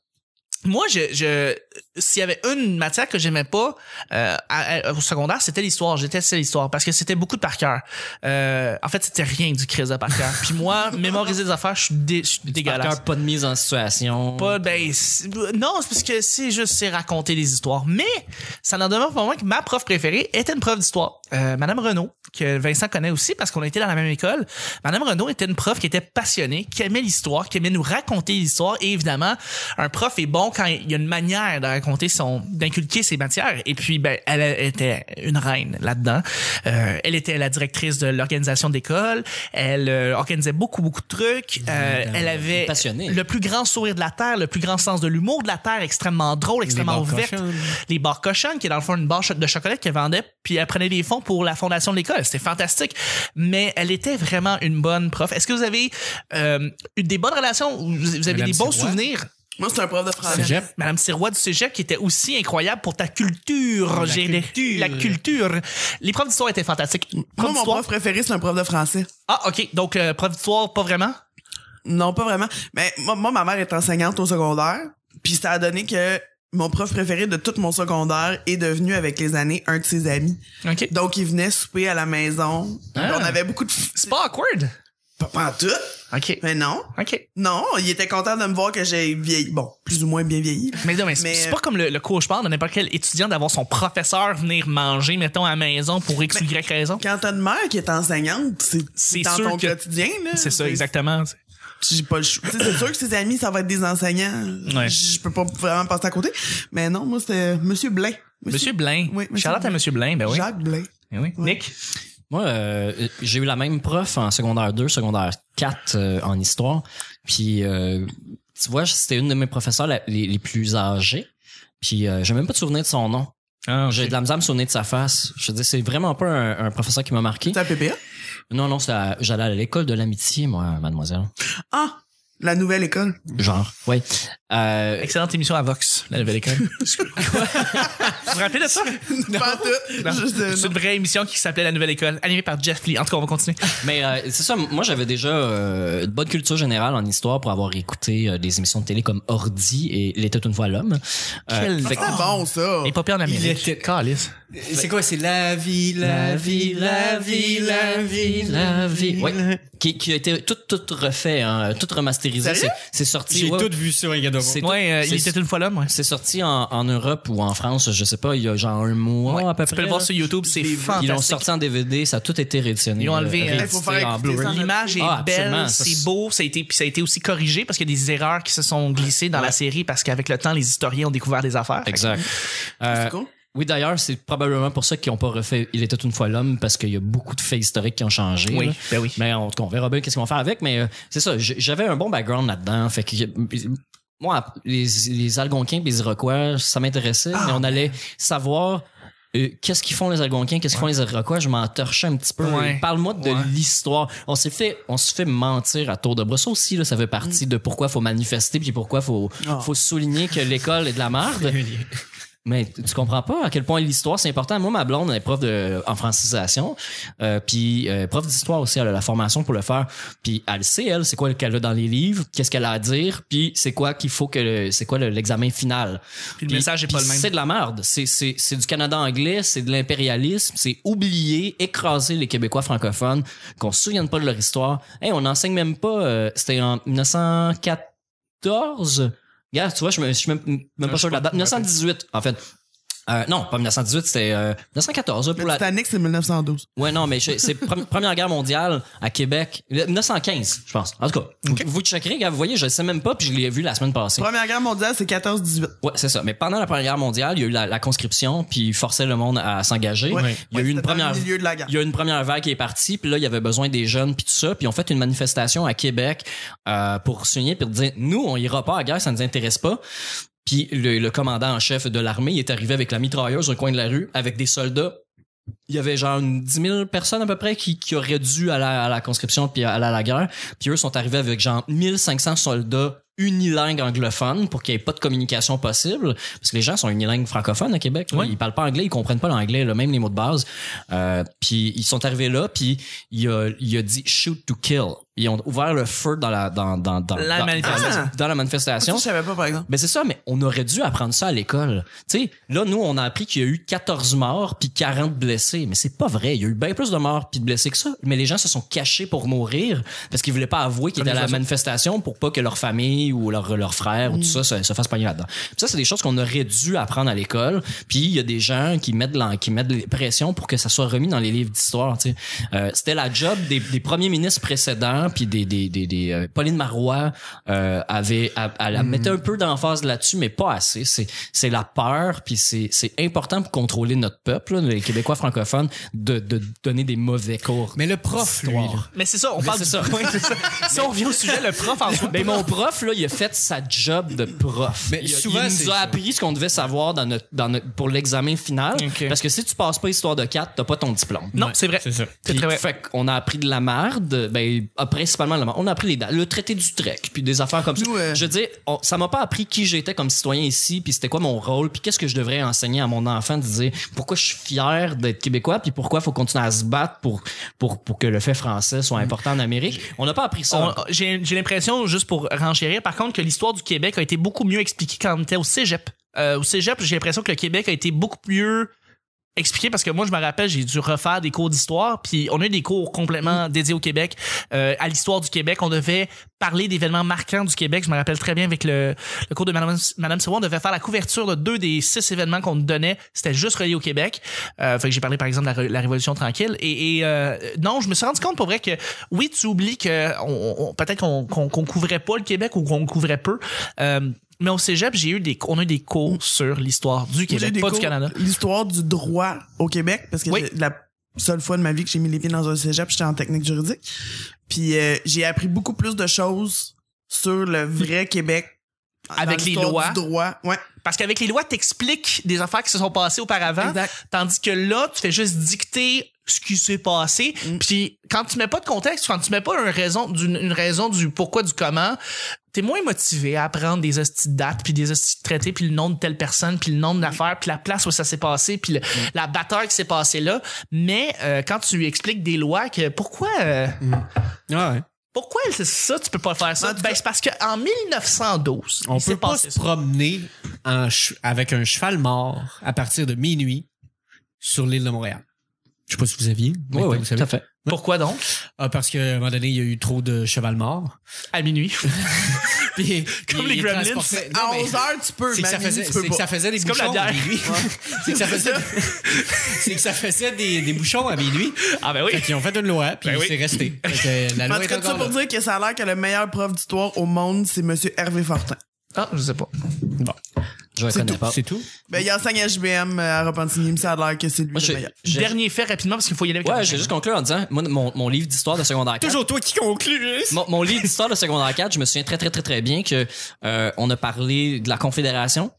D: Moi, je, je- s'il y avait une matière que j'aimais pas euh, à- à- au secondaire, c'était l'histoire. J'ai testé l'histoire parce que c'était beaucoup de par cœur. Euh, en fait, c'était rien du crise de par cœur. Puis moi, mémoriser des affaires, je suis dé- je suis
C: Par
D: dégueulasse
C: cœur, pas de mise en situation.
D: pas ben c'est- non c'est parce que c'est juste c'est raconter des histoires mais ça n'en demeure pas moins que ma prof préférée était une prof d'histoire Euh, madame Renaud que Vincent connaît aussi parce qu'on a été dans la même école madame Renaud était une prof qui était passionnée qui aimait l'histoire qui aimait nous raconter l'histoire et évidemment un prof est bon quand il y a une manière de raconter son d'inculquer ses matières et puis ben elle était une reine là-dedans Euh, elle était la directrice de l'organisation d'école elle euh, organisait beaucoup beaucoup de trucs Euh, elle avait
C: passionnée.
D: le plus grand sourire de la Terre, le plus grand sens de l'humour de la Terre, extrêmement drôle, extrêmement
A: bars
D: ouverte.
A: cochonnes.
D: Les bars cochonnes, qui est dans le fond une barre cho- de chocolat qu'elle vendait, puis elle prenait des fonds pour la fondation de l'école. C'était fantastique. Mais elle était vraiment une bonne prof. Est-ce que vous avez euh, eu des bonnes relations ou vous vous avez
A: Madame
D: des bons
A: Sirois?
D: souvenirs?
B: aller. Moi, c'est un prof de français.
A: Cégep.
D: Madame Sirois du Cégep qui était aussi incroyable pour ta culture.
A: La
D: J'ai les-
A: culture.
D: La culture. Les profs d'histoire étaient fantastiques.
B: Moi,
D: Prof
B: mon
D: d'histoire-
B: prof préféré, c'est un prof de français.
D: Ah, OK. Donc, euh, prof d'histoire, pas vraiment?
B: Non, pas vraiment. Mais moi, moi, ma mère est enseignante au secondaire, puis ça a donné que mon prof préféré de tout mon secondaire est devenu avec les années un de ses amis.
D: OK.
B: Donc il venait souper à la maison.
D: Ah.
B: On avait beaucoup de
D: C'est pas awkward?
B: pas, pas en tout,
D: OK.
B: mais non.
D: OK.
B: Non, il était content de me voir que j'ai vieilli. Bon, plus ou moins bien vieilli.
D: Mais non, mais c'est
B: Mais- euh,
D: c'est pas comme le, le cauchemar de n'importe quel étudiant d'avoir son professeur venir manger, mettons, à la maison pour X ou Y raison.
B: Quand t'as une mère qui est enseignante, c'est
D: C'est
B: dans
D: sûr
B: ton
D: que-
B: quotidien. là.
D: C'est ça, exactement. tu sais.
B: J'ai pas le choix. Tu sais, c'est sûr que ses amis, ça va être des enseignants.
D: Ouais.
B: Je peux pas vraiment passer à côté. Mais non, moi, c'était Monsieur Blain.
D: Monsieur Blain.
B: Oui, monsieur
D: Charlotte à
B: Blain.
D: Monsieur Blain, ben oui.
B: Jacques Blain.
D: Ben oui.
B: Ouais.
D: Nick?
C: Moi, euh, j'ai eu la même prof en secondaire 2, secondaire 4 euh, en histoire. Puis, euh, tu vois, c'était une de mes professeurs la- les, les plus âgées. Puis, euh, j'ai même pas de souvenir de son nom. J'ai de la misère à me souvenir de sa face. Je veux dire, c'est vraiment pas un, un professeur qui m'a marqué.
B: C'est à PPA?
C: Non, non, c'était à- j'allais à l'école de l'amitié, moi, mademoiselle.
B: Ah! La nouvelle école.
C: Genre, oui. Euh,
D: Excellente émission à Vox, la nouvelle école. vous vous rappelez de ça?
B: Pas tout.
D: Non.
B: Juste, euh,
D: C'est
B: non.
D: une vraie émission qui s'appelait La Nouvelle École, animée par Jeff Lee. En tout cas, on va continuer.
C: Mais euh, c'est ça, moi j'avais déjà euh, une bonne culture générale en histoire pour avoir écouté euh, des émissions de télé comme Ordi et Il était une fois l'homme. Euh,
D: Quel-
C: fait que-
B: C'est Ah, bon, ça.
D: L'épopée en Amérique.
A: Il était-
D: Calice.
A: C'est quoi? C'est la vie, la vie, la vie, la vie, la vie.
C: Ouais. Qui, qui a été tout, tout refait, hein, tout remasterisé.
B: Sérieux?
C: C'est- C'est sorti.
A: J'ai
C: ouais,
A: tout vu sur un gars de
C: C'est tout-
D: Ouais, euh, il
C: c'est-
D: était une fois l'homme, ouais.
C: C'est sorti en, en Europe ou en France, je sais pas, il y a genre un mois à peu
D: Tu
C: près.
D: peux le voir
C: là.
D: sur YouTube, c'est
C: Ils l'ont
D: fantastique.
C: sorti en DVD, ça a tout été rééditionné.
D: Ils l'ont enlevé,
C: euh,
D: euh,
C: réédité
B: Il faut faire
C: en
B: écouter
C: Blu-ray.
B: ça.
D: L'image est
C: Ah, absolument,
D: belle,
C: ça,
D: c'est
C: c'est-
D: beau, ça a été puis ça a été aussi corrigé parce qu'il y a des erreurs qui se sont glissées dans la série parce qu'avec le temps les historiens ont découvert des affaires.
C: Exact. Euh,
B: C'est cool.
C: Oui, d'ailleurs, c'est probablement pour ça qu'ils n'ont pas refait Il était une fois l'homme, parce qu'il y a beaucoup de faits historiques qui ont changé.
D: Oui,
C: là.
D: ben oui.
C: Mais en tout cas, on verra bien qu'est-ce qu'on va faire avec. Mais euh, c'est ça, j- j'avais un bon background là-dedans. Fait que euh, moi, les, les Algonquins les Iroquois, ça m'intéressait.
D: Ah,
C: mais
D: ben.
C: on allait savoir euh, qu'est-ce qu'ils font les Algonquins, qu'est-ce qu'ils font les Iroquois. Je m'en torchais un petit peu.
D: Ouais.
C: Parle-moi de
D: Ouais.
C: l'histoire. On s'est fait, on se fait mentir à tour de bras. Ça aussi, là, ça fait
D: Mm.
C: partie de pourquoi faut manifester puis pourquoi faut,
B: Ah.
C: faut souligner que l'école est de la merde. Mais t- tu comprends pas à quel point l'histoire c'est important. Moi, ma blonde elle est prof de, en francisation, euh, puis euh, prof d'histoire aussi, elle a la formation pour le faire. Puis elle sait, elle, c'est quoi qu'elle a dans les livres, qu'est-ce qu'elle a à dire, puis c'est quoi qu'il faut que, le- c'est quoi le- l'examen final.
D: Puis le message est pas
C: puis
D: le même.
C: C'est de la merde. C'est, c'est, c'est du Canada anglais, c'est de l'impérialisme, c'est oublier, écraser les Québécois francophones, qu'on se souvienne pas de leur histoire. Hey, on n'enseigne même pas, euh, c'était en 1914. Regarde, tu vois, je me- je suis même, même pas
D: je
C: sûr de la date. 1918, en fait. Euh, non, pas 1918, c'était euh, 1914 là, pour
B: Le
C: la,
B: Titanic, c'est 1912.
C: Ouais, non, mais je- c'est pre- Première Guerre mondiale à Québec, Euh, le- 1915, je pense. En tout cas, vous- vous, checkerez, gars, vous voyez, je sais même pas, puis je l'ai vu la semaine passée.
B: Première guerre mondiale, c'est 14-18.
C: Ouais, c'est ça. Mais pendant la Première Guerre mondiale, il y a eu la, la conscription, puis il forçait le monde à s'engager.
A: Ouais.
C: Il y a eu une première
B: Au milieu de la guerre.
C: il y a une première vague qui est partie, puis là, il y avait besoin des jeunes, puis tout ça, puis ils ont fait une manifestation à Québec euh, pour signer, puis dire, nous, on ira pas à la guerre, ça nous intéresse pas. Puis le, le commandant en chef de l'armée il est arrivé avec la mitrailleuse au coin de la rue, avec des soldats. Il y avait genre une 10 000 personnes à peu près qui, qui auraient dû aller à la conscription puis aller à la guerre. Puis eux sont arrivés avec genre 1500 soldats unilingues anglophones pour qu'il n'y ait pas de communication possible. Parce que les gens sont unilingues francophones à Québec. là.
D: Ouais.
C: Ils parlent pas anglais, ils comprennent pas l'anglais, là, même les mots de base. Euh, puis ils sont arrivés là, puis il a, il a dit shoot to kill. Ils ont ouvert le feu dans la, dans, dans, dans,
D: La
C: dans-
D: manifestation. Ah,
C: dans la
B: Ça,
C: manifestation.
B: je savais pas, par exemple.
C: Mais c'est ça, mais on aurait dû apprendre ça à l'école. Tu sais, là, nous, on a appris qu'il y a eu 14 morts puis 40 blessés. Mais c'est pas vrai. Il y a eu bien plus de morts puis de blessés que ça. Mais les gens se sont cachés pour mourir parce qu'ils voulaient pas avouer qu'ils étaient à la manifestation pour pas que leur famille ou leur, leur frère ou tout ça se, se fasse pogner là-dedans. Puis ça, c'est des choses qu'on aurait dû apprendre à l'école. Puis il y a des gens qui mettent de la- qui mettent des pressions pour que ça soit remis dans les livres d'histoire. tu sais. Euh, C'était la job des, des premiers ministres précédents puis des, des, des, des, euh, Pauline Marois euh, avait à, la mettait un peu d'emphase là-dessus, mais pas assez. C'est c'est la peur puis c'est c'est important pour contrôler notre peuple, là, les Québécois francophones, de, de donner des mauvais cours.
A: Mais le prof, lui,
C: d'histoire.
A: là,
D: Mais c'est ça, on parle
C: c'est
D: du
C: ça.
D: point. si on revient au sujet, le prof en soi.
C: Ben, mon prof, là, il a fait sa job de prof.
A: Mais
C: il, a-
A: souvent,
C: il
A: c'est
C: nous a
A: ça.
C: appris ce qu'on devait savoir dans notre, dans notre- pour l'examen final.
D: Ok.
C: Parce que si tu passes pas histoire de 4, t'as pas ton diplôme.
D: Non, c'est vrai.
A: c'est ça.
D: C'est très vrai.
C: Fait qu'on a appris de la merde, ben, ah, principalement de la merde. On a appris les dates, le traité du Trek, puis des affaires comme ça.
B: Nous, euh,
C: Je veux dire, on- ça m'a pas appris qui j'étais comme citoyen ici, puis c'était quoi mon rôle, puis qu'est-ce que je devrais enseigner à mon enfant, de dire pourquoi je suis fier d'être québécois, puis pourquoi faut continuer à se battre pour, pour, pour que le fait français soit important en Amérique. On n'a pas appris ça.
D: Mm. On- J'ai j'ai l'impression, juste pour renchérir, par contre, que l'histoire du Québec a été beaucoup mieux expliquée quand on était au cégep. Euh, au cégep, j'ai l'impression que le Québec a été beaucoup mieux expliqué parce que moi, je me rappelle, j'ai dû refaire des cours d'histoire, puis on a eu des cours complètement dédiés au Québec, euh, à l'histoire du Québec. On devait parler d'événements marquants du Québec. Je me rappelle très bien avec le, le cours de Madame, Madame Sirois, on devait faire la couverture de deux des six événements qu'on nous donnait. C'était juste relié au Québec. Euh, fait que j'ai parlé, par exemple, de la, Ré- la Révolution tranquille. Et, et, euh, non, je me suis rendu compte, pour vrai, que oui, tu oublies que on, on- peut-être qu'on qu'on qu'on couvrait pas le Québec ou qu'on couvrait peu. Euh, mais au cégep, j'ai eu des, on a eu des cours sur l'histoire du
B: Mm. J'ai eu
D: Québec,
B: des
D: pas du
B: cours-
D: Canada.
B: L'histoire du droit au Québec, parce que
D: Oui.
B: c'est la seule fois de ma vie que j'ai mis les pieds dans un cégep, j'étais en technique juridique. Puis euh, j'ai appris beaucoup plus de choses sur le vrai Québec. dans
D: Avec les
B: l'histoire
D: lois.
B: Du droit, ouais.
D: Parce qu'avec les lois, t'expliques des affaires qui se sont passées auparavant.
B: Exact.
D: Tandis que là, tu fais juste dicter ce qui s'est passé.
B: Mm.
D: Puis quand tu mets pas de contexte, quand tu mets pas une raison, d'une- une raison du pourquoi, du comment, t'es moins motivé à apprendre des hosties de dates, puis des hosties de traités, puis le nom de telle personne, puis le nom de l'affaire, puis la place où ça s'est passé, puis le- la bataille qui s'est passée là. Mais euh, quand tu expliques des lois, que pourquoi... euh, Ah
A: Ouais.
D: pourquoi c'est ça, tu peux pas faire ça?
B: En tout
D: Ben,
B: cas-
D: c'est parce qu'en 1912,
A: On
D: il s'est
A: peut pas
D: passé
A: se
D: ça.
A: promener en che- avec un cheval mort à partir de minuit sur l'île de Montréal. Je sais pas si vous aviez. mais
C: Ouais, ouais,
A: vous savez.
C: tout à fait.
D: Pourquoi donc?
A: Ah, parce qu'à un moment donné, il y a eu trop de cheval morts.
D: À minuit.
A: Puis,
D: Comme
A: il-
D: les
A: il
D: Gremlins.
A: transportait- Non,
B: À
A: mais-
B: 11 heures, tu peux,
A: C'est que,
B: mais à
A: ça
B: minuit,
A: faisait,
B: tu peux
A: c'est que
B: pas.
A: ça faisait des
D: C'est comme la
A: bouchons
D: bière.
A: à minuit. C'est que ça faisait, c'est que ça faisait des, des bouchons à minuit.
D: ah ben oui.
A: Fait qu'ils ont fait une loi, puis
D: Ben oui.
A: c'est resté. Fait que la
B: En
A: loi
B: tout
A: est
B: cas, tout ça
A: encore
B: pour
A: là.
B: dire que ça a l'air que le meilleur prof d'histoire au monde, c'est Monsieur Hervé Fortin.
D: Ah, je sais pas.
C: Je le
A: C'est
C: connais
A: tout.
C: pas.
A: C'est tout.
B: Ben, il enseigne à HBM euh, à Repentigny, mais ça a l'air que c'est lui
C: Moi,
B: le
C: j'ai-
B: meilleur.
C: j'ai-
D: Dernier fait rapidement parce qu'il faut y aller avec
C: Ouais,
D: la-
C: j'ai juste conclu en disant, moi, mon, mon livre d'histoire de secondaire 4,
A: Toujours toi qui conclus.
C: mon, mon livre d'histoire de secondaire 4, je me souviens très, très, très, très bien que euh, on a parlé de la Confédération.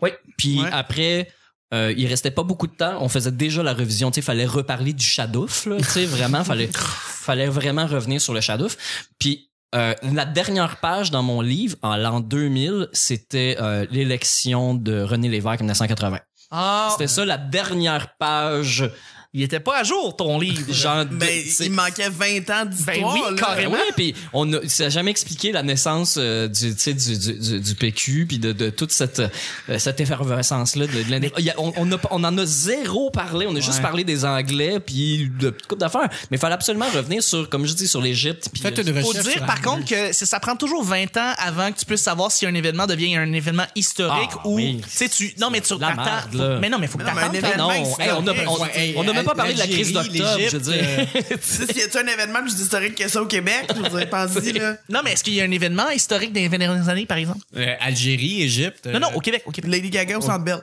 D: Oui.
C: Puis
B: Ouais.
C: après, euh, il restait pas beaucoup de temps. On faisait déjà la révision. Tu sais, fallait reparler du Shadouf. là. Tu sais, vraiment, fallait, fallait vraiment revenir sur le Shadouf. Puis euh, la dernière page dans mon livre, en l'an 2000, c'était euh, l'élection de René Lévesque en 1980.
D: Ah,
C: C'était ça la dernière page.
D: il était pas à jour, ton livre.
C: Genre, de-
B: Ben,
C: c'est-
B: il manquait 20 ans d'histoire.
D: Ben oui,
B: là.
D: carrément.
C: Ben ouais, puis on a, ça a jamais expliqué la naissance euh, du, tu sais, du, du, du, du PQ puis de, de toute cette euh, cette effervescence là de, de l'indé- Il y a- on, on, a pas- on en a zéro parlé, on a juste
D: Ouais.
C: parlé des Anglais puis de coupe d'affaires, mais il fallait absolument revenir sur comme je dis sur l'Égypte puis euh,
A: Faites
C: le-
A: une
D: euh, Faut
A: recherche.
D: dire
A: sur
D: par
A: Amazon.
D: contre que c'est- ça prend toujours 20 ans avant que tu puisses savoir si un événement devient un événement historique
C: Ah,
D: ou
C: oui.
D: tu sais tu non mais tu
C: De la
D: t'attends-
C: merde,
D: faut-
C: là.
D: mais non mais faut que
B: Mais non, mais un
D: t'attendes.
C: Ah
B: événement
C: non, hey, on n'a
B: historique.
C: on,
A: Ouais, hey,
C: on a même pas parlé de la
A: l'Algérie,
C: crise d'octobre, je veux
A: l'Égypte,
C: dire.
A: euh,
B: Tu sais, y a-tu un événement plus historique que ça au Québec? Je vous ai pensé, là.
D: Non mais est-ce qu'il y a un événement historique des 20 dernières années par exemple
A: euh, Algérie, Égypte. euh,
D: Non non, au Québec, au Québec.
B: Lady Gaga au Centre Bell.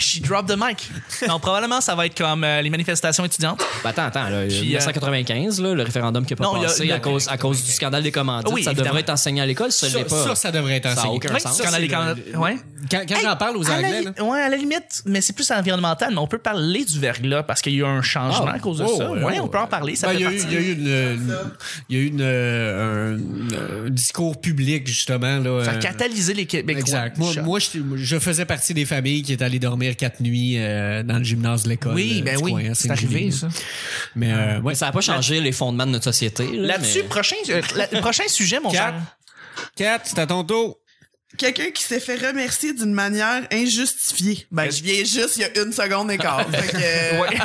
D: She dropped the mic. non, probablement ça va être comme euh, les manifestations étudiantes.
C: Ben, attends, attends, là,
D: Puis, euh,
C: 1995, là, le référendum qui a pas
D: non, il y a-
C: passé
D: il y a-
C: à, cause, à cause du scandale des commandites,
D: Oui,
C: ça
D: évidemment.
C: devrait être enseigné à l'école, ça, l'est
A: ça,
C: pas.
A: ça, ça devrait être
C: Ça a
A: enseigné.
C: aucun
A: Ouais,
C: sens.
A: ça,
D: Quand
A: c'est
D: les-
A: le-
D: quand- ouais.
A: Quand, quand
D: Hey,
A: j'en parle aux
D: à la
A: Anglais,
D: li-
A: là,
D: ouais, à la limite, mais c'est plus environnemental, mais on peut parler du verglas parce qu'il y a eu un changement
A: Ah,
D: à cause de
A: oh,
D: ça.
A: ouais,
D: Ouais,
A: ouais.
D: on peut en parler, ça
A: ben,
D: fait
A: il y a eu,
D: partie.
A: il y a eu une, une- il y a eu une, euh, un, un discours public, justement. Là,
D: Ça a
A: euh,
D: catalysé les Québécois.
A: Exact. Moi,
D: Chat.
A: moi, je, je faisais partie des familles qui étaient allées dormir quatre nuits euh, dans le gymnase de l'école.
D: oui,
A: euh,
D: ben
A: du
D: oui,
A: coin, hein,
D: c'est
A: une
D: arrivé
A: gilet.
D: ça.
A: Mais euh, ouais,
C: Ça n'a pas changé les fondements de notre société. là,
D: Là-dessus,
C: mais-
D: prochain, euh, la- prochain sujet, mon
A: Quatre.
D: cher.
A: Kat, c'est à ton tour.
B: Quelqu'un qui s'est fait remercier d'une manière injustifiée. Ben, je viens juste il y a une seconde et quart. Fait que, euh,
D: Ouais.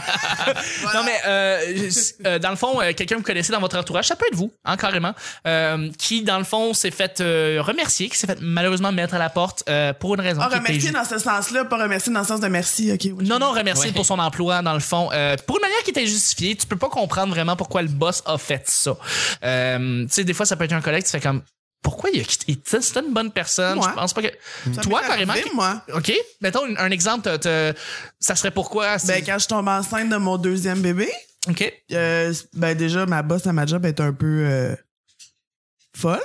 D: Non, mais euh, c- euh, dans le fond, euh, quelqu'un que vous connaissez dans votre entourage, ça peut être vous, hein, carrément, euh, qui, dans le fond, s'est fait euh, remercier, qui s'est fait malheureusement mettre à la porte euh, pour une raison.
B: Ah,
D: qui était
B: remercier
D: ju-
B: dans ce sens-là, pas remercier dans le sens de merci, ok. oui.
D: Non, non, remercier
C: Ouais.
D: pour son emploi, dans le fond. Euh, pour une manière qui était justifiée, tu peux pas comprendre vraiment pourquoi le boss a fait ça. Euh, tu sais, des fois, ça peut être un collègue, tu fais comme, pourquoi il a quitté? Tu sais, C'était une bonne personne,
B: Ouais.
D: je pense pas que...
B: Ça
D: Toi,
B: m'est
D: carrément,
B: arrivé,
D: qui-
B: moi.
D: OK? Mettons un, un exemple, t'as- t'as- ça serait pourquoi? si-
B: Ben, quand je tombe enceinte de mon deuxième bébé,
D: OK?
B: euh, ben, déjà, ma boss à ma job est un peu euh, folle.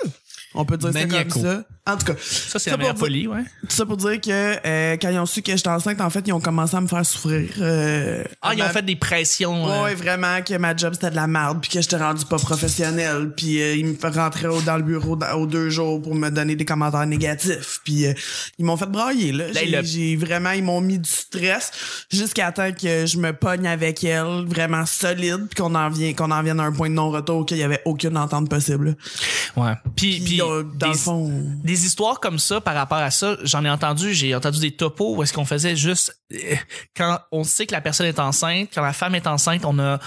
B: On peut dire ça comme
A: Maniaco.
B: ça. En tout cas,
D: Ça, c'est
B: Ça Ah,
D: la meilleure
B: pour-
D: folie, ouais.
B: Tout ça pour dire que euh, quand ils ont su que j'étais enceinte, en fait, ils ont commencé à me faire souffrir. euh,
D: Ah, ils ont
B: ma-
D: fait des pressions.
B: Ouais,
D: euh,
B: ouais, vraiment, que ma job c'était de la merde, puis que j'étais rendu pas professionnelle, puis euh, ils me fait rentrer au- dans le bureau dans- aux deux jours pour me donner des commentaires négatifs, puis euh, ils m'ont fait brailler, là. J'ai
D: Ben, le-
B: j'ai vraiment, ils m'ont mis du stress jusqu'à temps que je me pogne avec elle, vraiment solide, puis qu'on en, vient- qu'on en vienne à un point de non-retour, qu'il y avait aucune entente possible.
D: Ouais. Puis,
B: Puis,
D: puis
B: euh, dans
D: des,
B: le fond...
D: des histoires comme ça par rapport à ça, j'en ai entendu, j'ai entendu des topos où est-ce qu'on faisait juste euh, quand on sait que la personne est enceinte, quand la femme est enceinte, on a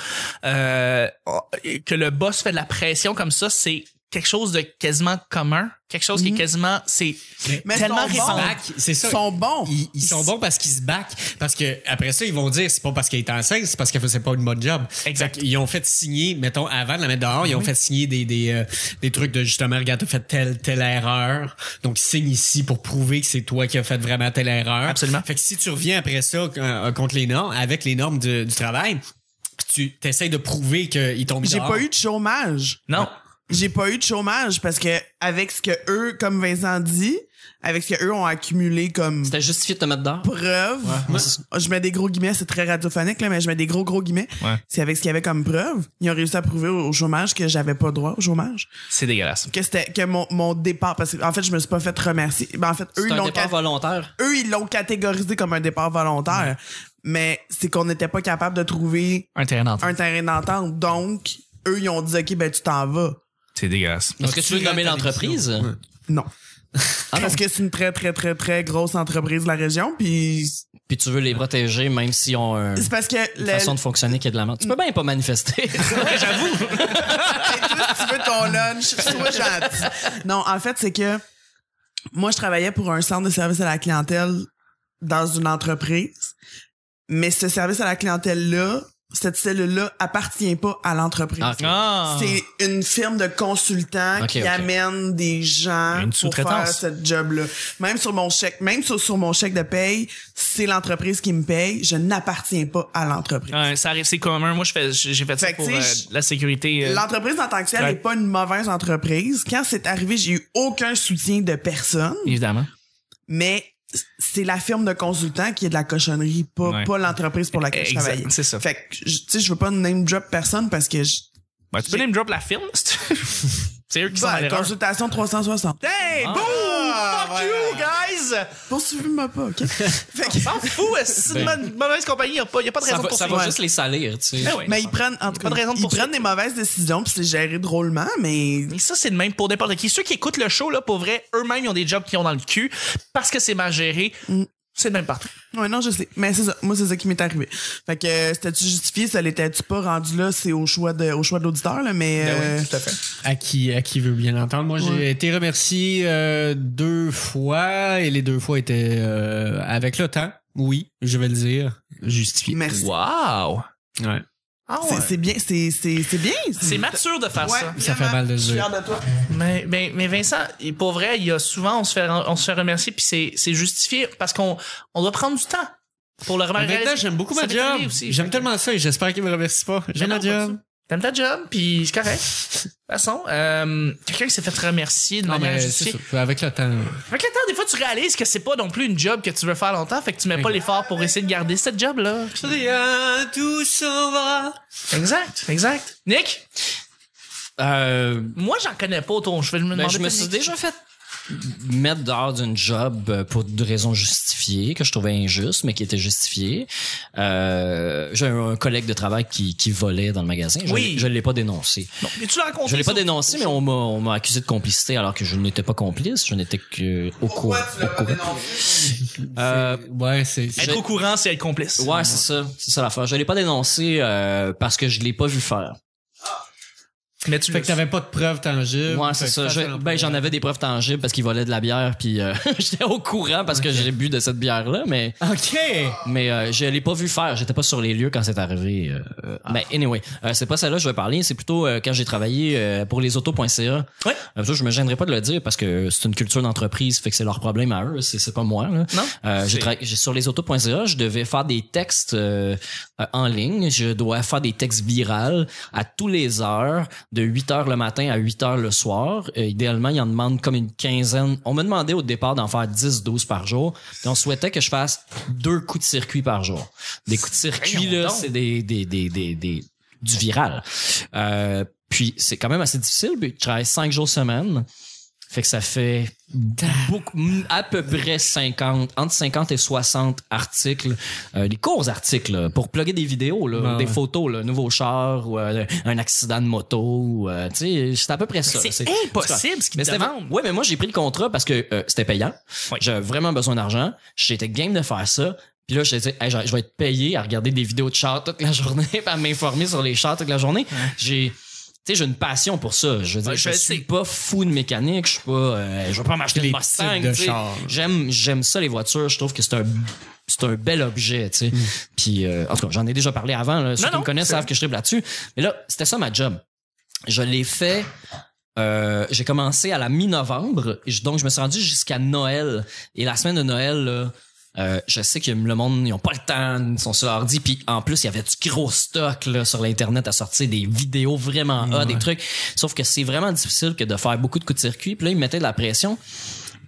D: euh, oh, que le boss fait de la pression comme ça, c'est quelque chose de quasiment commun, quelque chose
B: Mhm.
D: qui est quasiment c'est
B: Mais
D: tellement
B: ils sont bons.
D: répandu.
A: Back, c'est ça.
B: Ils sont bons.
A: Ils, ils sont bons parce qu'ils se back. Parce que après ça, ils vont dire c'est pas parce qu'elle est enceinte, c'est parce qu'elle faisait pas une bonne job.
D: Exact.
A: Ils ont fait signer, mettons, avant de la mettre dehors, ils ont fait signer des, des, euh, des trucs de justement, regarde, t'as fait telle, telle erreur. Donc, signe ici pour prouver que c'est toi qui as fait vraiment telle erreur.
D: Absolument.
A: Fait que si tu reviens après ça euh, contre les normes, avec les normes du, du travail, tu t'essayes de prouver qu'ils t'ont mis
B: J'ai
A: dehors.
B: pas eu de chômage.
D: Non.
B: j'ai pas eu de chômage parce que avec ce que eux, comme Vincent dit, avec ce que eux ont accumulé comme
C: C'était justifié de te mettre dehors.
B: preuve,
C: Ouais, c'est ça.
B: je mets des gros guillemets, c'est très radiophonique là, mais je mets des gros gros guillemets.
D: Ouais.
B: C'est avec ce qu'il y avait comme preuve, ils ont réussi à prouver au, au chômage que j'avais pas droit au chômage,
D: C'est dégueulasse.
B: que c'était que mon, mon départ parce que en fait je me suis pas fait remercier. Ben en fait eux
C: C'est
B: ils
C: un
B: l'ont
C: départ
B: cat-
C: volontaire.
B: eux ils l'ont catégorisé comme un départ volontaire, mais c'est qu'on n'était pas capable de trouver
D: Un terrain d'entente.
B: un terrain d'entente. Donc eux ils ont dit ok ben tu t'en vas.
D: C'est dégueulasse.
A: Donc,
C: Est-ce que tu veux
A: rentres
C: nommer
A: à l'émission.
C: l'entreprise?
A: Ouais.
B: Non.
C: Ah non.
B: Parce que c'est une très, très, très, très grosse entreprise de la région. Puis
C: Puis tu veux les protéger même s'ils ont un-
B: c'est parce que
C: une
B: le,
C: façon de fonctionner qui est de la merde. Tu peux bien pas manifester.
B: si tu veux ton lunch, sois gentil. Non, en fait, c'est que moi, je travaillais pour un centre de service à la clientèle dans une entreprise. Mais ce service à la clientèle-là, cette cellule-là appartient pas à l'entreprise.
C: Ah, ok.
D: Ah.
B: C'est une firme de consultants
C: Ok,
B: qui
C: ok.
B: amène des gens
D: Une
B: pour faire
D: sous-traitance.
B: ce job-là. Même sur mon chèque, même sur, sur mon chèque de paye, c'est l'entreprise qui me paye. Je n'appartiens pas à l'entreprise.
D: Ouais, ça arrive, c'est commun. Moi, je fais- j'ai fait ça
B: Fait que,
D: pour
B: tu sais,
D: euh, la sécurité. euh,
B: L'entreprise en tant que telle
D: Ouais.
B: n'est pas une mauvaise entreprise. Quand c'est arrivé, j'ai eu aucun soutien de personne,
D: Évidemment.
B: mais c'est la firme de consultants qui est de la cochonnerie, pas,
D: Ouais.
B: pas l'entreprise pour laquelle je
D: Exact,
B: travaillais.
D: c'est ça.
B: Fait que, je- tu sais, je veux pas name drop personne parce que je,
D: Ouais, tu peux me drop la firme? c'est- C'est eux qui sont
B: Bah,
D: à l'erreur.
B: consultation 360.
D: Hey, boom! Fuck you, guys! Anyways,
B: Poursuivez-moi pas, OK?
D: on s'en fout. C'est une
A: Ben.
D: bonne- mauvaise compagnie. Il n'y a pas, y a pas de
C: Ça
D: raison
C: va,
D: pour
C: ça va juste les salir, tu sais.
D: Ben ouais.
B: Mais ils prennent, en tout cas,
D: Pas de raison de
B: ils
D: poursuivre.
B: prennent des mauvaises décisions, puis c'est géré drôlement, mais
D: Et ça, c'est le même pour n'importe qui. Ceux qui écoutent le show, là, pour vrai, eux-mêmes, ils ont des jobs qu'ils ont dans le cul parce que c'est mal géré. C'est le même partout.
B: Ouais, non, je sais. Mais c'est ça. Moi, c'est ça qui m'est arrivé. Fait que, euh, c'était-tu justifié? Ça l'était-tu pas rendu là? C'est au choix de, au choix de l'auditeur, là, mais. euh,
D: tout à fait.
A: Ben À qui, à qui veut bien l'entendre. Moi, j'ai
B: Ouais.
A: été remercié euh, deux fois et les deux fois étaient euh, avec le temps. Oui, je vais le dire. Justifié.
B: Merci.
D: Wow!
A: Ouais.
D: Ah
B: euh, C'est- C'est bien, c'est, c'est, c'est bien.
D: C'est mature de faire ça.
A: Ça fait mal de le
B: Je suis
A: dire.
B: fière de toi.
D: Mais, mais, mais Vincent, et pour vrai, il y a souvent, on se fait, on se fait remercier, puis c'est, c'est justifié parce qu'on on doit prendre du temps pour le remercier.
A: Maintenant, j'aime beaucoup
D: Ça
A: ma
D: m'est arrivé
A: job.
D: aussi.
A: J'aime tellement ça et j'espère qu'il me remercie pas. J'aime
D: Mais
A: ma
D: non, pas
A: job.
D: du tout. T'aimes ta job, puis c'est correct. De toute façon, euh, quelqu'un qui s'est fait remercier de
A: Non,
D: manière
A: mais
D: justifiée.
A: c'est ça. Avec le temps.
D: Avec le temps, des fois, tu réalises que c'est pas non plus une job que tu veux faire longtemps, fait que tu mets pas
A: Exact.
D: l'effort pour essayer de garder cette job-là.
A: Rien, tout s'en va.
D: Exact, exact. Nick,
C: Euh,
D: moi, j'en connais pas autant. Je vais me demander.
C: ben, je me
D: peut-être-
C: suis déjà fait mettre dehors d'une job euh, pour des raisons justifiées que je trouvais injustes mais qui étaient justifiées Euh, j'ai un un collègue de travail qui, qui volait dans le magasin je
D: Oui.
C: l'ai- je l'ai pas dénoncé
D: Non, mais tu l'as rencontré.
C: Je l'ai pas
D: ça.
C: dénoncé, mais on m'a, on m'a accusé de complicité alors que je n'étais pas complice, je n'étais que au courant.
B: Pourquoi tu l'as pas dénoncé?
C: Euh,
A: Ouais, c'est. c'est-
D: Être
C: Je-
D: au courant, c'est être complice.
C: ouais, c'est ça, c'est ça l'affaire. Je l'ai pas dénoncé euh, parce que je l'ai pas vu faire.
D: Mais tu
A: Fait que t'avais pas de preuves tangibles.
C: Ouais, c'est
A: Euh, Fait que
C: ça. Je-
A: un
C: ben, j'en avais des preuves tangibles parce qu'il volait de la bière, puis euh, j'étais au courant parce que j'ai bu de cette bière-là, mais
A: OK.
C: mais euh, je l'ai pas vu faire. J'étais pas sur les lieux quand c'est arrivé. euh, euh, Ben anyway, euh, c'est pas celle-là que je vais parler. C'est plutôt euh, quand j'ai travaillé euh, pour les autos.ca.
D: Ouais.
C: Euh, ça, je me gênerais pas de le dire parce que c'est une culture d'entreprise, fait que c'est leur problème à eux. C'est, c'est pas moi. Là.
D: Non.
C: Euh, j'ai
D: C'est-
C: tra- j'ai- sur les autos.ca, je devais faire des textes euh, euh, en ligne. Je dois faire des textes virales à tous les heures, de 8 heures le matin à 8 heures le soir. Euh, idéalement, ils en demandent comme une quinzaine. On me demandait au départ d'en faire 10, 12 par jour. Puis on souhaitait que je fasse deux coups de circuit par jour. Des coups de circuit,
D: Voyons
C: là,
D: donc.
C: c'est des, des, des, des, des- du viral. Euh, puis c'est quand même assez difficile. Puis je travaille cinq jours semaine. Fait que ça fait beaucoup, mm, à peu près 50, entre 50 et 60 articles, euh, des courts articles là, pour plugger des vidéos, là,
A: Ben
C: des
A: ouais.
C: photos, là, nouveau char ou euh, un accident de moto. ou, euh, tu sais, c'est à peu près ça.
D: C'est impossible ce qu'ils
C: mais
D: te
C: c'était-
D: demandent.
C: Ouais, mais moi j'ai pris le contrat parce que euh, c'était payant.
D: Oui.
C: J'avais vraiment besoin d'argent. J'étais game de faire ça. Puis là, je dit, Hey, je je vais être payé à regarder des vidéos de chars toute la journée, puis à m'informer sur les chars toute la journée. J'ai tu sais, j'ai une passion pour ça. Je veux dire,
D: Ouais, je
C: je,
D: le
C: suis
D: sais.
C: pas fou de mécanique, je suis pas euh, je vais pas m'acheter
A: Les
C: une Mustang,
A: types de
C: tu sais.
A: chars.
C: J'aime j'aime ça les voitures, je trouve que c'est un c'est un bel objet, tu sais. Puis euh, en tout cas, j'en ai déjà parlé avant, là. ceux
D: Non,
C: qui
D: non,
C: me connaissent
D: c'est-
C: savent que je tripe là-dessus. Mais là, c'était ça ma job. Je l'ai fait euh, j'ai commencé à la mi-novembre, et je- donc je me suis rendu jusqu'à Noël. Et la semaine de Noël, là, euh, je sais que le monde, ils ont pas le temps, ils sont sur l'ordi. Puis en plus, il y avait du gros stock là, sur l'Internet à sortir, des vidéos vraiment hot, des trucs. Sauf que c'est vraiment difficile que de faire beaucoup de coups de circuit. Puis là, ils me mettaient de la pression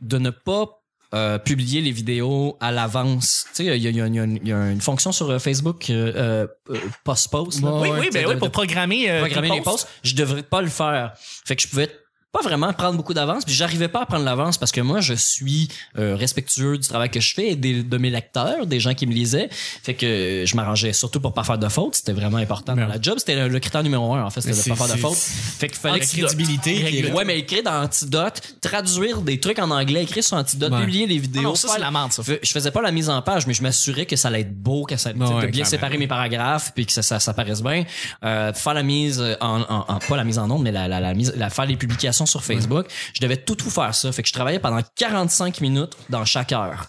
C: de ne pas euh, publier les vidéos à l'avance. Tu sais, il y a, il y a- il y a une- il y a une fonction sur euh, Facebook, euh, euh, euh, post-post. là.
D: Oui,
A: Ouais,
D: oui,
C: tu sais,
D: ben oui,
C: de-
D: pour
C: de-
D: programmer. euh,
C: programmer
D: tes
C: les postes, je devrais pas le faire. Fait que je pouvais pas vraiment prendre beaucoup d'avance, puis j'arrivais pas à prendre l'avance parce que moi je suis euh, respectueux du travail que je fais et des- de mes lecteurs, des gens qui me lisaient. Fait que euh, je m'arrangeais surtout pour pas faire de fautes, c'était vraiment important
A: Ben.
C: dans la job, c'était le, le critère numéro un en fait, c'était
A: Mais
C: de pas
A: c'est-
C: faire de
A: c'est- Ah,
C: fautes. Fait qu'il fallait
A: La
C: que
A: crédibilité qui est là.
C: Ouais, mais écrire dans Antidote, traduire des trucs en anglais, écrire sur Antidote,
A: Ouais.
C: publier les
D: Ah
C: vidéos,
D: non, ça,
C: faire
D: c'est la menthe, ça.
C: je faisais pas la mise en page, mais je m'assurais que ça allait être beau, que ça tu sais,
A: ouais,
C: de bien
A: clairement.
C: séparer mes paragraphes, puis que ça, ça, ça paraisse bien. Euh, faire la mise en, en- en- pas la mise en onde, mais la, la, la mise, la, faire les publications sur Facebook. Je devais tout tout faire ça. Fait que je travaillais pendant 45 minutes dans chaque heure.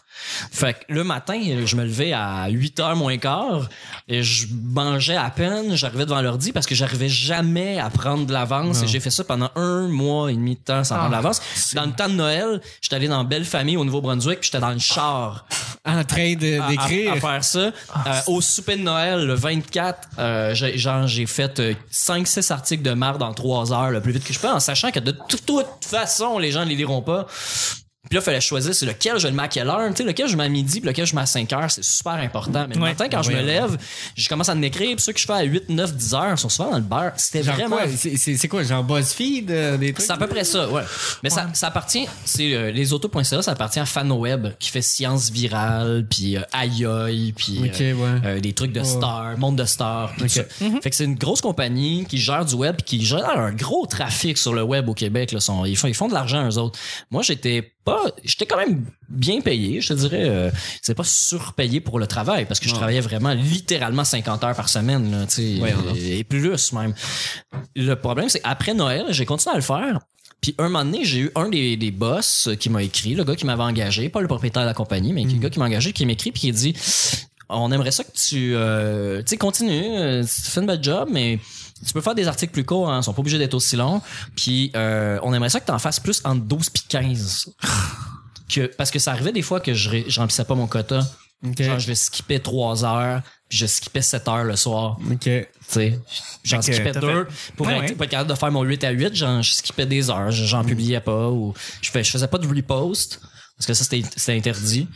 C: Fait que le matin, je me levais à 8 h moins quart et je mangeais à peine. J'arrivais devant l'ordi parce que j'arrivais jamais à prendre de l'avance. Et j'ai fait ça pendant un mois et demi de temps sans prendre de l'avance. Dans le temps de Noël, j'étais allé dans Belle Famille au Nouveau-Brunswick puis j'étais dans le char
A: En train de-
C: à- à, à
A: d'écrire. Ah,
C: faire ça. Euh, au souper de Noël, le 24, euh, j'ai- genre, j'ai fait 5-6 articles de marre dans 3 heures, le plus vite que je peux, en sachant que de toute, toute façon, les gens ne les liront pas. Puis Puis là, il fallait choisir c'est lequel je le mets à quelle heure. Tu sais, lequel je mets à midi, puis lequel je mets à 5 heures. C'est super important. Mais le
D: Ouais.
C: matin, quand je
A: Ouais,
C: me
A: ouais.
C: lève, je commence à en écrire. Puis ceux que je fais à 8, 9, 10 heures sont souvent dans le beurre. C'était
A: Genre
C: vraiment.
A: quoi? C'est- C'est c'est quoi? Genre BuzzFeed? euh, des trucs?
C: C'est à peu près ça, ouais. Mais ça, ça appartient, c'est euh, les autos.ca, ça appartient à Fanoweb qui fait science virale, puis euh, aïe aïe, puis euh,
A: Ok, ouais.
C: euh, des trucs de
A: Ouais.
C: stars, monde de stars, puis tout
A: Ok.
C: ça. Fait que c'est une grosse compagnie qui gère du web, puis qui gère un gros trafic sur le web au Québec. Là, Sont- ils, font, ils font de l'argent eux autres. Moi, j'étais pas, j'étais quand même bien payé, je te dirais. euh, c'est pas surpayé pour le travail parce que je
A: Non.
C: travaillais vraiment littéralement 50 heures par semaine, là, tu sais,
A: Voyons donc.
C: et, et plus même. Le problème, c'est après Noël, j'ai continué à le faire. Puis un moment donné, j'ai eu un des, des boss qui m'a écrit, le gars qui m'avait engagé, pas le propriétaire de la compagnie, mais le gars qui m'a engagé, qui m'écrit puis qui dit On aimerait ça que tu euh, tu sais, continues, euh, tu fais une bonne job, mais tu peux faire des articles plus courts, hein, ils sont pas obligés d'être aussi longs. Puis euh, on aimerait ça que tu en fasses plus entre 12 puis 15. Que, parce que ça arrivait des fois que je, ré- je remplissais pas mon quota.
A: Ok.
C: Genre, je vais skipper 3 heures, puis je skippais 7 heures le soir.
A: Ok.
C: Tu sais, j'en
D: Fait que
C: skippais
D: t'as
C: deux. Pour
D: Ouais,
C: être,
D: ouais. Mm.
C: pour être capable de faire mon 8 à 8, j'en je skippais des heures, j'en publiais pas, ou je, fais, je faisais pas de repost, parce que ça, c'était c'était interdit.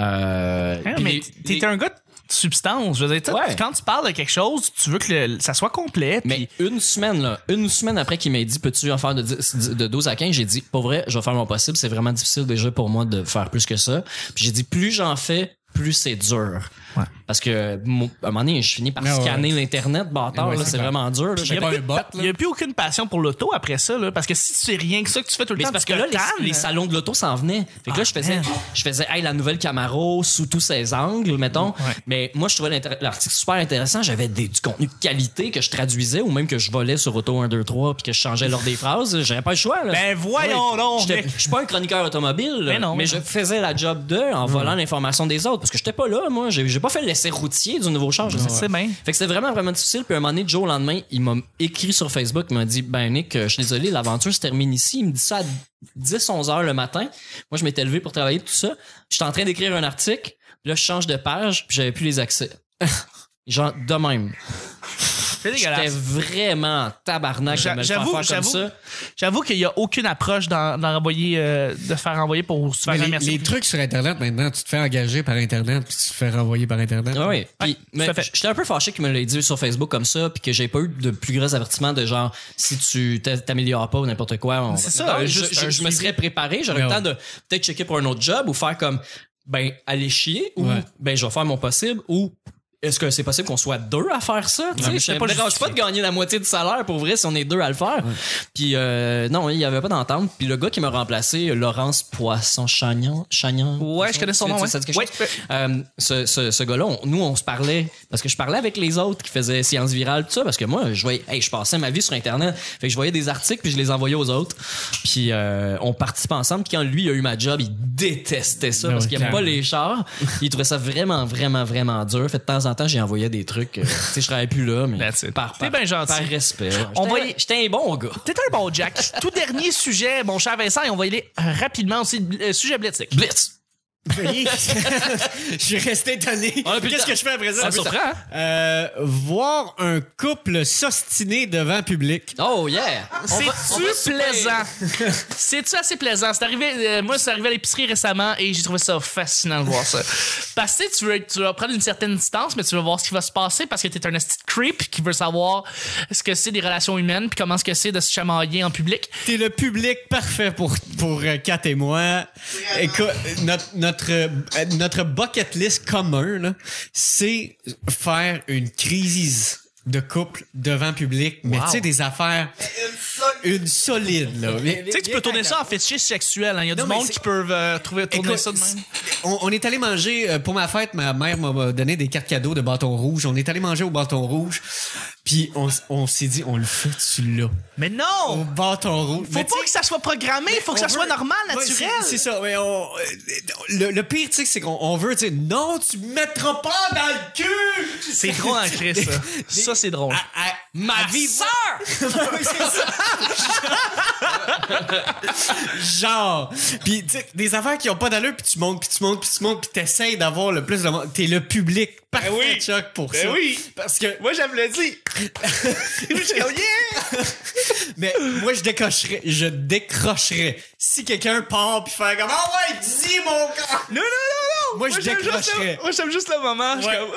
C: Euh,
D: Hein,
C: puis
D: mais
C: les-
D: t'es
C: les-
D: un gars de substance. Je veux dire, toi,
C: Ouais.
D: quand tu parles de quelque chose, tu veux que le- ça soit complet.
C: Mais
D: puis-
C: une semaine, là, une semaine après qu'il m'ait dit, peux-tu en faire de, 10 de 12 à 15, j'ai dit, pour vrai, je vais faire mon possible, c'est vraiment difficile déjà pour moi de faire plus que ça. Puis j'ai dit, plus j'en fais, plus c'est dur.
D: Ouais. Ah
C: Parce que, mon- à un moment donné, je finis par
A: Ouais, ouais.
C: scanner l'Internet, bâtard,
A: Ouais,
C: là,
A: c'est
C: c'est
A: clair.
C: vraiment dur. là.
D: Puis
C: J'avais-
D: y a
A: pas
D: plus
A: un
D: de
A: bot,
D: pa-
A: là.
D: Il n'y a plus aucune passion pour l'auto après ça, là, parce que si c'est rien que ça que tu fais tout le
C: Mais
D: temps,
C: c'est parce
D: tu
C: que là,
D: te tannes.
C: les, les salons de l'auto s'en venaient. Fait que là,
D: Ah,
C: je faisais,
D: man.
C: je faisais, hey, la nouvelle Camaro sous tous ses angles, mettons. Mais moi, je trouvais l'inter- l'article super intéressant. J'avais des- du contenu de qualité que je traduisais ou même que je volais sur Auto 1, 2, 3 puis que je changeais l'ordre des phrases. J'avais pas le choix, là.
D: Ben voyons donc,
C: J'étais-
D: mais-
C: Je suis pas un chroniqueur automobile, là,
D: Mais non,
C: mais
D: mais
C: je
D: non. Mm.
C: faisais la job de en volant l'information des autres parce que j'étais pas là, moi. J'ai j'ai pas fait l'essai routier du nouveau char. je sais
D: Je sais bien.
C: fait que c'était vraiment, vraiment difficile. Puis un moment donné, Joe, le lendemain, il m'a écrit sur Facebook, il m'a dit Ben, Nick, euh, je suis désolé, l'aventure se termine ici. Il me dit ça à 10, 11 heures le matin. Moi, je m'étais levé pour travailler, tout ça. J'étais en train d'écrire un article. Puis là, je change de page, puis j'avais plus les accès. Genre, de même.
D: C'est
C: J'étais
D: dégueulasse.
C: vraiment en tabarnak de me le faire
D: J'avoue,
C: faire comme
D: j'avoue.
C: ça.
D: J'avoue qu'il n'y a aucune approche d'en d'en renvoyer, euh, de faire envoyer pour se faire
A: Mais les,
D: remercier.
A: les trucs sur Internet, maintenant, tu te fais engager par Internet puis tu te fais renvoyer par Internet.
C: Ah oui. Puis, mais
D: tout à fait.
C: j'étais un peu fâché qu'il me l'ait dit sur Facebook comme ça, puis que j'ai pas eu de plus gros avertissement de genre si tu t'a- t'améliores pas ou n'importe quoi. on va-
D: C'est ça, euh,
C: Non,
D: juste
C: je, je-
D: un
C: je me
D: suivi.
C: serais préparé, j'aurais
A: Ouais,
C: le temps
A: ouais.
C: de peut-être checker pour un autre job ou faire comme ben aller chier ou
A: Ouais.
C: ben je vais faire mon possible ou est-ce que c'est possible qu'on soit deux à faire ça? Tu sais,
D: mais
C: je
D: c'était
C: me
D: pas
C: dérange
D: justifié.
C: pas de gagner la moitié du salaire pour vrai si on est deux à le faire. Puis euh, non, il y avait pas d'entente. Puis le gars qui m'a remplacé, Laurence Poisson-Chagnon. Chagnon,
D: Ouais, je connais son
C: Tu-
D: nom.
C: tu-
D: ouais.
C: ça te dit quelque
D: Ouais.
C: chose? Euh, ce, ce, ce gars-là, on- nous, on se parlait parce que je parlais avec les autres qui faisaient sciences virales, tout ça, parce que moi, je voyais, hey, je passais ma vie sur Internet. Fait que je voyais des articles puis je les envoyais aux autres. Puis euh, on participait ensemble. Puis quand lui a eu ma job, il détestait ça
A: Ben
C: parce
A: oui,
C: qu'il aime pas
A: clairement.
C: les chars. il trouvait ça vraiment, vraiment, vraiment dur. Fait de temps en temps, j'ai envoyé des trucs. euh, tu sais, je travaillais plus là, mais
D: That's it.
C: par,
D: T'es
C: par,
D: bien gentil.
C: par respect.
D: On
C: J'étais-
D: va y-
C: J'étais un bon gars.
D: T'es un bon Jack. Tout dernier sujet, mon cher Vincent, et on va y aller rapidement aussi. le sujet Blitzek.
C: Blitz!
A: je suis resté étonné.
C: On
D: Ah,
C: a plus le
A: Qu'est-ce
C: temps.
A: que je fais à présent?
C: Ça me surprend, hein?
A: Euh, voir un couple s'ostiner devant public.
C: Oh yeah! On va- on va
D: C'est-tu
C: souper.
D: plaisant? C'est-tu assez plaisant? C'est arrivé, euh, moi, c'est arrivé à l'épicerie récemment et j'ai trouvé ça fascinant de voir ça. Parce que tu sais, tu, veux, être- tu vas prendre une certaine distance, mais tu veux voir ce qui va se passer parce que t'es un esti de creep qui veut savoir ce que c'est des relations humaines puis comment ce que c'est de se chamailler en public.
A: T'es le public parfait pour, pour euh, Kat et moi. Écoute, notre, notre, euh, notre bucket list commun, là, c'est faire une crise de couple devant public, mais
C: Wow.
A: tu sais, des affaires... Une solide, là.
D: Tu sais, tu peux tourner ça en fétiche sexuel. hein. Il y a
A: Non,
D: du
A: mais
D: monde
A: c'est-
D: qui peut euh, trouver, tourner
A: Écoute,
D: ça de même.
A: On, on est allé manger euh, pour ma fête. Ma mère m'a donné des cartes cadeaux de bâton rouge. On est allé manger au bâton rouge. Puis on, s- on s'est dit, on le fait tu là.
D: Mais
A: Au
D: non!
A: bâton rouge.
D: Faut
A: Mais tu
D: pas
A: sais,
D: que ça soit programmé, faut que ça
A: on
D: soit
A: veut-
D: normal,
A: Ouais,
D: naturel.
A: c'est- c'est ça. Mais on- euh, le, le pire, tu sais, c'est qu'on on veut, tu sais, non, tu me mettras pas dans le cul.
D: C'est drôle en Christ, ça.
A: Des-
D: Ça, c'est drôle.
A: À- à-
C: Ma
A: vie-
C: sœur!
A: Genre. Puis tu sais, des affaires qui ont pas d'allure, puis tu montes, puis tu montes, puis tu montes, puis t'essayes d'avoir le plus de monde. T'es le public parfait,
D: Ben oui.
A: Chuck, pour
D: Ben
A: ça.
D: oui.
A: Parce que
D: Moi, j'aime le dire. oh,
A: Mais moi, je décocherais. Je décrocherais. Si quelqu'un part puis fait comme Ah ouais, dis mon gars!
D: Non, non, non, non!
A: Moi, je
D: j'aime juste le-
A: décrocherais.
D: Moi, j'aime juste le moment. Je suis
A: Ouais.
D: comme, Ouh!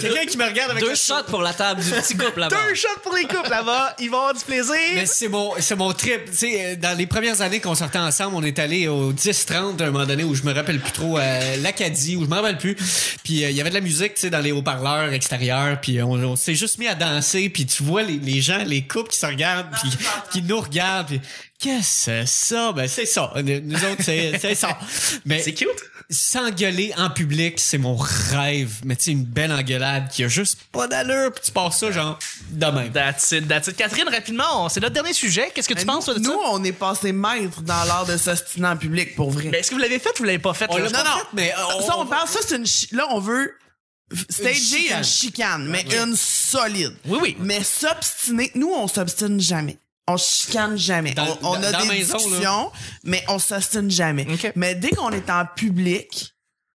A: Quelqu'un qui me regarde avec
C: Deux
A: le-
C: shots pour la table du petit couple là-bas.
D: Deux shots pour les couples là-bas. Ils vont avoir du plaisir.
A: Mais c'est mon, c'est mon trip. Tu sais, euh, dans les premières années qu'on sortait ensemble, on est allé au 10-30 à un moment donné où je me rappelle plus trop, à l'Acadie, où je m'en rappelle plus. Puis euh, il y avait de la musique, tu sais, dans les haut-parleurs extérieurs. Puis euh, on, on s'est juste mis à danser. Puis tu vois les, les gens, les couples qui se regardent, puis qui nous regardent. Puis qu'est-ce que c'est ça? Ben c'est ça. Nous nous autres, c'est, c'est ça. Mais
D: C'est cute.
A: s'engueuler en public, c'est mon rêve. Mais tu sais, une belle engueulade qui a juste pas d'allure. Puis tu pars ça, genre, de même.
D: That's it, that's it. Catherine, rapidement, on- c'est notre dernier sujet. Qu'est-ce que tu
B: Mais
D: penses toi, de
B: Ben, nous,
D: ça?
B: nous, on est passé maître dans l'art de s'astiner en public, pour vrai.
D: Mais Ben, est-ce que vous l'avez fait ou vous l'avez pas fait?
A: Ben, On
D: là?
A: l'a pas fait, mais euh, on-
B: ça, on parle, ça, c'est une. chi- Là, on veut f- stager
A: chicane.
B: une chicane, mais une solide.
D: Oui, oui.
B: Mais s'obstiner, nous, on s'obstine jamais. On chicane jamais.
A: Dans-
B: on, on
A: dans-
B: a
A: dans
B: des
A: la maison, là.
B: discussions, mais on s'obstine jamais.
D: Ok.
B: Mais dès qu'on est en public,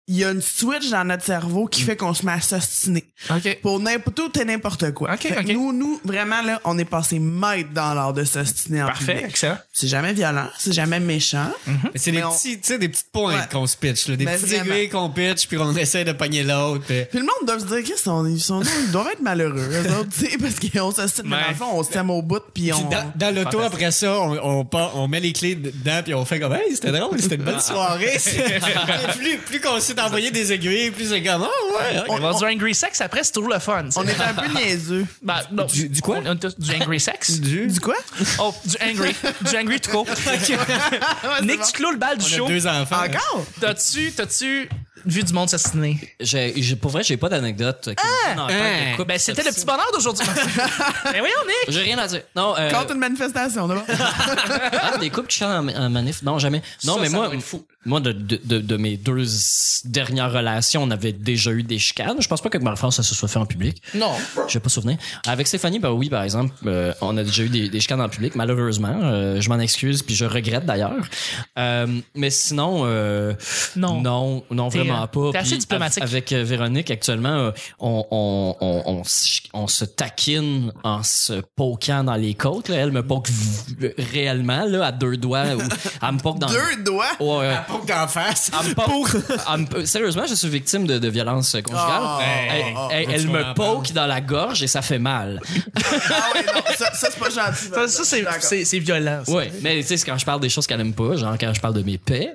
B: il y a une switch dans notre cerveau qui fait qu'on se met à s'obstiner.
D: OK.
B: Pour n'importe tout et n'importe quoi.
D: Ok,
B: Fait que
D: ok.
B: Nous, nous, vraiment, là, on est passé maître dans l'art de s'obstiner en
D: Parfait,
B: public.
D: excellent.
B: C'est jamais violent, c'est jamais méchant.
A: Mais c'est des
B: Mais on-
A: petits, tu sais, des petites pointes
B: Ouais.
A: qu'on se pitch, là, des
B: Mais
A: petits
B: vraiment.
A: aiguilles qu'on pitch, puis on essaie de pogner l'autre. puis-
B: Puis le monde doit se dire qu'ils sont, ils sont- ils doivent être malheureux, eux autres, tu sais, parce qu'on s'assiste, mais dans
D: Ouais.
B: le fond, on s'aime au bout, puis
A: Puis
B: on...
A: Dans, dans l'auto, après ça, on, on, part- on met les clés dedans, puis on fait comme, hey, c'était drôle, c'était une bonne soirée. Et plus plus qu'on s'est envoyé des aiguilles, plus c'est comme, oh, ouais, ok.
D: On va du angry sex après, c'est toujours le fun.
B: On est un peu niaiseux.
D: Bah, non.
A: Du- du quoi?
D: On- on- Du angry sex?
B: Du quoi?
D: Oh, du angry. du angry tout court. Nick, tu clôt le bal du
A: On a
D: show.
A: deux enfants.
B: Encore?
D: T'as-tu, t'as-tu vu du monde s'assiner?
C: J'ai- j'ai- pour vrai, j'ai pas d'anecdote. euh, qui me vient en tête de
A: Hein?
C: couple
D: Ben, c'était le petit bonheur d'aujourd'hui. Mais voyons, Nick!
C: J'ai rien à dire. Non, euh,
B: Contre une manifestation, d'abord.
C: ah, des couples qui chantent en, en manif. Non, jamais. Non,
D: Ça,
C: mais
D: ça
C: moi,
D: doit être fou.
C: moi de, de, de- de mes deux dernières relations, on avait déjà eu des chicanes. Je pense pas que Marie-France, ça se soit fait en public.
D: Non.
C: Je pas souvenir. Avec Stéphanie, bah oui, par exemple, euh, on a déjà eu des, des chicanes en public, malheureusement. Euh, je m'en excuse, puis je regrette d'ailleurs. Euh, mais sinon, euh,
D: Non.
C: non, non,
D: T'es,
C: vraiment
D: euh,
C: pas.
D: t'es assez
C: Puis
D: diplomatique.
C: av- Avec euh, Véronique, actuellement, euh, on, on, on, on s- on se taquine en se poquant dans les côtes. là. Elle me poque v- réellement là, à deux doigts. ou- elle me poque dans...
B: Deux doigts?
C: Ouais, ouais.
A: Pour que t'en fasses.
B: Ah.
C: Elle me poke- elle me po- Sérieusement, je suis victime de, de violences conjugales.
B: Oh,
C: elle
B: oh,
C: elle-
A: oh,
C: elle
A: tu vas en
C: me
A: parler.
C: poke dans la gorge et ça fait mal.
B: Ah ouais, non, ça, ça, c'est pas gentil.
D: Ça, ça, c'est,
B: D'accord.
D: c'est, c'est violent. ça.
C: Oui, mais tu sais, c'est quand je parle des choses qu'elle aime pas, genre quand je parle de mes paix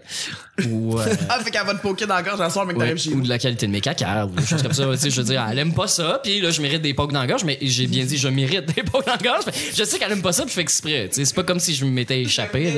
C: ou, euh,
B: Ah, fait qu'elle va te poker dans la gorge la soir, mais que
C: ouais,
B: t'arrives chez
C: ou
B: nous.
C: de la qualité de mes caca ou des choses comme ça, tu sais, je veux dire, elle aime pas ça, puis là, je mérite des pokes dans la gorge, mais j'ai bien dit, je mérite des pokes dans la gorge, mais je sais qu'elle aime pas ça, puis je fais exprès, tu sais, c'est pas comme si je m'étais échappé.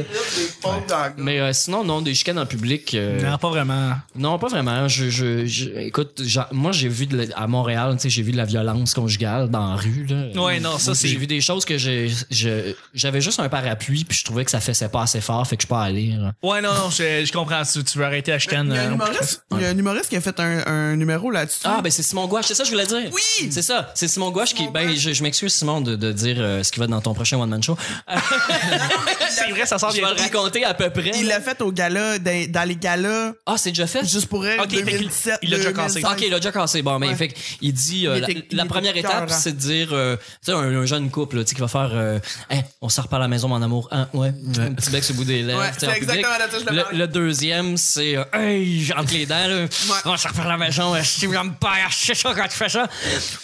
C: là. Mais euh, sinon, non, des chicanes en public, euh,
D: Non, pas vraiment.
C: non, pas vraiment. Je, je, je- écoute, j'a- moi, j'ai vu de la- à Montréal, tu sais, j'ai vu de la violence conjugale dans la rue. Là.
D: Ouais, non, ça,
C: Ou
D: c'est-
C: J'ai vu des choses que j'ai- je- j'avais juste un parapluie, puis je trouvais que ça faisait pas assez fort, fait que je suis pas allé. là.
D: Ouais, non, non, je, je comprends. Tu, tu veux arrêter la chicane.
B: Il y a un
D: euh,
B: humoriste, il y a un humoriste qui a fait un, un numéro là-dessus.
C: Ah, ben c'est Simon Gouache, c'est ça que je voulais dire.
B: Oui!
C: C'est ça, c'est Simon Gouache qui.
B: Simon
C: Ben, je, je m'excuse, Simon, de, de dire euh, ce qui va dans ton prochain One Man Show. Ah,
D: c'est vrai,
B: Oh,
D: ça sort
C: je vais
D: bien.
C: le raconter à peu près.
B: Il l'a fait au gala, dans, dans les galas,
C: Ah, c'est déjà fait?
B: juste pour elle,
D: Ok, fait qu'il-
B: 2017,
D: il l'a déjà cassé.
B: 2005.
C: Ok, il a déjà cassé. Bon, mais
B: Ouais.
C: fait il dit euh,
B: Il
C: la,
B: était- il
C: la
B: était
C: première étape,
B: cœur, hein.
C: c'est de dire, euh, tu sais, un, un jeune couple là, tu sais, qui va faire, euh, Hey, on sort pas à la maison, mon amour. Ah, ouais. un petit bec sur le bout des lèvres.
B: Ouais,
C: tu sais,
B: c'est
C: en public.
B: exactement là-dessus, je le parle.
C: le, le deuxième, c'est, euh, hey, j'entre les dents, là. on sort pas à la maison, euh, si tu me perds, je sais ça quand tu fais ça.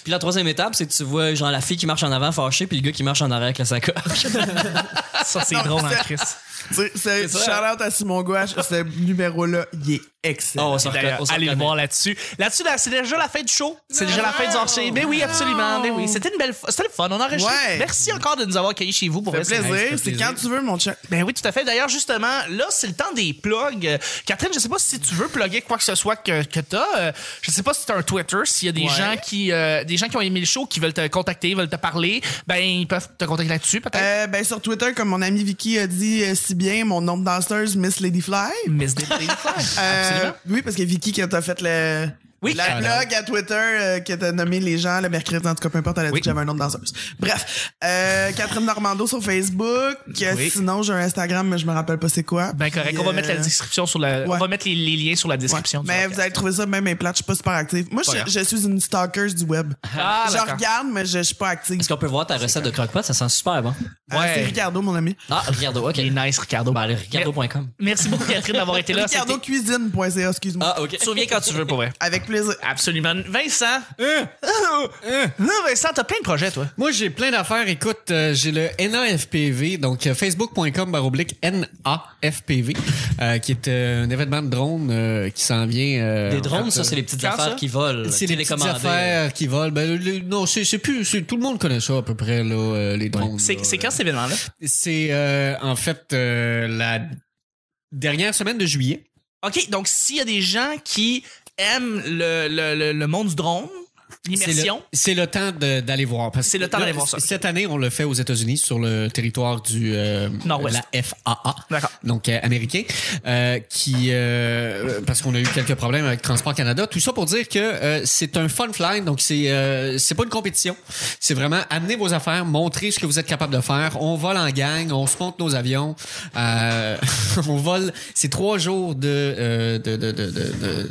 C: Puis la troisième étape, c'est que tu vois, genre, la fille qui marche en avant fâchée, puis le gars qui marche en arrière avec la sacoche.
D: Ça, c'est drôle en
B: c'est-
D: Chris.
B: Tu sais, C'est
C: ça.
B: shout-out à Simon Gouache, ce numéro-là, il est excellent.
C: on se reco-
D: D'ailleurs,
C: on se
D: allez le
C: reconnaît.
D: voir là-dessus. Là-dessus, là, c'est déjà la fin du show. C'est déjà la fin du hors Mais oui, absolument. Mais oui, c'était une belle, fo- c'était le fun. On a enregistré.
B: Ouais.
D: Merci encore de nous avoir accueillis chez vous pour
B: Ça
D: vrai,
B: fait
D: c'est-
B: plaisir, c'est
A: plaisir.
B: quand tu veux, mon chat.
D: Ben oui, tout à fait. D'ailleurs, justement, là, c'est le temps des plugs. Euh, Catherine, je sais pas si tu veux plugger quoi que ce soit que, que t'as. Euh, je sais pas si t'as un Twitter, s'il y a des
B: Ouais.
D: gens qui, euh, des gens qui ont aimé le show, qui veulent te contacter, veulent te parler, ben ils peuvent te contacter là-dessus, peut-être.
B: Euh, ben, sur Twitter, comme mon ami Vicky a dit euh, si bien, mon nom de danseuse, Miss Lady Fly.
D: Miss Deadly Fly.
B: Euh,
D: Absolument.
B: oui, parce que Vicky, quand t'as fait le.
D: Oui.
B: La blog à Twitter euh, qui était nommé les gens le mercredi, en tout cas, peu importe, elle a dit
D: Oui.
B: que j'avais un nom de danseuse. Bref, euh, Catherine Normando sur Facebook. Euh,
D: Oui.
B: Sinon, j'ai un Instagram, mais je me rappelle pas c'est quoi.
D: Ben correct.
B: Puis,
D: On va
B: euh,
D: mettre la description sur la. On
B: ouais.
D: va mettre les, les liens sur la
B: ouais.
D: description. du
B: Mais
D: podcast.
B: vous allez trouver ça même mes plates, je suis pas super active. Moi,
D: Pas grave.
B: je, je suis une stalker du web.
D: Ah,
B: je
D: d'accord.
B: regarde, mais je, je suis pas active.
C: Est-ce qu'on peut voir ta recette de croque-pot? Ça sent super bon.
B: Euh,
D: Ouais.
B: c'est Ricardo, mon ami.
C: Ah, Ricardo, ok.
D: Il est nice, Ricardo.
C: Ben, allez, ricardo.com.
D: Merci beaucoup, Catherine, d'avoir été là. C'était- Ah.
B: RicardoCuisine.ca, excuse-moi.
C: Ah, ok.
D: Tu reviens quand tu veux, pour vrai.
B: Avec plaisir.
D: Absolument. Vincent. Non, Vincent, t'as plein de projets, toi.
A: Euh, Moi, j'ai plein d'affaires. Écoute, euh, j'ai le NAFPV, donc euh, facebook.com baroblique NAFPV, euh, qui est euh, un événement de drones euh, qui s'en vient. euh,
C: Des
A: en
C: drones,
A: fait,
C: ça, c'est
A: euh,
C: les petites
D: quand
C: affaires
D: ça?
C: qui volent.
A: c'est les petites
C: télécommandées.
A: affaires qui volent. Ben, le- non, c'est c'est plus. c'est- Tout le monde connaît ça à peu près, là, euh, les drones. là.
D: C'est c'est quand cet événement-là?
A: C'est euh, en fait euh, la dernière semaine de juillet.
D: OK, donc s'il y a des gens qui aiment le, le, le, le monde du drone, l'immersion,
A: C'est le, c'est le temps de- d'aller voir. parce que
D: C'est le temps
A: là,
D: d'aller voir ça.
A: Cette année, on le fait aux États-Unis sur le territoire du euh,
D: Nord-Ouest.
A: la FAA.
D: D'accord.
A: donc euh, américain, euh, qui euh, parce qu'on a eu quelques problèmes avec Transport Canada. Tout ça pour dire que euh, c'est un fun fly, donc c'est euh, c'est pas une compétition. C'est vraiment amener vos affaires, montrer ce que vous êtes capable de faire. On vole en gang, on se monte nos avions, euh, on vole. C'est trois jours de euh, de, de, de, de, de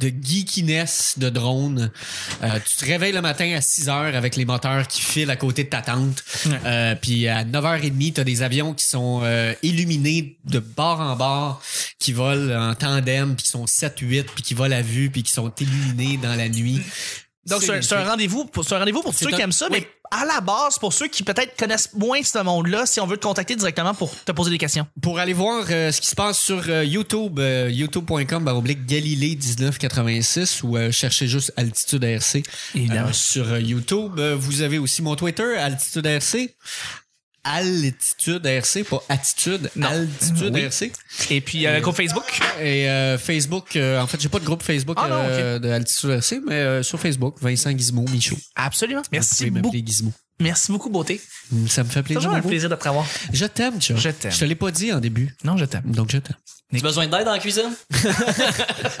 A: de geekiness de drone. Euh, tu te réveilles le matin à 6 heures avec les moteurs qui filent à côté de ta tente. Euh, puis à 9h30, tu as des avions qui sont euh, illuminés de bord en bord, qui volent en tandem, puis qui sont 7-8, puis qui volent à vue, puis qui sont illuminés dans la nuit.
D: donc c'est un- c'est un rendez-vous pour, c'est un rendez pour
A: C'est
D: ceux qui
A: un-
D: aiment ça,
A: oui.
D: mais à la base, pour ceux qui peut-être connaissent moins ce monde-là, si on veut te contacter directement pour te poser des questions.
A: pour aller voir euh, ce qui se passe sur euh, YouTube, euh, youtube.com baroblique Galilée 1986 ou euh, cherchez juste Altitude ARC
D: Évidemment.
A: euh, sur euh, YouTube. Euh, vous avez aussi mon Twitter, Altitude ARC. Altitude ARC, pas attitude,
D: Non.
A: altitude
D: Oui.
A: ARC.
D: Et puis, euh, groupe Facebook.
A: Et euh, Facebook, euh, en fait, j'ai pas de groupe Facebook
D: Ah non, ok.
A: euh, de Altitude ARC, mais euh, sur Facebook, Vincent Gizmo Michaud.
D: Absolument. Merci
A: Vous pouvez
D: beaucoup.
A: m'appeler Gizmo.
D: Merci beaucoup, beauté.
A: Ça me fait
D: C'est
A: plaisir.
D: toujours un
A: Margot.
D: plaisir de te revoir.
A: Je t'aime, Chuck.
D: Je t'aime.
A: Je te l'ai pas dit en début,
D: Non, je t'aime.
A: donc je t'aime.
C: Tu as besoin d'aide dans la cuisine?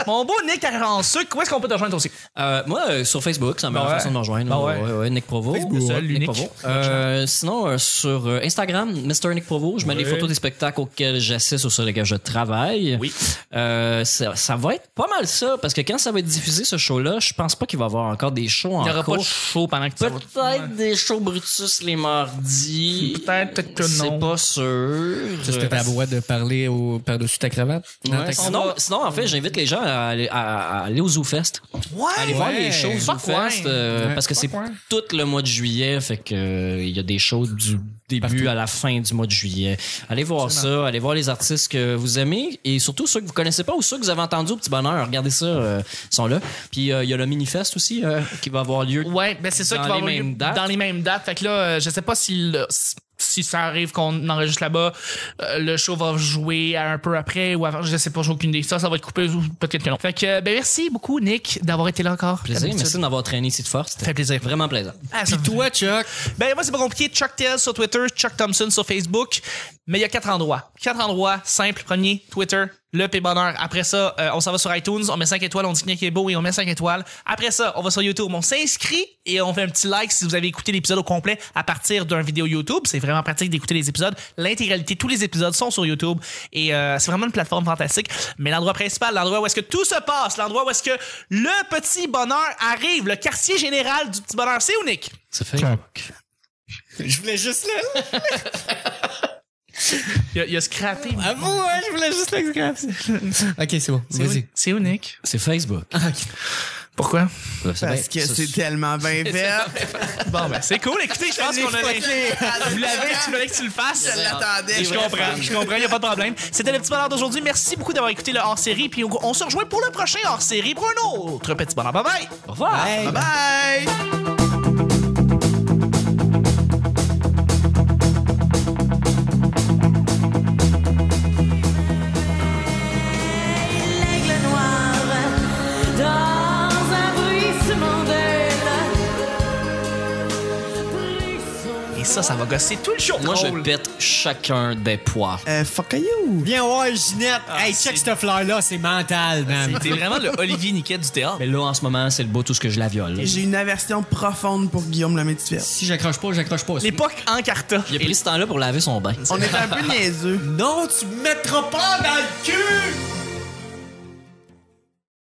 D: Mon beau Nick Arransuc, où est-ce qu'on peut te rejoindre aussi?
C: Euh, moi, euh, sur Facebook, c'est la meilleure
D: Ouais.
C: façon de me rejoindre.
D: Ah
C: ouais.
D: ouais.
C: Ouais, ouais, Nick Provo.
D: Facebook,
C: Ouais,
D: seul,
C: Nick
D: unique.
C: Provo. Euh, sinon, euh, sur euh, Instagram, Mr. Nick Provo, je mets les photos des spectacles auxquels j'assiste ou sur lesquels je travaille.
D: Oui.
C: Euh, ça, ça va être pas mal ça, parce que quand ça va être diffusé, ce show-là, je pense pas qu'il va y avoir encore des shows en
D: Il n'y aura pas de
C: cours.
D: show pendant que tu vas-
C: Peut-être des shows Brutus les mardis.
D: Peut-être, peut-être que non.
C: C'est pas sûr.
A: Est-ce que t'as le droit de parler au- par-dessus ta cravate? Non,
C: Ouais,
A: ta cravate?
C: sinon, sinon, en fait, j'invite les gens à aller, à- à aller au Zoo Fest.
D: Ouais!
C: Allez voir les shows du
D: Fuck
C: Fest
D: ouais.
C: euh,
A: Ouais.
C: parce que c'est
D: ouais.
C: tout le mois de juillet, fait que euh, il y a des shows du début
A: Partout.
C: à la fin du mois de juillet. Allez voir ça, allez voir les artistes que vous aimez et surtout ceux que vous connaissez pas ou ceux que vous avez entendus au petit bonheur. Regardez ça, euh, ils sont là. Puis euh, il y a le mini-fest aussi euh, qui va avoir lieu.
D: Ouais, ben c'est ça
C: Dans
D: qui va
C: les
D: avoir lieu
C: mêmes dates.
D: dans les mêmes dates. Fait que là, euh, je sais pas si, le- si ça arrive qu'on enregistre là-bas, euh, le show va jouer un peu après ou avant. Je sais pas, j'ai aucune idée. Ça, ça va être coupé ou peut-être que non. Fait que, euh, ben merci beaucoup, Nick, d'avoir été là encore.
C: Plaisir,
D: D'habitude.
C: merci d'avoir traîné ici de force. C'était
D: Ça fait plaisir.
C: Vraiment plaisant.
D: Ah, ça
A: Puis
D: me fait
A: toi, Chuck,
D: Ben moi c'est pas compliqué, Chuck Tell sur Twitter, Chuck Thompson sur Facebook, mais il y a quatre endroits. Quatre endroits simples. Premier, Twitter, le P bonheur. Après ça, euh, on s'en va sur iTunes, on met 5 étoiles, on dit que Nick est beau et on met 5 étoiles. Après ça, on va sur YouTube, on s'inscrit et on fait un petit like si vous avez écouté l'épisode au complet à partir d'un vidéo YouTube. C'est vraiment pratique d'écouter les épisodes. L'intégralité, tous les épisodes sont sur YouTube et euh, c'est vraiment une plateforme fantastique. Mais l'endroit principal, l'endroit où est-ce que tout se passe, l'endroit où est-ce que le petit bonheur arrive, le quartier général du petit bonheur, c'est où Nick?
C: Ça fait.
A: je voulais juste le.
D: Il a, il a scrappé.
A: Avoue, hein, je voulais juste le scrap. ok, c'est bon. Vas-y.
D: C'est unique.
C: C'est Facebook.
D: Pourquoi? Ben,
B: Parce que c'est tellement bien vert.
D: Bon, ben, c'est cool. Écoutez, je pense qu'on a. Vous l'avez, tu voulais que tu le fasses.
B: Je l'attendais.
D: Je comprends, je comprends, il n'y a pas de problème. C'était le petit bonheur d'aujourd'hui. Merci beaucoup d'avoir écouté le hors-série. Puis on, on se rejoint pour le prochain hors-série pour un autre petit bonheur. Bye bye!
C: Au revoir.
B: Bye bye.
E: L'aigle noir dans un bruissement d'ailes. Bruissement
D: Et ça, ça va gosser tout le show.
C: Moi, je
D: Cole.
C: pète chacun des poires.
B: Euh, fuck you!
A: Viens voir Ginette.
D: Ah,
A: hey,
D: c'est-
A: check cette fleur-là, c'est mental, man.
D: T'es vraiment le Olivier Niquet du théâtre.
C: Mais là, en ce moment, c'est le beau tout ce que je la viole.
B: J'ai une aversion profonde pour Guillaume le Métivier.
A: Si j'accroche pas, j'accroche pas.
D: L'époque en carta.
C: Il a pris ce temps-là pour laver son bain.
B: On est un peu niaiseux.
A: Non, tu me mettras pas dans le cul!